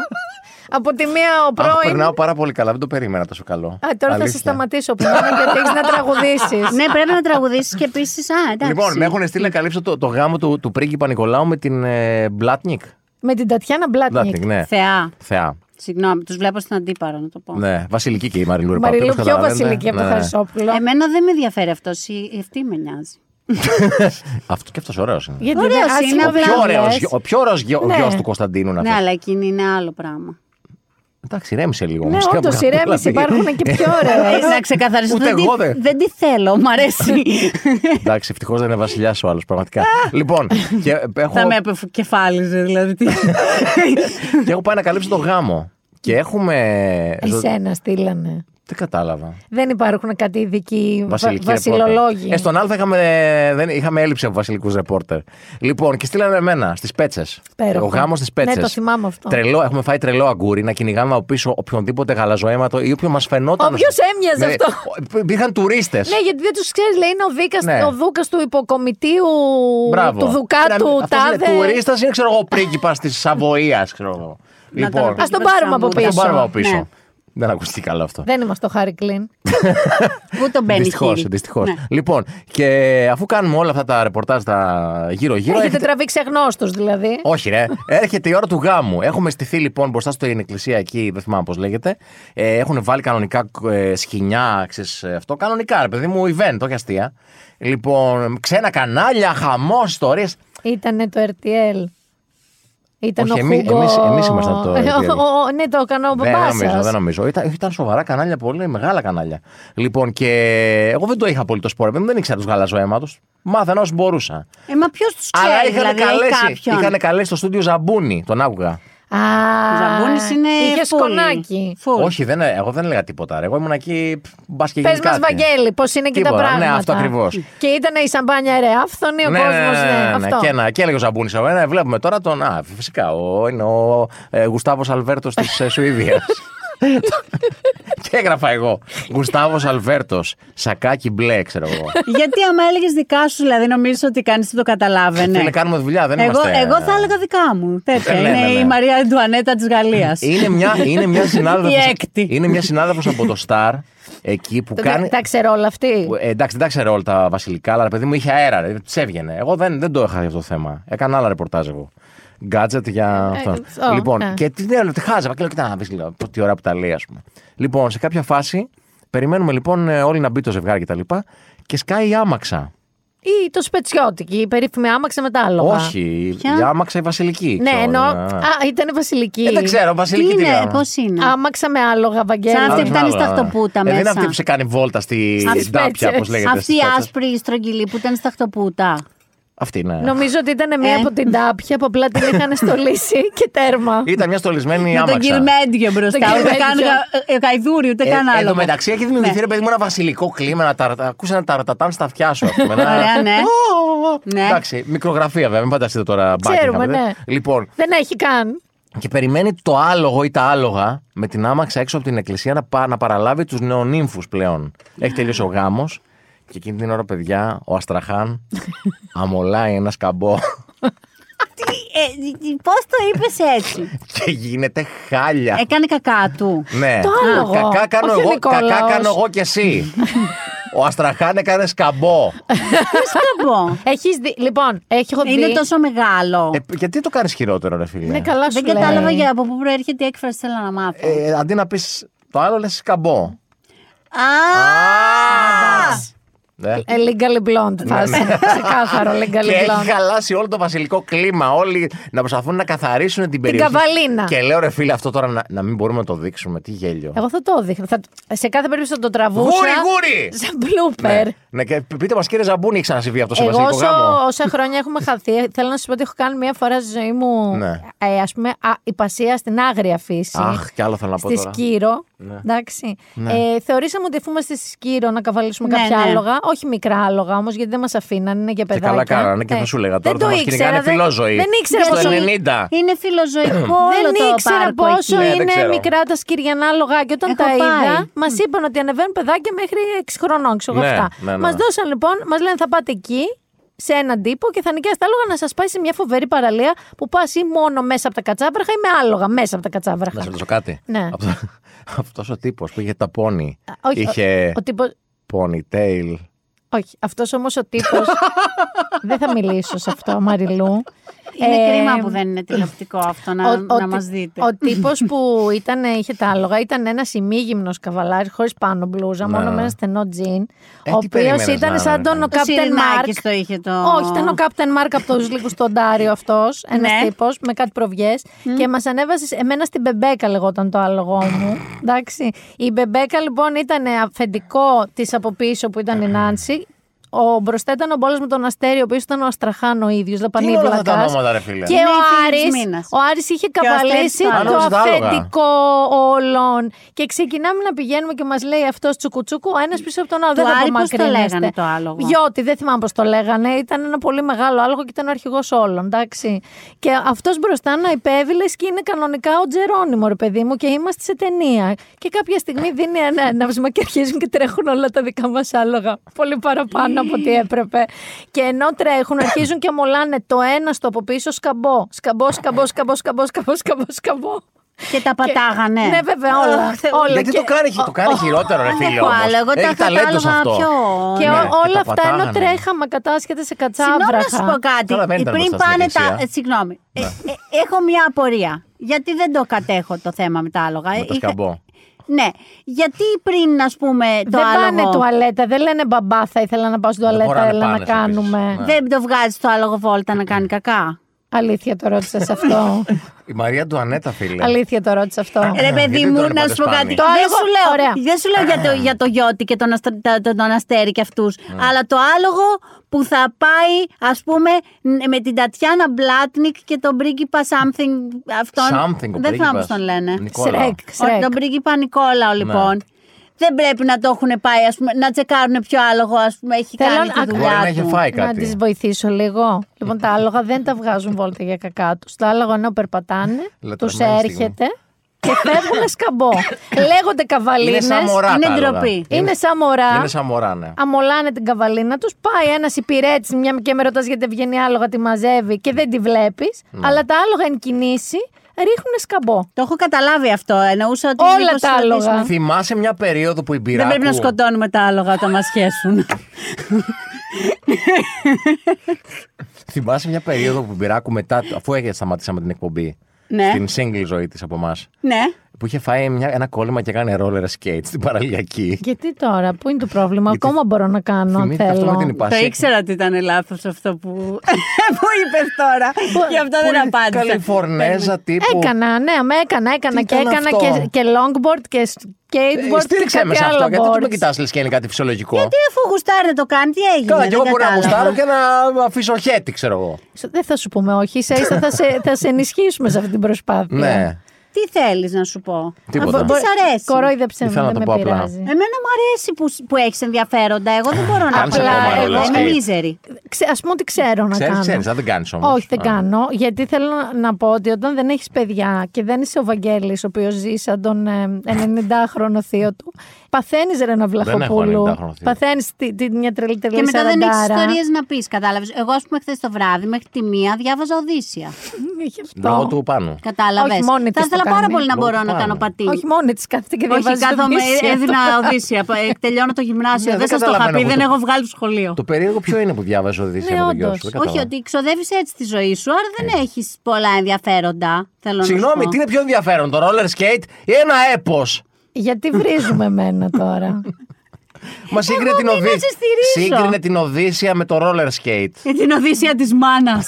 Από τη μία ο
Αχ,
πρώην.
περνάω πάρα πολύ καλά, δεν το περίμενα τόσο καλό.
Α, τώρα θα σε
Αλήθεια.
σταματήσω που είναι, γιατί έχεις να τραγουδήσεις.
Ναι, πρέπει να τραγουδήσεις και επίσης. Α, εντάξει.
Λοιπόν, με έχουν στείλει να καλύψω το, το γάμο του, του πρίγκιπα Νικολάου με την ε, Μπλάτνικ.
Με την Τατιάνα
Μπλάτνικ,
Μπλάτνικ.
ναι.
Θεά.
Θεά.
Συγγνώμη, τους βλέπω στην αντίπαρο να το πω.
Ναι, βασιλική και η Μαριλού Ρεπαπτή.
Μαριλού πιο βασιλική
Ναι.
από το Χαρισόπουλο.
Εμένα δεν με ενδιαφέρει αυτός. Αυτή με νοιάζει.
Αυτός και αυτός ωραίος είναι.
Γιατί
Ωραίος
δεν-
είναι,
άσχημα
απλά
δεν
Πιο
Ωραίος.
λες.
ωραίος γιο- Ο πιο ωραίος γιο
Ναι.
γιος του Κωνσταντίνου να
Ναι,
πει.
αλλά εκείνη είναι άλλο πράγμα.
Εντάξει, ηρέμησε λίγο.
Ναι,
όμως, κάπου
όντως
κάπου,
ηρέμηση.
δηλαδή.
Υπάρχουν και πιο ωραίε.
Ε, να ξεκαθαρίσω.
Ούτε
δεν, τη-
εγώ δεν.
δεν τη θέλω, μ' αρέσει.
Εντάξει, ευτυχώς δεν είναι βασιλιάς ο άλλος, πραγματικά. λοιπόν, και έχω,
Θα με αποκεφάλιζε, δηλαδή. τι-
και έχω πάει να καλύψω το γάμο. Και έχουμε. ζω-
Εσένα στείλανε.
Δεν κατάλαβα.
Δεν υπάρχουν κάτι ειδικοί βα-
Βασιλική
βασιλολόγοι.
ρεπόρτερ. Ε, στον άλλο είχαμε, δεν, είχαμε έλλειψη από βασιλικούς ρεπόρτερ. Λοιπόν, και στείλανε εμένα στις πέτσες.
Υπέροχο.
Ο γάμος στις πέτσε.
Ναι, το θυμάμαι αυτό.
Τρελό, έχουμε φάει τρελό αγκούρι να κυνηγάμε από πίσω οποιονδήποτε γαλαζοαίματο ή όποιον μας φαινόταν.
Όποιος έμοιαζε
Ναι,
αυτό.
ο- Υπήρχαν τουρίστες.
Ναι, γιατί δεν τους ξέρεις, λέει, είναι ο, δίκας,
Ναι.
ο δούκας του υποκομιτείου του Δουκάτου Τάδε.
τουρίστα είναι, ξέρω εγώ, πρίγκιπας της Σαββοία, ξέρω εγώ.
Να τον
Λοιπόν,
Ας τον πάρουμε από
Να τον
πίσω.
πάρουμε από πίσω.
Ναι.
Δεν ακούστηκε καλά αυτό.
Δεν είμαστε το Χάρη Κλίν.
Ούτε μπαίνει
Δυστυχώ,
χείρι.
δυστυχώς.
Ναι.
Λοιπόν, και αφού κάνουμε όλα αυτά τα ρεπορτάζ τα γύρω-γύρω.
Έχετε
έρχεται-
τραβήξει αγνώστους δηλαδή.
Όχι, ρε. Έρχεται η ώρα του γάμου. Έχουμε στηθεί λοιπόν μπροστά στην εκκλησία εκεί, δεν θυμάμαι πώς λέγεται. Ε, έχουν βάλει κανονικά ε, σκηνιά, ξέρεις, ε, αυτό. Κανονικά, ρε παιδί μου, event, όχι αστεία. Λοιπόν, ξένα κανάλια, χαμό, ιστορίες.
Ήτανε το RTL. Ήταν
Όχι,
ο
εμεί-
Χούγκο. Ε,
εμείς- εμείς ήμασταν το RTL.
Ο- ο- Ναι, το έκανε ο
Δεν
μπαμπάς
νομίζω,
σας.
δεν νομίζω. Ήταν, ήταν σοβαρά κανάλια, πολύ μεγάλα κανάλια. Λοιπόν, και εγώ δεν το είχα πολύ το σπορ, δεν ήξερα τους γαλάζο αίματος. Μάθαινα όσο μπορούσα.
Ε, μα ποιος τους ξέρει,
Αλλά είχαν
δηλαδή,
καλέσει,
κάποιον.
είχαν καλέσει στο στούντιο Ζαμπούνι, τον άκουγα.
Α,
Ο Ζαμπούνης είναι.
Είχες
full.
σκονάκι.
Full.
Όχι, δεν, εγώ δεν έλεγα τίποτα. ρε. Εγώ ήμουν εκεί. π, Μπα
Πε
και γίνει
μας,
κάτι.
Βαγγέλη, πώς είναι και τα
Τίποτα, ναι,
πράγματα.
αυτό ακριβώς.
Και ήταν η σαμπάνια ρεάφθονη, ο
Ναι, ναι,
κόσμος.
ναι, ναι, ναι.
αυτό.
Και, να, και έλεγε ο Ζαμπούνι. Ναι, βλέπουμε τώρα τον. Α, φυσικά. Ο, είναι ο ε, Γουστάβος Αλβέρτος της Σουηδία. ε, και έγραφα εγώ. Γουστάβος Αλβέρτος. Σακάκι μπλε, ξέρω εγώ.
Γιατί άμα έλεγες δικά σου, δηλαδή νομίζεις ότι κανείς δεν το καταλάβαινε.
Φίλε, κάνουμε δουλειά, δεν
Ναι. εγώ,
είμαστε.
εγώ θα έλεγα δικά μου. Τέτοια.
Ναι, ναι,
είναι
ναι, ναι.
η Μαρία Εντουανέτα της Γαλλίας.
Είναι μια, είναι μια συνάδελφος-
Η έκτη.
είναι μια συνάδελφος από το Σταρ εκεί που
Το-
κάνει.
Τα ξέρω όλα αυτή.
Που, ε, εντάξει, δεν τα ξέρω όλα τα βασιλικά, αλλά ρε παιδί μου είχε αέρα. Ρε, της έβγαινε. Εγώ δεν, δεν το είχα αυτό το θέμα. Έκανα άλλα ρεπορτάζ εγώ. Γκάτζετ για
Ε,
αυτό.
ω,
λοιπόν,
ναι.
και τι λέω, τη χάζευα. Και λέω, κοιτά να δεις, λέω, πω, τι ώρα που τα λέει, ας πούμε. Λοιπόν, σε κάποια φάση, περιμένουμε λοιπόν ε, όλοι να μπει το ζευγάρι και τα λοιπά και σκάει η άμαξα.
Ή το σπετσιώτικη, η περίφημη άμαξα με τα άλογα.
Όχι,
Ποια?
η άμαξα η βασιλική.
Ναι,
ξέρω,
εννοώ.
ναι.
Α, ήταν βασιλική.
Ε, δεν ξέρω,
Τι
βασιλική τι
είναι,
λέμε.
πώς είναι.
Άμαξα με άλογα, Βαγγέλη.
Σαν αυτή
Άλλος
που ήταν
άλλος,
στα
ναι.
χτωπούτα
ε, Δεν είναι
μέσα.
αυτή που σε κάνει βόλτα στη
Στις
ντάπια,
πέτσες.
όπω λέγεται.
Αυτή η
στις πέτσες.
άσπρη η στρογγυλή που ήταν στα χτωπούτα.
Αυτή, ναι.
Νομίζω ότι ήταν μία
Ε.
από την τάπια που απλά την είχαν στολίσει και τέρμα.
Ήταν μια στολισμένη
Με τον
άμαξα.
κυρμέντιο μπροστά.
Τον
Ούτε καν
κυρμέντιο.
γα- ε, γαϊδούρι, ούτε
Ε,
καν άλλο.
Εν τω μεταξύ έχει δημιουργηθεί
Ναι.
ρε παιδί μου ένα βασιλικό κλίμα. Να ταρα- Ακούς ένα ταρατατάν στα αυτιά σου. ας πούμε, ένα-
Ωραία, ναι.
Ω, ω, ω.
Ναι.
Εντάξει, μικρογραφία βέβαια, μην φανταστείτε τώρα μπάκι.
Ξέρουμε, ναι.
Λοιπόν,
Δεν έχει καν.
και περιμένει το άλογο ή τα άλογα με την άμαξα έξω από την εκκλησία να, πα- να παραλάβει τους νεονύμφους πλέον. Έχει τελειώσει ο γάμος και εκείνη την ώρα, παιδιά, ο Αστραχάν αμολάει ένα σκαμπό
Πώ ε, το είπες έτσι.
και γίνεται χάλια.
Έκανε κακά του.
Ναι.
Ε, Το άλογο.
Κακά κάνω,
Όχι ο
εγώ,
Νικόλαος.
κακά κάνω εγώ και εσύ. ο Αστραχάν έκανε σκαμπό.
Σκαμπό.
Έχεις δει... Λοιπόν, έχω δει.
Είναι τόσο μεγάλο.
Ε, γιατί το κάνεις χειρότερο, ρε φίλε.
Ναι, καλά σου λέω.
Δεν κατάλαβα για από πού προέρχεται η έκφραση, θέλω να μάθω.
Ε, αντί να πεις το άλλο, λες σκαμπό.
Α!
Ναι.
Ε, legally blonde φάση. Ξεκάθαρο
Και
legally
έχει
blonde.
χαλάσει όλο το βασιλικό κλίμα. Όλοι να προσπαθούν να καθαρίσουν την περιοχή.
καβαλίνα.
Και λέω, ρε φίλε, αυτό τώρα να, να μην μπορούμε να το δείξουμε. Τι γέλιο.
Εγώ θα το δείχνω. Θα... Σε κάθε περίπτωση θα το τραβούσα.
Γούρι, γούρι!
Σαν
Ναι.
blooper.
Ναι, και πείτε μας, κύριε Ζαμπούνι, έχει ξανασυμβεί αυτό σε
Εγώ
βασιλικό γάμο.
όσο, όσα χρόνια έχουμε χαθεί, θέλω να σας πω ότι έχω κάνει μία φορά στη ζωή μου
Ναι.
ε, ας πούμε, α, υπασία στην άγρια φύση.
Αχ, κι άλλο θέλω να πω
στη
τώρα. Ναι.
Σκύρο. Εντάξει. Ε, θεωρήσαμε ότι αφού είμαστε στη Σκύρο να καβαλήσουμε
Ναι,
κάποια
ναι.
άλογα. Όχι μικρά άλογα όμως, γιατί δεν μας αφήνανε, είναι και
Και
παιδάκια.
καλά κάνανε και θα
Ναι.
σου λέγα τώρα.
Δεν το
θα μας
ήξερα.
κυνηγάνε
Δεν,
φιλόζωοι.
δεν ήξερα
Στο
πόσο.
90.
Είναι φιλοζωικό όλο
Δεν
το
ήξερα
πάρκο
πόσο
Ναι,
εκεί. Ε,
δεν
είναι
ξέρω.
μικρά τα σκυριανά λογά. Και όταν
Έχω
τα
πάει.
είδα, μα είπαν ότι ανεβαίνουν παιδάκια μέχρι 6 χρονών. Ξέρω
Ναι,
εγώ αυτά.
ναι, ναι,
Μας
ναι.
δώσαν λοιπόν, μας λένε θα πάτε εκεί, σε έναν τύπο και θα νοικιάσετε άλογα να σας πάει σε μια φοβερή παραλία που πας ή μόνο μέσα από τα κατσάβραχα ή με άλογα μέσα από τα κατσάβραχα.
Να σε ρωτήσω κάτι.
Ναι.
Αυτό ο τύπος που είχε τα πόνι.
Α, όχι,
είχε
Ο, ο τύπος-
ponytail.
Όχι, αυτός όμως ο τύπος. δεν θα μιλήσω σε αυτό, Μαριλού.
Είναι
Ε,
κρίμα που δεν είναι τηλεοπτικό αυτό να,
ο- ο
να
τι-
μας δείτε.
Ο τύπος που ήταν, είχε τα άλογα ήταν ένας ημίγυμνος καβαλάρης χωρίς πάνω μπλούζα, μόνο με ένα στενό τζιν.
Ναι. Ε, τι
ο οποίο
περίμενες να
ήταν σαν
είναι,
τον ο
ρε.
Το
Κάπτεν Μάρκ.
Σιρινάκης το είχε το...
Όχι, ήταν ο Κάπτεν Μάρκ από τους λίγους στον Τάριο αυτός. Ένας
Ναι.
τύπος με κάτι προβιές. Και μας ανέβασε. σε- Εμένα στην Μπεμπέκα λεγόταν το άλογο μου. Εντάξει. Η Μπεμπέκα λοιπόν ήταν αφεντικό της από πίσω που ήταν η Νάνση. Ο μπροστά ήταν ο Μπόλο με τον Αστέρι, ο οποίος ήταν ο Αστραχάν ο ίδιος,
Τι είναι όλα αυτά τα
λαπανίβλακα.
ονόματα, ρε φίλε.
Και
Είναι
ο
η φίλη της
Άρης,
Μίνας.
ο Άρης είχε
ο Αστέρης
καβαλήσει
το άλλο.
το
Άνοιξε τα άλογα.
αφεντικό όλων. Και ξεκινάμε να πηγαίνουμε και μας λέει αυτός τσουκουτσούκου, ο ένας πίσω από τον άλλο.
Του
Δεν θα
Άρη πώς το
απομακρύνεστε.
λέγανε το άλογο?
Γιώτη, δεν θυμάμαι πώς το λέγανε. Ήταν ένα πολύ μεγάλο άλογο και ήταν ο αρχηγός όλων, εντάξει. Και αυτός μπροστά να υπέβηλε και είναι κανονικά ο Τζερόνιμο, ρε παιδί μου, και είμαστε σε ταινία. Και κάποια στιγμή δίνει ένα έναυσμα και αρχίζουν και τρέχουν όλα τα δικά μας άλογα. Πολύ παραπάνω από ό,τι έπρεπε. Και ενώ τρέχουν, αρχίζουν και μολάνε το ένα στο από πίσω σκαμπό. Σκαμπό, σκαμπό, σκαμπό, σκαμπό, σκαμπό, σκαμπό, σκαμπό.
Και τα πατάγανε.
Ναι, βέβαια, όλα.
Αχ, Θεέ μου.
όλα.
Γιατί
και-
το κάνει, χει- το κάνει χειρότερο, ρε
δεν
φίλε.
έχω
όμως.
άλλο, εγώ τα
Έχει ταλέντος σε
κατάλαβα
αυτό.
πιο.
Και
Ναι,
ό-
και τα
όλα αυτά
πατάγανε.
ενώ τρέχαμα κατάσχεται σε
Συγγνώμη να
κατσάβραχα.
σου πω κάτι.
Τώρα δεν ήταν
Πριν
μπροστά στην
πάνε
εκκλησία. Ναι.
τα. ε, Συγγνώμη. Ε, ε, έχω μια απορία. Γιατί δεν το κατέχω το θέμα με τα άλογα.
Με το
Είχα-
σκαμπό.
Ναι. Γιατί πριν, ας πούμε, το
δεν πάνε
άλογο.
τουαλέτα, δεν λένε μπαμπά, θα ήθελα να πάω στην
Δεν
τουαλέτα,
χωράνε
έλα να
πάνες επίσης.
κάνουμε.
Ναι.
Δεν το βγάζεις το άλογο βόλτα να κάνει κακά.
Αλήθεια το ρώτησες αυτό.
Η Μαρία Ντουανέτα, φίλε.
Αλήθεια το ρώτησε αυτό.
Ε,
Ρε παιδί
Ναι, γιατί
μου,
τον
να σου πω
είπατε
κάτι.
σπάνι. Το
δεν,
άλογο-
σου λέω,
Ωραία.
δεν σου λέω για το, για το γιώτη και τον, αστρ- τα- τον, τον αστέρι και αυτούς.
Ναι.
Αλλά το άλογο που θα πάει, ας πούμε, ν- με την Τατιάνα Μπλάτνικ και τον πρίγκιπα something. Αυτόν.
Something, ο
δεν θυμάμαι
πρίγκιπας. Ναι.
πώ τον λένε.
Νικόλα.
Σρέκ,
Ο,
σρέκ.
τον πρίγκιπα Νικόλαο, λοιπόν. Δεν πρέπει να το έχουν πάει, ας πούμε, να τσεκάρουν ποιο άλογο ας πούμε, έχει
Θέλω
κάνει τη
να-
Μπορεί να
δουλειά
έχει
του.
φάει
Να τις
κάτι.
βοηθήσω λίγο. Λοιπόν, τα άλογα δεν τα βγάζουν βόλτα για κακά τους. Τα άλογα ενώ περπατάνε, του
Λατρεμένη
έρχεται και φεύγουν σκαμπό. Λέγονται καβαλίνες.
Είναι σαν μωρά.
Είναι
τα άλογα.
ντροπή.
Είναι σαν μωρά.
Είναι σαν μωρά, ναι.
αμολάνε την καβαλίνα τους. Πάει ένας υπηρέτης, μια και με ρωτάς γιατί δεν βγαίνει άλογα, τη μαζεύει και δεν τη βλέπεις.
Ναι.
Αλλά τα άλογα εν κινήσει ρίχνουν σκαμπό.
Το έχω καταλάβει αυτό. Εννοούσα ότι.
Όλα
μήπως
τα άλογα.
ρωτήσουμε.
Θυμάσαι μια περίοδο που η
Δεν
Μπυράκου...
πρέπει να σκοτώνουμε τα άλογα όταν μας σχέσουν.
Θυμάσαι μια περίοδο που η Μπυράκου μετά, αφού έγινε σταματήσαμε την εκπομπή,
Ναι.
στην single ζωή της από εμάς,
ναι.
που είχε φάει μια, ένα κόλλημα και έκανε roller skate στην παραλιακή.
Γιατί τώρα, πού είναι το πρόβλημα, ακόμα μπορώ να κάνω αν
Θυμήθηκε αυτό με την
θέλω.
Το
υπάση.
ήξερα ότι ήταν λάθος αυτό που, που είπες τώρα. Γι' αυτό δεν
Πολύ
απάντησα.
Καλιφορνέζα τύπου.
Έκανα, ναι, με έκανα, έκανα
Τι
και
ήταν
έκανα
αυτό?
και, και longboard και skateboard και
Στήριξε με
κάτι
σε
άλλο
Ε, αυτό, γιατί δεν με
boards.
κοιτάς λες και είναι κάτι φυσιολογικό.
Τι αφού γουστάρει να το κάνει, τι έγινε.
Καλά, και
δεν
εγώ μπορώ να
κατάλαβα.
γουστάρω και να αφήσω χέτι, ξέρω εγώ.
Δεν θα σου πούμε όχι, ίσα ίσα θα σε, θα σε ενισχύσουμε σε αυτή την προσπάθεια.
Ναι.
Τι θέλεις να σου πω.
Τίποτα.
Αυτό τι σ' αρέσει.
Κορόιδεψε με,
Ήθελα να
δεν με
το πω απλά.
πειράζει.
Εμένα μου αρέσει που, σ- που έχεις ενδιαφέροντα. Εγώ δεν μπορώ να
Κάνεις
πω.
ακόμα roller
Είμαι
skate.
μίζερη.
Ας πούμε ότι ξέρω να
Ξέρεις,
κάνω.
ξέρεις, δεν κάνεις όμως.
Όχι, δεν κάνω. Γιατί θέλω να- να πω ότι όταν δεν έχεις παιδιά και δεν είσαι ο Βαγγέλης, ο οποίος ζει σαν τον ε, 90χρονο θείο του, παθαίνεις ρε ένα βλαχοπούλου.
90χρονο θείο.
Παθαίνει μια τρελή τρελή
Και μετά δεν έχεις
σαραντάρα.
ιστορίες να πεις, κατάλαβες. Εγώ, ας πούμε, χθες το βράδυ μέχρι τη μία διάβαζα Οδύσσια.
Είχε αυτό.
Λόγω του πάνω.
Κατάλαβες.
Όχι, μόνη
Θα
της το
ήθελα πάρα
κάνει.
πολύ να
Λόγω
μπορώ
του
να
πάνω.
κάνω πατή.
Όχι μόνη της κάθεται και
Όχι,
διαβάζει.
κάθομαι,
ειδήσεις.
έδινα Οδύσσια. Ε, Τελειώνω το γυμνάσιο.
Ναι,
Δεν
δεν
σας το είχα
καταλαβαίνω
πει,
εγώ
δεν
το-
έχω βγάλει το σχολείο.
Το περίεργο ποιο είναι που διάβαζε Οδύσσια
Ναι,
από τον γιο
όντως.
σου. δεν
Όχι,
κατάλαβα.
ότι ξοδεύεις έτσι τη ζωή σου, άρα δεν έχεις πολλά ενδιαφέροντα. Θέλω να
Συγγνώμη,
σου πω.
τι είναι πιο ενδιαφέρον, το roller skate ή ένα έπος.
Γιατί βρίζουμε εμένα τώρα.
Μα σύγκρινε την,
τι να σε στηρίζω.
σύγκρινε την Οδύσσια με το roller skate.
Για την Οδύσσια της μάνας.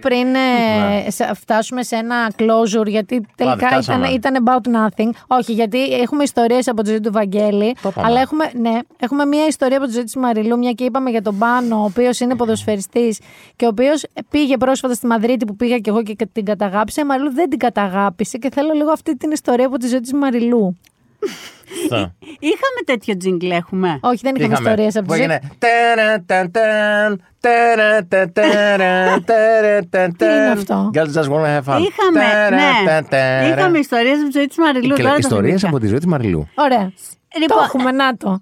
Πριν ε, σε- φτάσουμε σε ένα closure, γιατί τελικά ήταν,
Ναι. φτάσαμε.
ήταν about nothing. Όχι, γιατί έχουμε ιστορίες από τη ζωή του Βαγγέλη.
Το είπαμε.
Αλλά έχουμε, ναι, έχουμε μια ιστορία από τη ζωή της Μαριλού, μια και είπαμε για τον Πάνο, ο οποίος είναι ποδοσφαιριστής και ο οποίος πήγε πρόσφατα στη Μαδρίτη που πήγα και εγώ και την καταγάπησα. Η Μαριλού δεν την καταγάπησε και θέλω λίγο αυτή την ιστορία από τη ζωή της Μαριλού.
Αυτά.
Είχαμε τέτοιο τζίγκλ, έχουμε.
Όχι, δεν είχαμε,
Είχαμε.
ιστορίες από
Που
τη ζωή.
έγινε τερα, τα, ταν, τερα, τα, τερα, τερα, τα,
Τι είναι
ταν.
αυτό?
Girls just wanna have fun.
Είχαμε,
Τερα,
ναι.
τα, τερα.
Είχαμε ιστορίες από τη ζωή της Μαριλού.
Και
τώρα το
ιστορίες
θυμήθηκα.
από τη ζωή της Μαριλού.
Ωραία. το έχουμε, να το.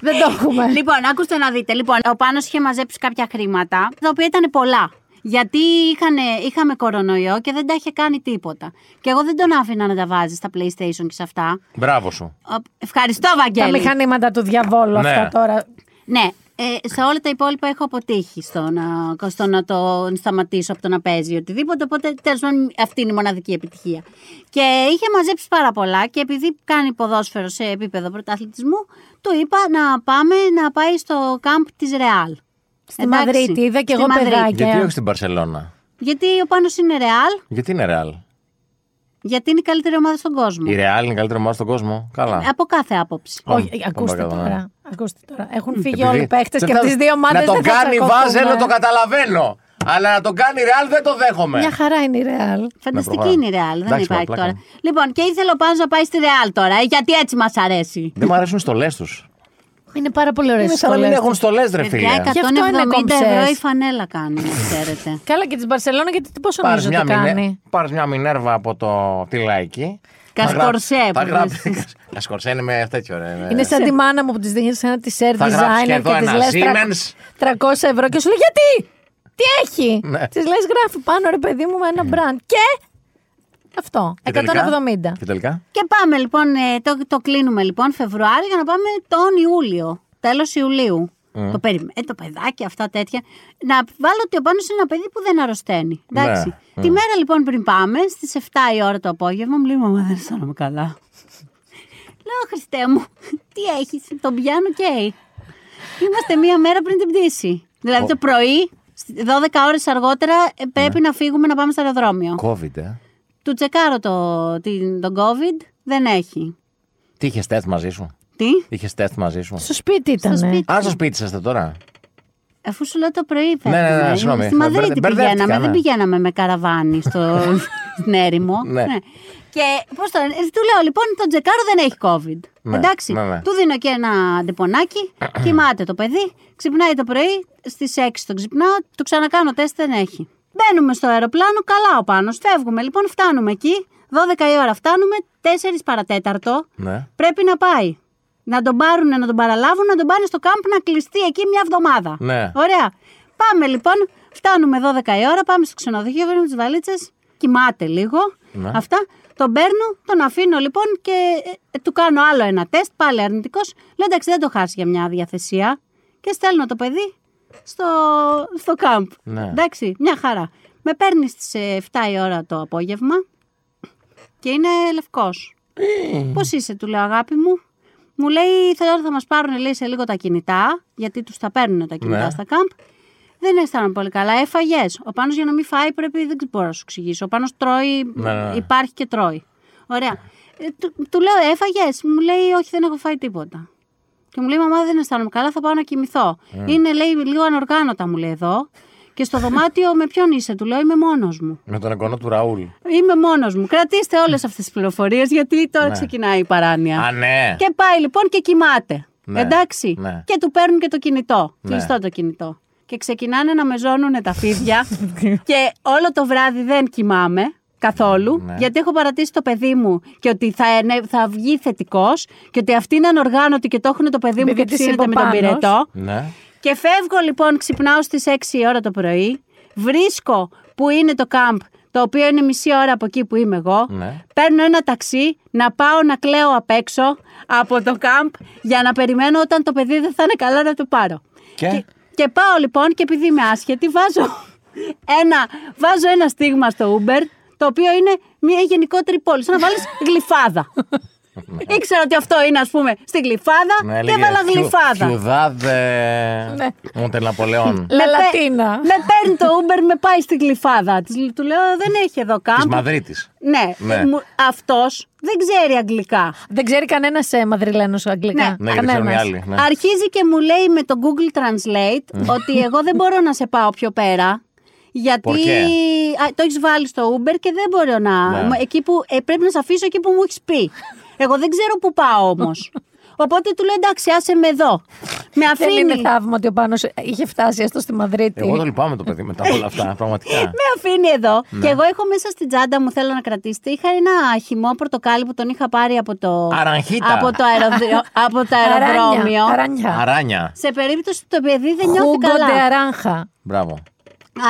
δεν το έχουμε.
Λοιπόν, άκουστε να δείτε. Λοιπόν, ο Πάνος είχε μαζέψει κάποια χρήματα, τα οποία ήταν πολλά. Γιατί είχανε, είχαμε κορονοϊό και δεν τα είχε κάνει τίποτα. Και εγώ δεν τον άφηνα να τα βάζει στα PlayStation και σε αυτά.
Μπράβο σου.
Ο- Ευχαριστώ,
Τα
Βαγγέλη.
μηχανήματα του διαβόλου
Ναι.
αυτά τώρα.
Ναι, ε, σε όλα τα υπόλοιπα έχω αποτύχει στο να, στο να τον σταματήσω από το να παίζει οτιδήποτε. Οπότε τέλος πάντων αυτή είναι η μοναδική επιτυχία. Και είχε μαζέψει πάρα πολλά και επειδή κάνει ποδόσφαιρο σε επίπεδο πρωταθλητισμού, του είπα να πάμε να πάει στο κάμπ τη Ρεάλ.
Στη Μαδρίτη, είδα και εγώ παιδάκια.
Γιατί όχι στην Παρσελώνα.
Γιατί ο Πάνος είναι Ρεάλ,
Γιατί είναι ρεάλ.
γιατί είναι η καλύτερη ομάδα στον κόσμο.
Η ρεάλ είναι η καλύτερη ομάδα στον κόσμο. Καλά.
Από κάθε άποψη.
Όχι,
Πάμε
ακούστε
παρακάτω, ναι.
τώρα. Ακούστε τώρα. Έχουν φύγει
Επειδή-
όλοι οι παίχτε και
Δεν
από
θα-
τις δύο ομάδε
Να τον
δεν θα ε.
κάνει βάζε,
τσακωθούμε.
να το καταλαβαίνω. Αλλά να τον κάνει ρεάλ δεν το δέχομαι.
Μια χαρά είναι η Ρεάλ.
Φανταστική
προχωράμε.
είναι η Ρεάλ, δεν
Εντάξει,
υπάρχει
μα, πλάκα.
τώρα. Λοιπόν, και ήθελε ο Πάνος να πάει στη Ρεάλ τώρα, ε, γιατί έτσι μας αρέσει.
Δεν μου αρέσουν οι στολές τους.
Είναι πάρα πολύ ωραίες
Είναι σαν να μην
σχολέ.
έχουν στολές, ρε φίλε.
Παιδιά,
Γι' αυτό είναι
170
κομψές.
ευρώ η φανέλα κάνει, να ξέρετε.
Καλά και της Μπαρσελόνα γιατί τι πόσο
Πάρεις
νομίζω
μια,
ότι
μινε...
κάνει.
πάρεις μια μινέρβα από το τη λαϊκή.
Κασκορσέ,
Θα
που
γράψει.
λες.
Κασκορσέ είναι με τέτοιο, ρε.
Είναι σαν τη μάνα μου που της δίνει ένα t-shirt
Θα γράψεις Ε, και
designer
εδώ
και της
ένα
λες
Siemens.
300 ευρώ και σου λέει Γιατί! Τι έχει.
Ναι.
Της λες, γράφει πάνω ρε παιδί μου με ένα μπραντ. Και. Αυτό.
Και
170.
τελικά- Και τελικά.
Και πάμε λοιπόν, ε, το, το κλείνουμε λοιπόν Φεβρουάριο για να πάμε τον Ιούλιο. Τέλος Ιουλίου.
Ε.
Το περιμένει, το παιδάκι, αυτά τέτοια. Να βάλω ότι ο Πάνος είναι ένα παιδί που δεν αρρωσταίνει. Εντάξει.
Ναι.
Τη μέρα λοιπόν πριν πάμε, στις 7 η ώρα το απόγευμα, μου λέει Μαμά, δεν αισθάνομαι καλά. Λέω Χριστέ μου, τι έχεις, τον πιάνω και Είμαστε μία μέρα πριν την πτήση. Δηλαδή το πρωί, στις 12 ώρες αργότερα, ε, πρέπει
Ναι.
να φύγουμε να πάμε στο αεροδρόμιο.
COVID, ε.
Του τσεκάρω το, την- τον COVID, δεν έχει.
Τι είχες τεστ μαζί σου.
Τι,
Είχες τεστ μαζί σου.
Στο σπίτι ήταν.
στο σπίτι.
Αν στο σπίτι είσαστε τώρα.
Αφού σου λέω το πρωί,
Ναι, ναι, ναι,
φεύγουμε. Ήμουν
συγγνώμη.
Στη Μαδρίτη
Μπερδε- μπερδεύτηκα,
πηγαίναμε,
ναι.
δεν πηγαίναμε με καραβάνι στο, στην έρημο.
Ναι.
Και πώς το, λένε, ε, του λέω λοιπόν, τον τσεκάρω δεν έχει COVID.
Ναι,
Εντάξει.
ναι, ναι.
Του δίνω και ένα ντεπονάκι, κοιμάται το παιδί, ξυπνάει το πρωί, στις 6 το ξυπνάω, του ξανακάνω τεστ δεν έχει. Μπαίνουμε στο αεροπλάνο, καλά ο πάνω. Φεύγουμε λοιπόν, φτάνουμε εκεί. 12 η ώρα φτάνουμε, 4 παρατέταρτο.
Ναι.
Πρέπει να πάει. Να τον πάρουν, να τον παραλάβουν, να τον πάνε στο κάμπ να κλειστεί εκεί μια εβδομάδα.
Ναι.
Ωραία. Πάμε λοιπόν, φτάνουμε 12 η ώρα, πάμε στο ξενοδοχείο, παίρνουμε τις βαλίτσες, κοιμάται λίγο.
Ναι.
Αυτά. Τον παίρνω, τον αφήνω λοιπόν και ε, του κάνω άλλο ένα τεστ, πάλι αρνητικός. Λέω εντάξει, δεν το χάσεις για μια διαθεσία. Και στέλνω το παιδί στο, στο κάμπ.
Ναι.
Εντάξει, μια χαρά. Με παίρνεις στι 7 η ώρα το απόγευμα και είναι λευκός. Πώς είσαι, του λέω αγάπη μου. Μου λέει τώρα θα μας πάρουν λέει, σε λίγο τα κινητά, γιατί τους τα παίρνουν τα κινητά
Ναι.
στα κάμπ. Δεν αισθάνομαι πολύ καλά. Έφαγες. Ο Πάνος για να μην φάει πρέπει, δεν μπορώ να σου εξηγήσω. Ο Πάνος τρώει,
Ναι, ναι, ναι.
υπάρχει και τρώει. Ωραία. Ε, του, του λέω, έφαγες. Μου λέει, Όχι, δεν έχω φάει τίποτα. Και μου λέει, Μαμά, δεν αισθάνομαι καλά, θα πάω να κοιμηθώ.
Ναι.
Είναι, λέει, λίγο ανοργάνωτα, μου λέει εδώ. Και στο δωμάτιο με ποιον είσαι, του λέω, Είμαι μόνος μου.
Με τον εγγονό του Ραούλ.
Είμαι μόνος μου. Κρατήστε όλες αυτές τις πληροφορίες γιατί
Ναι.
τώρα ξεκινάει η παράνοια.
Α, ναι.
Και πάει λοιπόν και κοιμάται.
Ναι.
Εντάξει.
Ναι.
Και του παίρνουν και το κινητό.
Ναι.
Κλειστό το κινητό. Και ξεκινάνε να με ζώνουν τα φίδια. και όλο το βράδυ δεν κοιμάμαι καθόλου.
Ναι.
Γιατί έχω παρατήσει το παιδί μου και ότι θα, ενε- θα βγει θετικός και ότι αυτή είναι ανοργάνωτη και το έχουν το παιδί μου
Επειδή
και
της
ψήνεται
είπε
με
ο
τον
Πάνος.
πυρετό.
Ναι.
Και φεύγω λοιπόν, ξυπνάω στις 6 η ώρα το πρωί, βρίσκω που είναι το κάμπ, το οποίο είναι μισή ώρα από εκεί που είμαι εγώ.
Ναι.
Παίρνω ένα ταξί να πάω να κλαίω απ' έξω από το κάμπ για να περιμένω όταν το παιδί δεν θα είναι καλά να το πάρω.
Και?
και πάω λοιπόν και επειδή είμαι άσχετη βάζω ένα, βάζω ένα στίγμα στο Uber το οποίο είναι μια γενικότερη πόλη, σαν να βάλεις γλυφάδα. Ήξερα ότι αυτό είναι ας πούμε στην γλυφάδα
Ναι,
και
έλεγε
έβαλα
Ciu-
γλυφάδα. Ναι.
Ciudad Μοντελαπολεών.
Λα
Με πε-
Λατίνα.
Με παίρνει το Uber, με πάει στην κλειφάδα. Της- Του λέω δεν έχει εδώ
Της
κάμπ.
Μαδρίτης.
Ναι,
Ναι.
Μου- αυτός δεν ξέρει αγγλικά.
Δεν ξέρει κανένα ε, Μαδριλένος αγγλικά.
Ναι, γιατί ξέρουν οι
Κανένας.
άλλοι. Ναι.
Αρχίζει και μου λέει με το Google Translate ότι εγώ δεν μπορώ να σε πάω πιο πέρα. Γιατί
Πορκέ.
α, το έχεις βάλει στο Uber και δεν μπορώ να.
Ναι.
Μα- Εκεί που, ε, πρέπει να σε αφήσω εκεί που μου έχεις πει. Εγώ δεν ξέρω που πάω όμως. Οπότε του λέω εντάξει, άσε με εδώ. Με
Δεν
αφήνει.
είναι θαύμα ότι ο Πάνος είχε φτάσει έστω στη Μαδρίτη.
Εγώ το λυπάμαι το παιδί μετά από όλα αυτά, πραγματικά.
με αφήνει εδώ.
Ναι.
Και εγώ έχω μέσα στην τσάντα μου, θέλω να κρατήσετε. Είχα ένα χυμό πορτοκάλι που τον είχα πάρει από το,
Αραγχίτα.
από το, αεροδρο- από το αεροδρόμιο.
Αράνια.
Αράνια.
Σε περίπτωση που το παιδί δεν νιώθει
Χούγκο ντε
καλά.
αράγχα.
Μπράβο.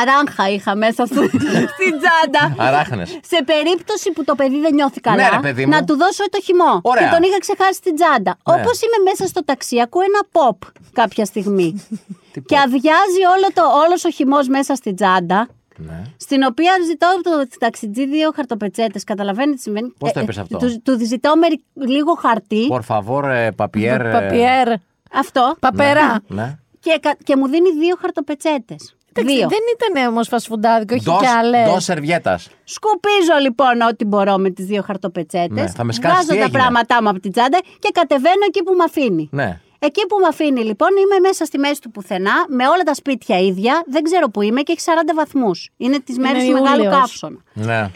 Αράγχα είχα μέσα στο- στην τσάντα.
Αράχνες.
Σε περίπτωση που το παιδί δεν νιώθει καλά,
Ναι, ρε, παιδί μου.
να του δώσω το χυμό.
Ωραία.
Και τον είχα ξεχάσει στην τσάντα.
Ναι.
Όπως Όπω είμαι μέσα στο ταξί, ακούω ένα pop κάποια στιγμή. και αδειάζει όλο το, όλος ο χυμός μέσα στην τσάντα.
Ναι.
Στην οποία ζητώ από το ταξιτζή δύο χαρτοπετσέτες. Καταλαβαίνετε τι συμβαίνει.
Πώς το
Ε,
είπες
ε,
αυτό?
Τους, τους ζητώ μερι- λίγο χαρτί.
Por favor, παπιέρ.
Παπιέρ.
Αυτό.
Παπερά.
ε, Ναι.
Και, κα- και μου δίνει δύο χαρτοπετσέτες.
Εντάξει,
Δύο.
Δεν ήταν όμως φασφουντάδικο, είχε
Dos-
και άλλες.
dos σερβιέτα.
Σκουπίζω λοιπόν ό,τι μπορώ με τις δύο χαρτοπετσέτες.
Ναι, θα με σκάσεις, τι
Βγάζω τα
έγινε?
πράγματά μου από την τσάντα και κατεβαίνω εκεί που με αφήνει.
Ναι.
Εκεί που με αφήνει λοιπόν είμαι μέσα στη μέση του πουθενά, με όλα τα σπίτια ίδια, δεν ξέρω που είμαι και έχει 40 βαθμούς. Είναι τις μέρες του
Ιούλιος.
μεγάλου καύσωνα.
Ναι.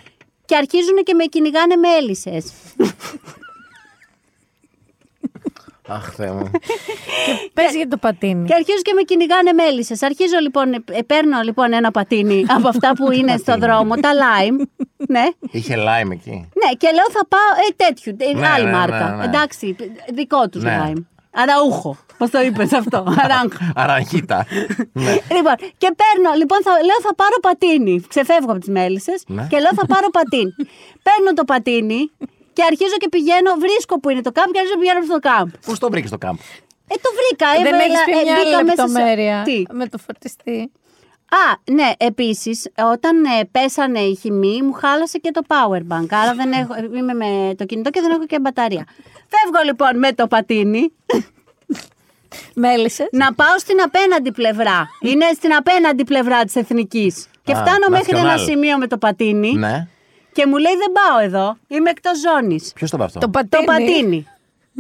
Και αρχίζουν και με κυνηγάνε με έλυσες.
Αχ, Θεέ μου.
Πε για το πατίνι.
Ναι. Και αρχίζω και με κυνηγάνε μέλισσε. Αρχίζω λοιπόν, ε, ε, παίρνω λοιπόν ένα πατίνι από αυτά που είναι στο δρόμο, τα lime. Ναι.
Είχε λάιμ εκεί.
Ναι, και λέω θα πάω ε, τέτοιου, ε,
Ναι,
άλλη
ναι, ναι,
μάρκα.
ναι.
Εντάξει, δικό τους
Ναι.
lime. Αραούχο. Πώς το είπες αυτό, Αράγχο.
Αραγίτα. ναι.
Λοιπόν, και παίρνω, λοιπόν, θα, λέω θα πάρω πατίνι. Ξεφεύγω από τις μέλισσε
Ναι.
και λέω θα πάρω πατίνι. παίρνω το πατίνι και αρχίζω και πηγαίνω, βρίσκω που είναι το κάμπ και αρχίζω και πηγαίνω στο κάμπ.
Πώ τον βρήκες το κάμπ.
Ε, το βρήκα,
Δεν
έβαλα-
έχεις
ε,
πει μια
μπήκα
άλλη
μέσα σε-
λεπτομέρεια
Τι.
με το φορτιστή.
Α, ναι, επίσης, όταν ε, πέσανε οι χυμοί, μου χάλασε και το power bank. Άρα δεν έχω, είμαι με το κινητό και δεν έχω και μπαταρία. Φεύγω λοιπόν με το πατίνι
Μέλισσες.
να πάω στην απέναντι πλευρά. Είναι στην απέναντι πλευρά της εθνικής. Και
Α,
φτάνω μέχρι
national.
ένα σημείο με το πατίνι
ναι.
και μου λέει δεν πάω εδώ. Είμαι εκτός ζώνης.
Ποιος το είπε αυτό.
Το πατίνι.
Το πατίνι.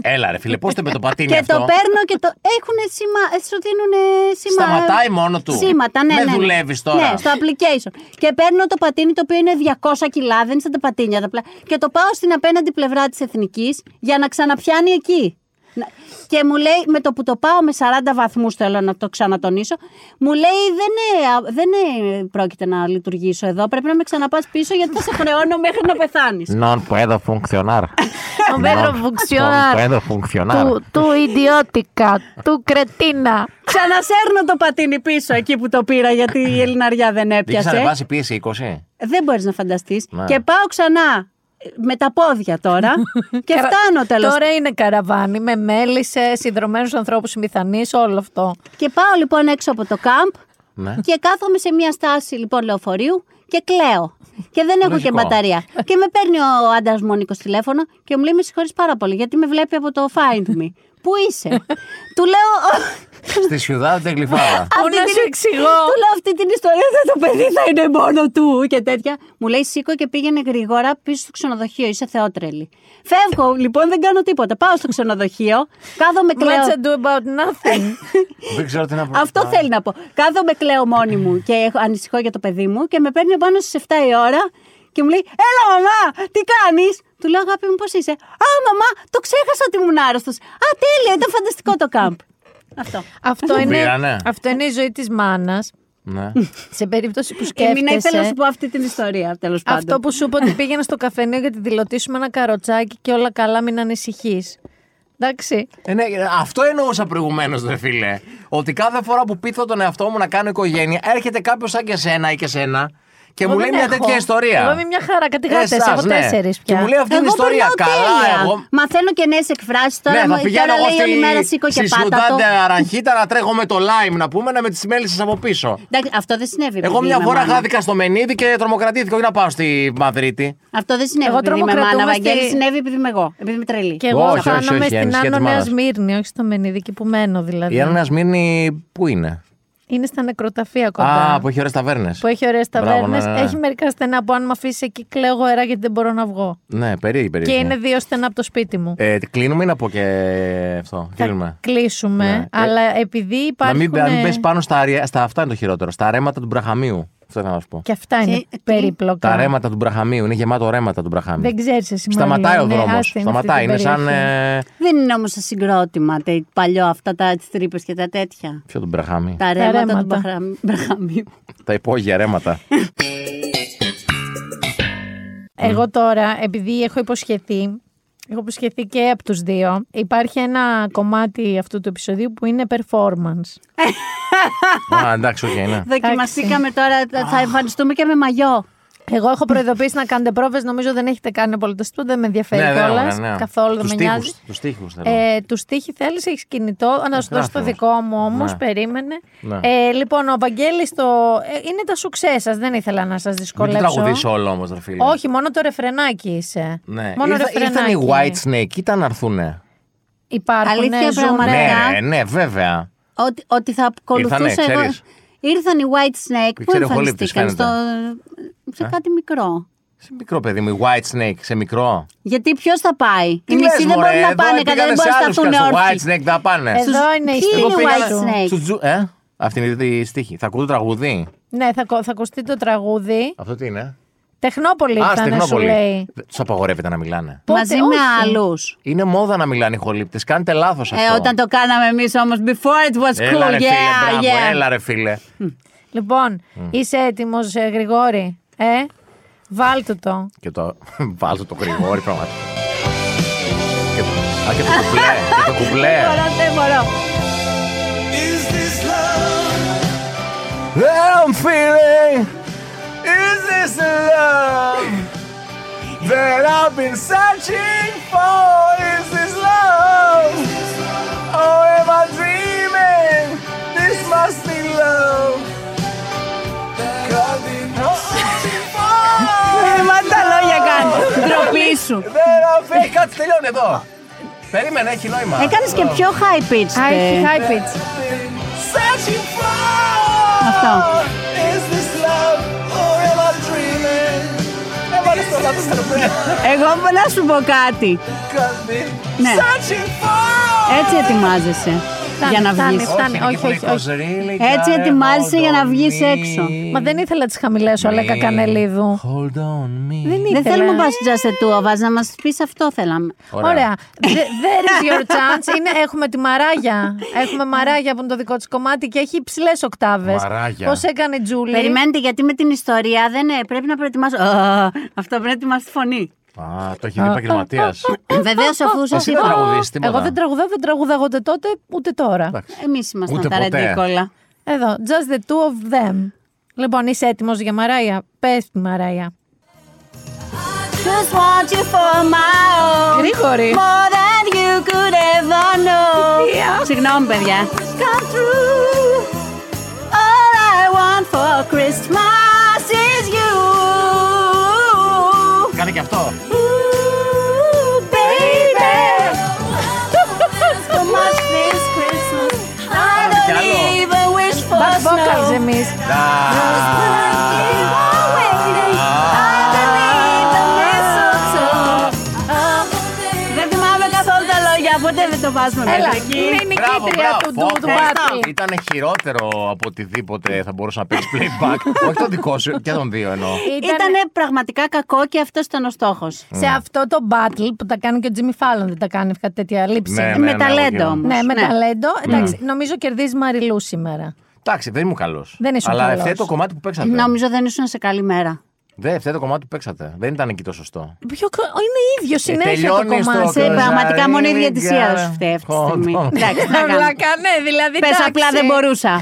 Έλα, ρε φίλε, πώς το είπε το πατίνι
Και
αυτό.
το παίρνω και το. Έχουν σήμα. ε, Σου δίνουν σήμα.
Σταματάει μόνο του.
Σήματα, ναι.
Δεν
ναι, ναι.
δουλεύεις τώρα.
Ναι, στο application. Και παίρνω το πατίνι το οποίο είναι 200 κιλά, δεν είναι σαν τα πατίνια. τα πλα- Και το πάω στην απέναντι πλευρά της εθνικής για να ξαναπιάνει εκεί. Να- Και μου λέει, με το που το πάω με 40 βαθμούς, θέλω να το ξανατονίσω, μου λέει δεν, ε, α- δεν ε, πρόκειται να λειτουργήσω εδώ. Πρέπει να με ξαναπάς πίσω γιατί θα σε χρεώνω μέχρι να πεθάνεις.
Non puedo funcionar.
No puedo funcionar.
No puedo funcionar.
Του, του ιδιώτικα, του κρετίνα.
Ξανασέρνω το πατίνι πίσω εκεί που το πήρα γιατί η Ελληναριά δεν
Είχες
έπιασε.
ανεβάσει πίεση 20.
Δεν μπορείς να φανταστείς.
Ναι.
Και πάω ξανά ε, με τα πόδια τώρα και
Καρα-
φτάνω τέλος.
Τώρα είναι καραβάνι με μέλισσε, συνδρομένους ανθρώπου μηθανεί, όλο αυτό.
Και πάω λοιπόν έξω από το κάμπ
Ναι.
και κάθομαι σε μια στάση λοιπόν λεωφορείου και κλαίω. Και δεν έχω
Λογικό.
και μπαταρία. και με παίρνει ο άντρας μου ο Νίκος τηλέφωνο και μου λέει: Με συγχωρείς πάρα πολύ γιατί με βλέπει από το Find Me. Πού είσαι, Του λέω:
Στη Σιουδά δεν γλυφάδα.
Πού
Αυτή
να
την-
σου εξηγώ.
Του λέω αυτή την ιστορία, θα το παιδί θα είναι μόνο του και τέτοια. Μου λέει σήκω και πήγαινε γρήγορα πίσω στο ξενοδοχείο, είσαι θεότρελη. Φεύγω, λοιπόν δεν κάνω τίποτα. Πάω στο ξενοδοχείο, κάθομαι κλαίω.
What's I do about nothing.
δεν ξέρω τι να πω.
Αυτό θέλει να πω. Κάθομαι κλαίω μόνη μου και έχω- ανησυχώ για το παιδί μου και με παίρνει πάνω στι 7 η ώρα και μου λέει Έλα, μαμά, τι κάνεις. Του λέω αγάπη μου, πώς είσαι. Α, μαμά, το ξέχασα ότι ήμουν άρρωστος. Α, τέλεια, ήταν φανταστικό το κάμπ. Αυτό.
αυτό, είναι,
πήρανε.
αυτό είναι η ζωή της μάνας.
Ναι.
Σε περίπτωση που
Και
σκέφτεσαι.
μην ήθελα να σου πω αυτή την ιστορία, τέλος πάντων.
Αυτό που σου είπα ότι πήγαινα στο καφενείο για τη δηλωτήσουμε ένα καροτσάκι και όλα καλά, μην ανησυχείς. Εντάξει.
Ε, ναι, αυτό εννοούσα προηγουμένως, ρε φίλε. Ότι κάθε φορά που πείθω τον εαυτό μου να κάνω οικογένεια, έρχεται κάποιος σαν και σένα ή και σένα και
Εγώ
μου λέει
δεν
μια
έχω.
τέτοια ιστορία.
Εγώ είμαι μια χαρά, κάτι γάτες,
Εσάς,
έχω
ναι.
τέσσερις
Και
πια.
μου λέει αυτή την
Εγώ
ιστορία.
περνάω
Καλά,
τέλεια.
εγώ.
Μαθαίνω και νέες εκφράσεις τώρα.
ναι,
μου,
θα πηγαίνω
τώρα
εγώ
λέει
στη,
όλη μέρα σήκω και
στη
πάτα το.
Σουδάντα Αραχίτα να τρέχω με το lime να πούμε, να με τις μέλισσες από πίσω.
Εντάξει, αυτό δεν συνέβη.
Εγώ
επειδή
μια
είμαι
φορά
μάνα.
χάθηκα στο Μενίδη και τρομοκρατήθηκα, όχι να πάω στη Μαδρίτη.
Αυτό δεν συνέβη.
Εγώ
επειδή είμαι μάνα,
τρομοκρατούμαστε-
Βαγγέλη, συνέβη επειδή είμαι εγώ. Επειδή είμαι τρελή.
Και εγώ
Όχι, όχι,
χάνομαι
όχι,
στην
ανησυχία
Άνω
της
Νέα
μάνας.
Σμύρνη, όχι στο Μενιδίκη που μένω δηλαδή.
Η Άννα Σμύρνη πού είναι.
Είναι στα νεκροταφεία κοντά.
Α, που έχει ωραίες ταβέρνες.
Που έχει ωραίες
Μπράβο,
ταβέρνες.
ναι, ναι, ναι.
Έχει μερικά στενά που αν με αφήσεις εκεί κλαίω γοερά γιατί δεν μπορώ να βγω.
Ναι, περίεργη,
Και
περίεργη.
είναι δύο στενά από το σπίτι μου.
Ε, κλείνουμε ή να πω και αυτό. Κλείνουμε.
Κλείσουμε,
Ναι.
αλλά επειδή
Να
υπάρχουν.
μην, να μην πέσει πάνω στα, αρια- στα αυτά είναι το χειρότερο. Στα ρέματα του Μπραχαμίου. Αυτό θα σου πω.
Και αυτά είναι
Τι- τι-
περίπλοκα.
Τα ρέματα του Μπραχαμίου. Είναι γεμάτο ρέματα του Μπραχαμίου.
Δεν ξέρεις εσύ μάλλον.
Σταματάει ο
Ναι,
δρόμος.
άστα, είναι αυτή
Σταματάει.
την
Είναι σαν.
περιοχή.
Ε...
Δεν είναι όμως συγκρότημα τε, παλιό αυτά τα τρύπες και τα τέτοια.
Ποιο του Μπραχαμίου.
Τα ρέματα του
ρέματα.
Μπαχραμ- Μπραχαμίου.
Τα υπόγεια ρέματα. ε,
Εγώ τώρα, επειδή έχω υποσχεθεί, έχω υποσχεθεί και από τους δύο, υπάρχει ένα κομμάτι αυτού του επεισοδίου που είναι performance.
Α, εντάξει, οκ, ναι.
Δοκιμαστήκαμε τώρα, θα θα εμφανιστούμε και με μαγιό.
Εγώ έχω προειδοποιήσει να κάνετε πρόβες, νομίζω δεν έχετε κάνει απολυτοστού, δεν με ενδιαφέρει
Ναι, δεν
κιόλας,
έχουμε, ναι.
καθόλου δεν
Τους
με
τοίχους,
νοιάζει.
τους τοίχους θέλω.
Ε, του τύχη θέλεις, έχεις κινητό, να σου δώσω το
γράφω.
δικό μου όμως,
Ναι.
περίμενε.
Ναι.
Ε, λοιπόν, ο Βαγγέλης το... ε, είναι τα σουξέ σας, δεν ήθελα να σας
Μην το
δυσκολεύσω.
τραγουδίσει όλο όμως, ρε φίλε.
Όχι, μόνο το ρεφρενάκι είσαι.
Ναι.
Μόνο
Ήρθα- ήρθαν
ρεφρενάκι.
οι White Snake, ήταν αρθούνε.
Υπάρχουν,
Αλήθεια,
ζουν.
πραγματικά.
Ναι,
Ωραία.
ρε, ναι, βέβαια.
Ότι, ότι θα ακολουθούσα
Ήρθανε,
εγώ.
ξέρεις.
Ήρθαν οι White Snake που
Ήξερε ο Χολύπτης,
εμφανιστήκαν στο... σε κάτι μικρό.
Σε μικρό παιδί μου, η White Snake, σε μικρό.
Γιατί ποιος θα πάει.
Τι
Οι
λες,
μισοί δεν
μωρέ,
μπορούν να
εδώ
πάνε,
πήγανε
κατά
σε
δεν μπορούν να
άλλους
σταθούν
και στο
όρθιοι.
White Snake θα πάνε.
Εδώ είναι η
Ποιοι
ιστορία.
Εγώ
είναι
πήγα-
White Snake?
στους Τζου- Ε, αυτή είναι η στίχη. Θα ακούω το τραγουδί.
Ναι, θα, ακου- θα ακουστεί το τραγούδι.
Αυτό τι είναι.
Τεχνόπολη
Α,
ήρθανε, σου λέει.
Τους απαγορεύεται να μιλάνε.
Πότε,
Μαζί με
όχι.
άλλους.
Είναι μόδα να μιλάνε οι χολύπτες. Κάνετε λάθο αυτό.
Ε, όταν το κάναμε εμείς όμως, before it was cool,
Έλα ρε
yeah,
φίλε, μπράβο,
yeah.
έλα ρε φίλε.
Λοιπόν, είσαι έτοιμος, Γρηγόρη. Ε, βάλτε το.
Και το βάζω το γρηγόρι, πραγματικά. Και το- Α, και το κουμπλέ. και το κουμπλέ.
Δεν μπορώ, δεν μπορώ.
Is this love?
That I'm feeling Is this the love That I've been searching for Is this love Or am I dreaming This must be love
That I've been searching for.
Ε, Μα τα λόγια κάνει. Ντροπή σου.
That I've been... Κάτσε, τελειώνει εδώ Περίμενε, έχει νόημα
Έκανε και πιο ε. high pitch.
Α, έχει high pitch.
Searching for.
Αυτό.
Is this love? Or am I dreaming?
Έβαλες το λάθος στο κουμπλέ.
Εγώ να σου πω κάτι.
Cause been
Ναι.
searching for.
Έτσι ετοιμάζεσαι για να
φτάνει,
βγεις.
φτάνει.
είναι
όχι,
πολύ
όχι, όχι.
κοζρίλι,
Έτσι
κάρε,
ετοιμάζεσαι
hold
για να
on
βγεις
me.
έξω.
Μα δεν ήθελα να τις χαμηλέσω, αλλά Κακανελίδου.
Hold on me.
Δεν ήθελα.
Δεν θέλουμε να just the two of us, να μας πεις αυτό θέλαμε.
Ωραία. The- There is your chance. Είναι, έχουμε τη Μαράγια. Έχουμε Μαράγια που είναι το δικό της κομμάτι και έχει υψηλές οκτάβες.
Μαράγια.
Πώς έκανε η Τζούλη.
Περιμένετε γιατί με την ιστορία δεν ε, πρέπει να προετοιμάσω. Α, Αυτό πρέπει να ετοιμάσει τη φωνή.
Α, το έχει δει επαγγελματία.
Βεβαίω Ε, αφού σα
Εσύ δεν
είπα.
τραγουδείς τίποτα.
Εγώ δεν τραγουδάω, δεν τραγουδάγω ούτε τότε ούτε τώρα.
Εμεί
Ούτε
ήμασταν τα
ποτέ.
ρεντίκολα.
Εδώ. Just the two of them. Λοιπόν, είσαι έτοιμος για Μαράγια. Πες τη Μαράγια.
Just want you for my own.
Γρήγορη.
More than you could ever know.
Ιδέα.
Συγγνώμη, παιδιά. Come true. All I want for Christmas is you.
Κάνει και αυτό.
Ooh, baby. so much this Christmas. I
Κι
don't
άλλο.
even wish for
Back vocals
snow.
εμεί.
Δεν θυμάμαι καθόλου τα λόγια, ποτέ δεν το βάζουμε
Έλα,
μέχρι
είναι η
εκεί.
νικήτρια του του- του πάρτι.
Ήταν χειρότερο από οτιδήποτε θα μπορούσε να παίξει playback. Όχι το δικό σου και τον δύο εννοώ.
Ήτανε-
Ήταν πραγματικά κακό και αυτός ήταν ο στόχος.
Ναι.
σε αυτό το battle που τα κάνει και ο Τζίμι Φάλλον, δεν τα κάνει κάτι τέτοια λήψη.
Ναι,
Με
ναι,
ταλέντο
όχι.
όμως.
Ναι, με ταλέντο. Εντάξει, νομίζω κερδίζει Μαριλού σήμερα.
Εντάξει, δεν ήμουν καλός.
Δεν ήσουν
Αλλά
καλός.
ευθέτω το κομμάτι που παίξατε.
Νομίζω δεν ήσουν σε καλή μέρα.
Δεν ευθέτω το κομμάτι που παίξατε. Δεν ήταν εκεί το σωστό.
Ποιο, κο- είναι ίδιο
Ε,
συνέχεια το
τελειώνεις στο
κομμάτι.
Σε
Κοζαρίνη,
πραγματικά μόνο η διαιτησία
γκάρα.
σου φταίει αυτή τη
Ω,
στιγμή.
ω.
Εντάξει,
Ναι,
να κάνουμε.
βλάκα, ναι, δηλαδή.
Πες
εντάξει.
απλά δεν μπορούσα.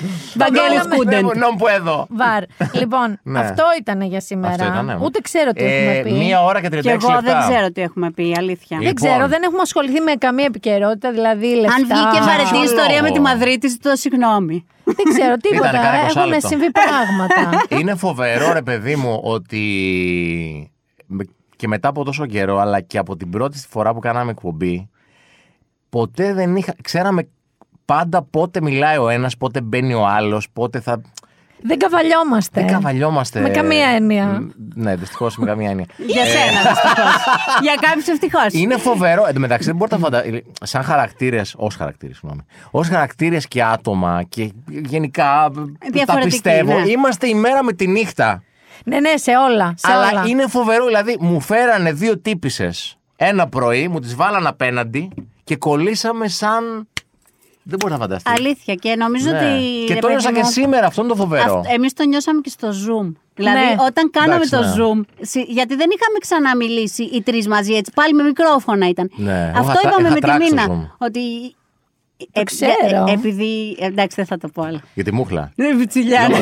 Βαγγέλης
κάναμε.
Κούντεν.
Νόμ που εδώ.
Βαρ. Λοιπόν,
Ναι.
αυτό ήταν για σήμερα.
Αυτό ήτανε. ναι.
Ούτε ξέρω τι έχουμε
Ε,
πει.
Μία ώρα και 36
Και
λεπτά.
εγώ δεν ξέρω τι έχουμε πει, η
Δεν
αλήθεια.
Λοιπόν.
ξέρω, δεν έχουμε ασχοληθεί με καμία επικαιρότητα, δηλαδή λεφτά.
Αν βγήκε βαρετή
Ποιο
ιστορία
λόγο.
με τη Μαδρίτη, ζητώ συγγνώμη.
Δεν ξέρω τίποτα.
Ήτανε κανένα
Έχουν
εικοσάλεπτο.
συμβεί πράγματα.
Είναι φοβερό ρε παιδί μου ότι με- και μετά από τόσο καιρό αλλά και από την πρώτη φορά που κάναμε εκπομπή ποτέ δεν είχα, ξέραμε πάντα πότε μιλάει ο ένας, πότε μπαίνει ο άλλος, πότε θα...
δεν καβαλιόμαστε.
Δεν καβαλιόμαστε.
Ναι. Με καμία έννοια.
Μ, Ναι, δυστυχώς με καμία έννοια.
Για σένα, δυστυχώς. Για κάποιους ευτυχώς.
Είναι φοβερό. Εν τω μεταξύ, δεν μπορείτε να φανταστείτε. Σαν χαρακτήρες, ως χαρακτήρες, συγγνώμη. Ως χαρακτήρες και άτομα και γενικά τα
Διαφορετικοί,
πιστεύω.
ναι.
Είμαστε η μέρα με τη νύχτα.
Ναι, ναι, σε όλα. Σε
Αλλά
όλα.
είναι φοβερό. Δηλαδή, μου φέρανε δύο τύπησες ένα πρωί, μου τις βάλανε απέναντι και κολλήσαμε σαν. Δεν μπορεί να φανταστείς.
Αλήθεια και νομίζω ότι.
Και το ένιωσα και σήμερα, αυτό είναι το φοβερό.
Εμείς το νιώσαμε και στο Zoom. Δηλαδή,
Ναι.
όταν κάναμε
Εντάξει, ναι.
το Zoom, συ- γιατί δεν είχαμε ξαναμιλήσει οι τρεις μαζί έτσι, πάλι με μικρόφωνα ήταν.
Ναι, εγώ
Αυτό
είχα-
είπαμε
είχα
με τη
τράξει το
Μίνα.
Zoom.
Ότι.
ξέρω. Ναι,
ε, επειδή. Εντάξει, δεν θα το πω άλλο.
Για τη μούχλα.
Δεν πιτσιλιά.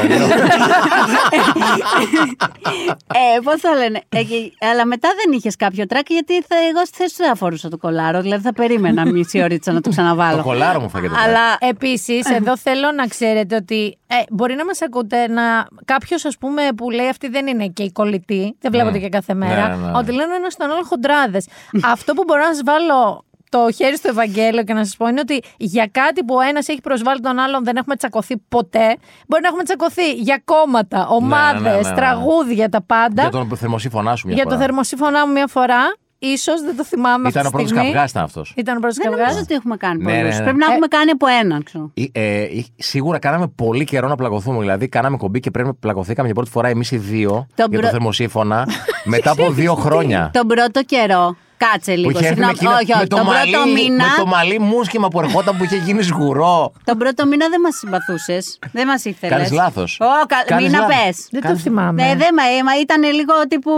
ε, πώ θα λένε. Ε, και- αλλά μετά δεν είχες κάποιο τρακ γιατί θα, εγώ στη θέση σου δεν αφορούσα το κολάρο. Δηλαδή θα περίμενα μισή ωρίτσα να το ξαναβάλω.
Το κολάρο μου φάγεται.
Αλλά
Επίσης, εδώ θέλω να ξέρετε ότι ε, μπορεί να μας ακούτε να. Κάποιος, ας πούμε, που λέει αυτή δεν είναι και η κολλητή, δεν βλέπονται και κάθε μέρα.
Ναι, ναι.
Ότι λένε ένα στον άλλο χοντράδες. Αυτό που μπορώ να σας βάλω το χέρι στο Ευαγγέλιο και να σας πω είναι ότι για κάτι που ο ένας έχει προσβάλει τον άλλον δεν έχουμε τσακωθεί ποτέ. Μπορεί να έχουμε τσακωθεί για κόμματα, ομάδες,
ναι, ναι, ναι.
τραγούδια, τα πάντα.
Για τον θερμοσύφωνά σου μια
Για
φορά.
το θερμοσύφωνά μου μία φορά. Ίσως δεν το θυμάμαι
Ήταν
αυτή
ο
τη
πρώτος
στιγμή.
καυγάς ήταν αυτός.
Ήταν ο πρώτος
δεν νομίζω
καυγά.
ότι έχουμε κάνει
Ναι,
πολλούς.
ναι, ναι.
Πρέπει να
Ε,
έχουμε κάνει από έναν, ξέρω.
Ε, ε, σίγουρα κάναμε πολύ καιρό να πλακωθούμε. Δηλαδή, κάναμε κομπή και πρέπει να πλακωθήκαμε για πρώτη φορά εμείς οι δύο
Το
για
μπρο-
το θερμοσύφωνα μετά από δύο χρόνια.
Τον πρώτο καιρό Κάτσε
Που
λίγο.
είχε έρθει με,
Συγγνώμη,
εκείνο-
όχι,
με
όχι.
το
Τον
μαλλί,
πρώτο μήνα.
με το μαλλί μουσκεμα που ερχόταν που είχε γίνει σγουρό.
Τον πρώτο μήνα δεν μας συμπαθούσες. Δεν μας ήθελες.
Κάνεις λάθος.
Ω, κα...
Κάνεις
μήνα
λάθος.
πες.
Δεν το
Κάνεις-
θυμάμαι.
Ναι, δεν μα- μα ήταν λίγο τύπου.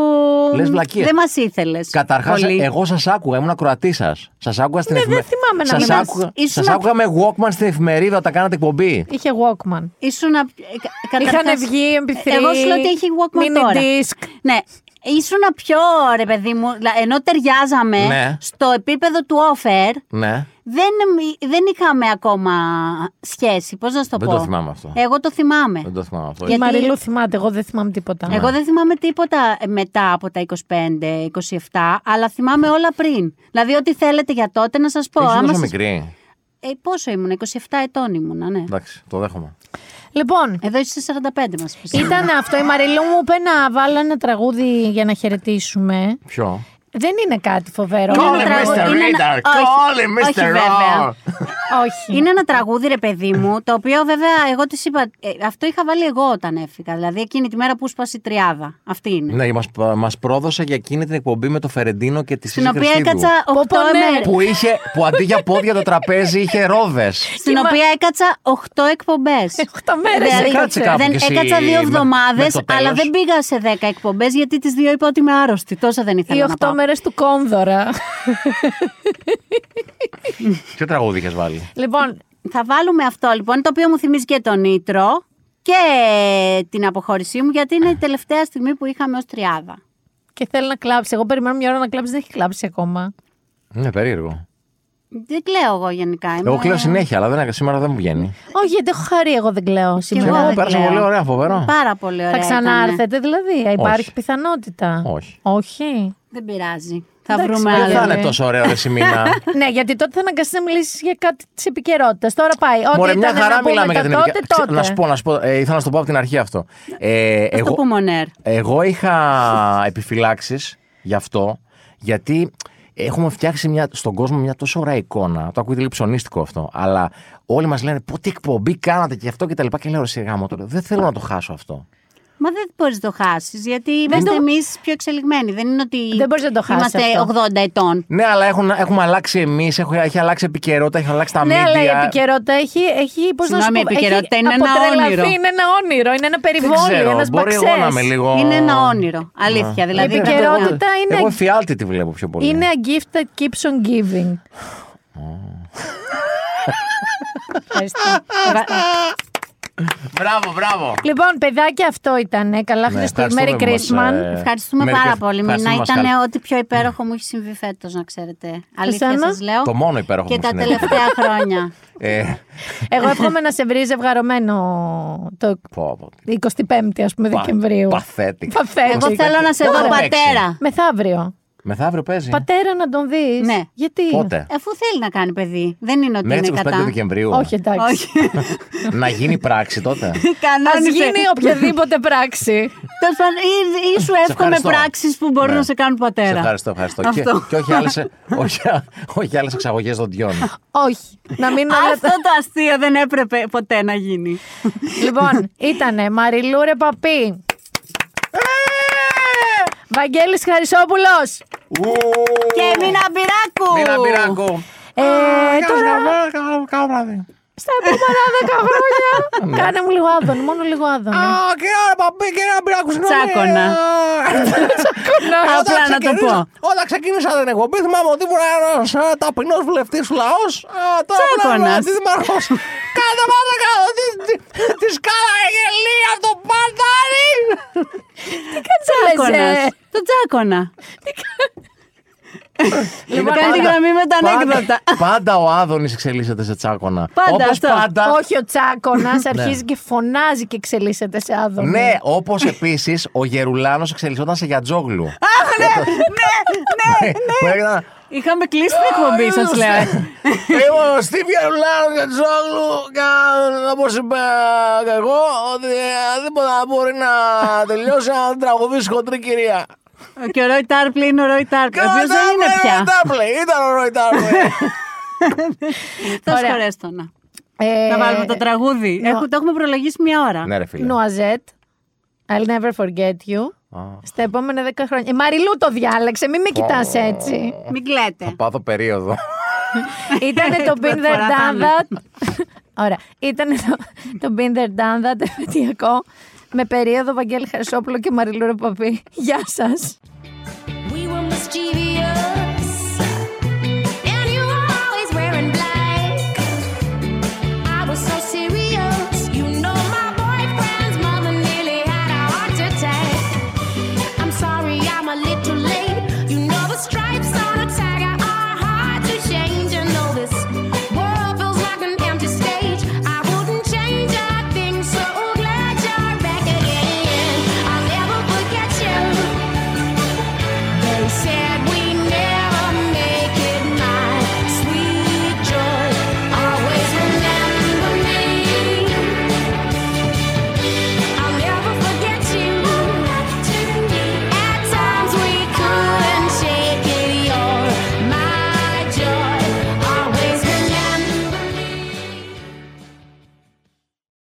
Λες βλακίες. ε-
Δεν μα ήθελες.
Καταρχάς, εγώ σας άκουγα, ήμουν ακροατής σας. Σας άκουγα στην
Ναι,
εφημε-
δεν θυμάμαι να
σας
μην-
άκουγα-
Ήσουν
σας
απ-
άκουγα με Walkman στην εφημερίδα όταν κάνατε εκπομπή.
Είχε Walkman.
Ήσουν. απ- ε, κα-
Είχαν
καταρχάς-
βγει MP3.
Εγώ σου λέω ότι έχει Walkman
mini
τώρα.
disc.
Ναι. Ήσουν πιο ρε παιδί μου, λα- ενώ ταιριάζαμε
Ναι.
στο επίπεδο του offer,
Ναι.
δεν, μι- δεν είχαμε ακόμα σχέση. Πώς να σου το
Δεν
πω.
το θυμάμαι αυτό.
Εγώ το θυμάμαι.
Δεν το θυμάμαι αυτό.
Η
Γιατί-
Μαριλού θυμάται, εγώ δεν θυμάμαι τίποτα.
Εγώ δεν θυμάμαι τίποτα ε, μετά από τα 25-27, αλλά θυμάμαι όλα πριν. Δηλαδή, ό,τι θέλετε για τότε να σας πω.
Ήσουν
άμα
τόσο
σας-
μικρή.
Ε, πόσο ήμουν, 27 ετών ήμουν, ναι.
Εντάξει, το δέχομαι.
Λοιπόν,
Εδώ είσαι 45 μας.
ήταν αυτό. Η Μαριλού μου είπε να βάλω ένα τραγούδι για να χαιρετήσουμε.
Ποιο.
Δεν είναι κάτι φοβερό.
Είναι
Call
ένα
him Mr.
τραγούδι, είναι
Reader.
ένα- όχι,
Call him
όχι
Mr.
βέβαια.
Roar.
Όχι.
Είναι ένα τραγούδι, ρε παιδί μου, το οποίο βέβαια εγώ της είπα. ε, αυτό είχα βάλει εγώ όταν έφυγα. Δηλαδή εκείνη τη μέρα που σπάσει η τριάδα. Αυτή είναι.
Ναι, μας, μας πρόδωσε για εκείνη την εκπομπή με το Φερεντίνο και τη
Στην
Σύζυγη
οποία
Χριστίδου.
έκατσα 8
Πω, πω, ναι.
μέρες.
Που, είχε, που αντί για πόδια το τραπέζι είχε ρόδες.
Στην οποία έκατσα 8 εκπομπέ.
Οχτώ μέρες
Ναι,
έκατσε κάπου
δεν,
κι εσύ
έκατσα δύο
με-
εβδομάδε,
με το τέλος.
αλλά δεν πήγα σε 10 εκπομπές γιατί τις δύο είπα ότι είμαι άρρωστη. Τόσα δεν
Οι
ήθελα να
οχτώ
πάω.
μέρες του Κόνδωρα.
Ποιο τραγούδι είχες βάλει.
λοιπόν,
Θα βάλουμε αυτό λοιπόν, το οποίο μου θυμίζει και τον Ήτρο και την αποχώρησή μου, γιατί είναι η τελευταία στιγμή που είχαμε ως τριάδα.
και θέλω να κλάψει. Εγώ περιμένω μια ώρα να κλάψει, δεν έχει κλάψει ακόμα.
Ναι, περίεργο.
Δεν κλαίω εγώ γενικά. Είμαι...
Εγώ κλαίω συνέχεια, αλλά δεν, σήμερα δεν μου βγαίνει.
Όχι, γιατί έχω χαρεί, εγώ δεν κλαίω
Κι
σήμερα.
εγώ
Εγώ
δεν
πέρασα
κλαίω.
Ναι, πολύ ωραία, φοβερό.
Πάρα πολύ ωραία.
Θα
ήταν.
ξανάρθετε δηλαδή, υπάρχει πιθανότητα.
Όχι.
Όχι.
Δεν πειράζει. Θα
Εντάξει,
βρούμε
παιδιά.
Δεν θα
άλλο.
Ωραία.
είναι τόσο ωραίο ρε Σιμίνα.
ναι, γιατί τότε θα αναγκαστείς να μιλήσεις για κάτι της επικαιρότητας. Τώρα πάει. Ό,τι
Μωρέ, μια
ήταν να
χαρά
πούμε τα
μιλάμε για την
τότε,
επικοινωνία.
τότε.
Να σου πω, να σου πω, ε, ήθελα να σου το πω από την αρχή αυτό. Ε,
Θα το
εγώ,
πούμε on air.
εγώ είχα επιφυλάξεις γι' αυτό, γιατί έχουμε φτιάξει μια, στον κόσμο μια τόσο ωραία εικόνα. Το ακούγεται λίγο ψωνίστικο αυτό, αλλά όλοι μας λένε πότε εκπομπή κάνατε και αυτό και τα λοιπά. Και λέω ρε σιγά μου τώρα, δεν θέλω να το χάσω αυτό.
Μα δεν μπορείς να το χάσεις, γιατί είμαστε εμείς πιο εξελιγμένοι. Δεν είναι ότι.
Δεν μπορείς να το χάσεις
Είμαστε
αυτό.
80 ετών.
Ναι, αλλά έχουν, έχουμε αλλάξει εμείς, έχει αλλάξει επικαιρότητα, έχει αλλάξει τα
Ναι,
media.
αλλά η επικαιρότητα έχει. έχει πώς να σου
Συγγνώμη,
πω,
η επικαιρότητα
έχει
είναι ένα
αποτρελαθεί,
όνειρο.
Είναι ένα όνειρο, είναι ένα
Δεν
περιβόλι,
ξέρω,
ένας
μπορεί εγώ να είμαι
μπαξέ.
λίγο.
Είναι ένα όνειρο. Αλήθεια. Δηλαδή.
Η
πρέπει να-
επικαιρότητα είναι-
Εγώ εφιάλτη τη βλέπω πιο πολύ.
Είναι a gift that keeps on giving. Ευχαριστώ.
Μπράβο, μπράβο.
λοιπόν, παιδάκια, αυτό ήταν. Ε, Καλά
Ναι,
Χριστούγεννα. Merry
ευχαριστούμε που μας,
Christmas.
ε,
Ευχαριστούμε
Merry
πάρα
Christmas.
πολύ. Μινά
Ευχαριστούμε που μας
ήταν
καλέσατε.
ό,τι πιο υπέροχο μου έχει συμβεί φέτος, να ξέρετε. Αλήθεια
Εσένα?
σας λέω.
Το μόνο υπέροχο
Και
μου
τα
συνέβη.
τελευταία χρόνια.
Ε,
Εγώ εύχομαι να σε βρει ζευγαρωμένο το
πω, πω.
25η, ας πούμε,
Πα-
Δεκεμβρίου.
pathetic.
Pathetic.
Εγώ θέλω να σε
Δεν
δω
θα παίξει.
πατέρα.
Μεθαύριο.
Μεθαύριο παίζει.
Πατέρα να τον δεις.
Ε. Ναι.
Γιατί.
Πότε.
Αφού θέλει να κάνει παιδί. Δεν είναι ότι
Μέχρι
είναι
τις 25
κατά.
Δεκεμβρίου.
Όχι, εντάξει.
Όχι.
Να γίνει πράξη τότε.
Α
Κανόνισε.
γίνει οποιαδήποτε πράξη.
Τέλος πάντων, ή, ή σου εύχομαι
ευχαριστώ.
πράξεις που μπορούν
Ναι.
να σε κάνουν
Σε
πατέρα.
ευχαριστώ, ευχαριστώ. Και,
Αυτό. Ε!
και όχι άλλες, όχι, όχι άλλες εξαγωγές δοντιών.
Όχι. Να μην όλα
Αυτό
τα-
το αστείο δεν έπρεπε ποτέ να γίνει.
Ναι. Λοιπόν, ήτανε Μαριλούρε Παπί. Βαγγέλης Χαρισόπουλος.
Και μήνα πειράκου!
Μίνα Μπυράκου.
Ε, τώρα
Καλό βράδυ.
στα επόμενα δέκα
Ναι.
χρόνια. Κάνε μου λίγο άδωνη, μόνο λίγο ε. άδωνη.
Κύριε Παπί, κύριε Μπυράκου, συγγνώμη.
Τσάκωνα.
Να-
Όταν
Απλά να το
ξεκινήσα-
πω.
Όταν ξεκίνησα την εκπομπή, θυμάμαι ότι ήμουν ε, ένα ταπεινός βουλευτής λαό. Τώρα που ήμουν
Τσάκωνας.
αντιδήμαρχο. Κάτω πάνω κάτω. τι- τι- Τη σκάλα γελί από το παντάρι.
Τσάκωνας.
Τσάκωνας. Το τσάκωνα. Λοιπόν, κάνει τη γραμμή με τα ανέκδοτα.
Πάντα ο Άδωνης εξελίσσεται σε τσάκωνα.
Πάντα
Όπως
αυτό.
πάντα.
Όχι ο Τσάκωνας αρχίζει και φωνάζει και εξελίσσεται σε άδωνη.
Ναι, όπως επίσης ο Γερουλάνος εξελισσόταν σε γιατζόγλου. Αχ, ναι, ναι, ναι, ναι.
Είχαμε κλείσει την εκπομπή, σας λέω.
ε. Εγώ ο Στίβ Γερουλάνος για Τζόγλου, όπως είπα και εγώ, ότι ε, τίποτα μπορεί να τελειώσει αν τραγουδήσει χοντρή κυρία.
Και ο Ρόι Τάρπλη είναι ο Ρόι Τάρπλη. Ο οποίος δεν
ναι,
είναι πια.
Ήταν ο Ρόι
Τόσο
Ωραία.
χωρέστονα.
Ε, ναι.
Να βάλουμε το τραγούδι. Έχω- Το έχουμε προλογίσει μία ώρα.
Ναι, ρε Ναι, φίλε.
Νουαζέτ. I'll never forget you. Στα επόμενα 10 χρόνια. Η Μαριλού το διάλεξε, μην με κοιτάς έτσι.
Μην κλαίτε.
Θα πάθω περίοδο.
Ήταν το Binder
φορά θα είναι.
Dandat. Ωραία. Ήταν το, το Binder Dandat επαιτειακό με περίοδο Βαγγέλη Χαρσόπουλο και Μαριλού Ρεπαπή. Γεια σας.
We were mischievous.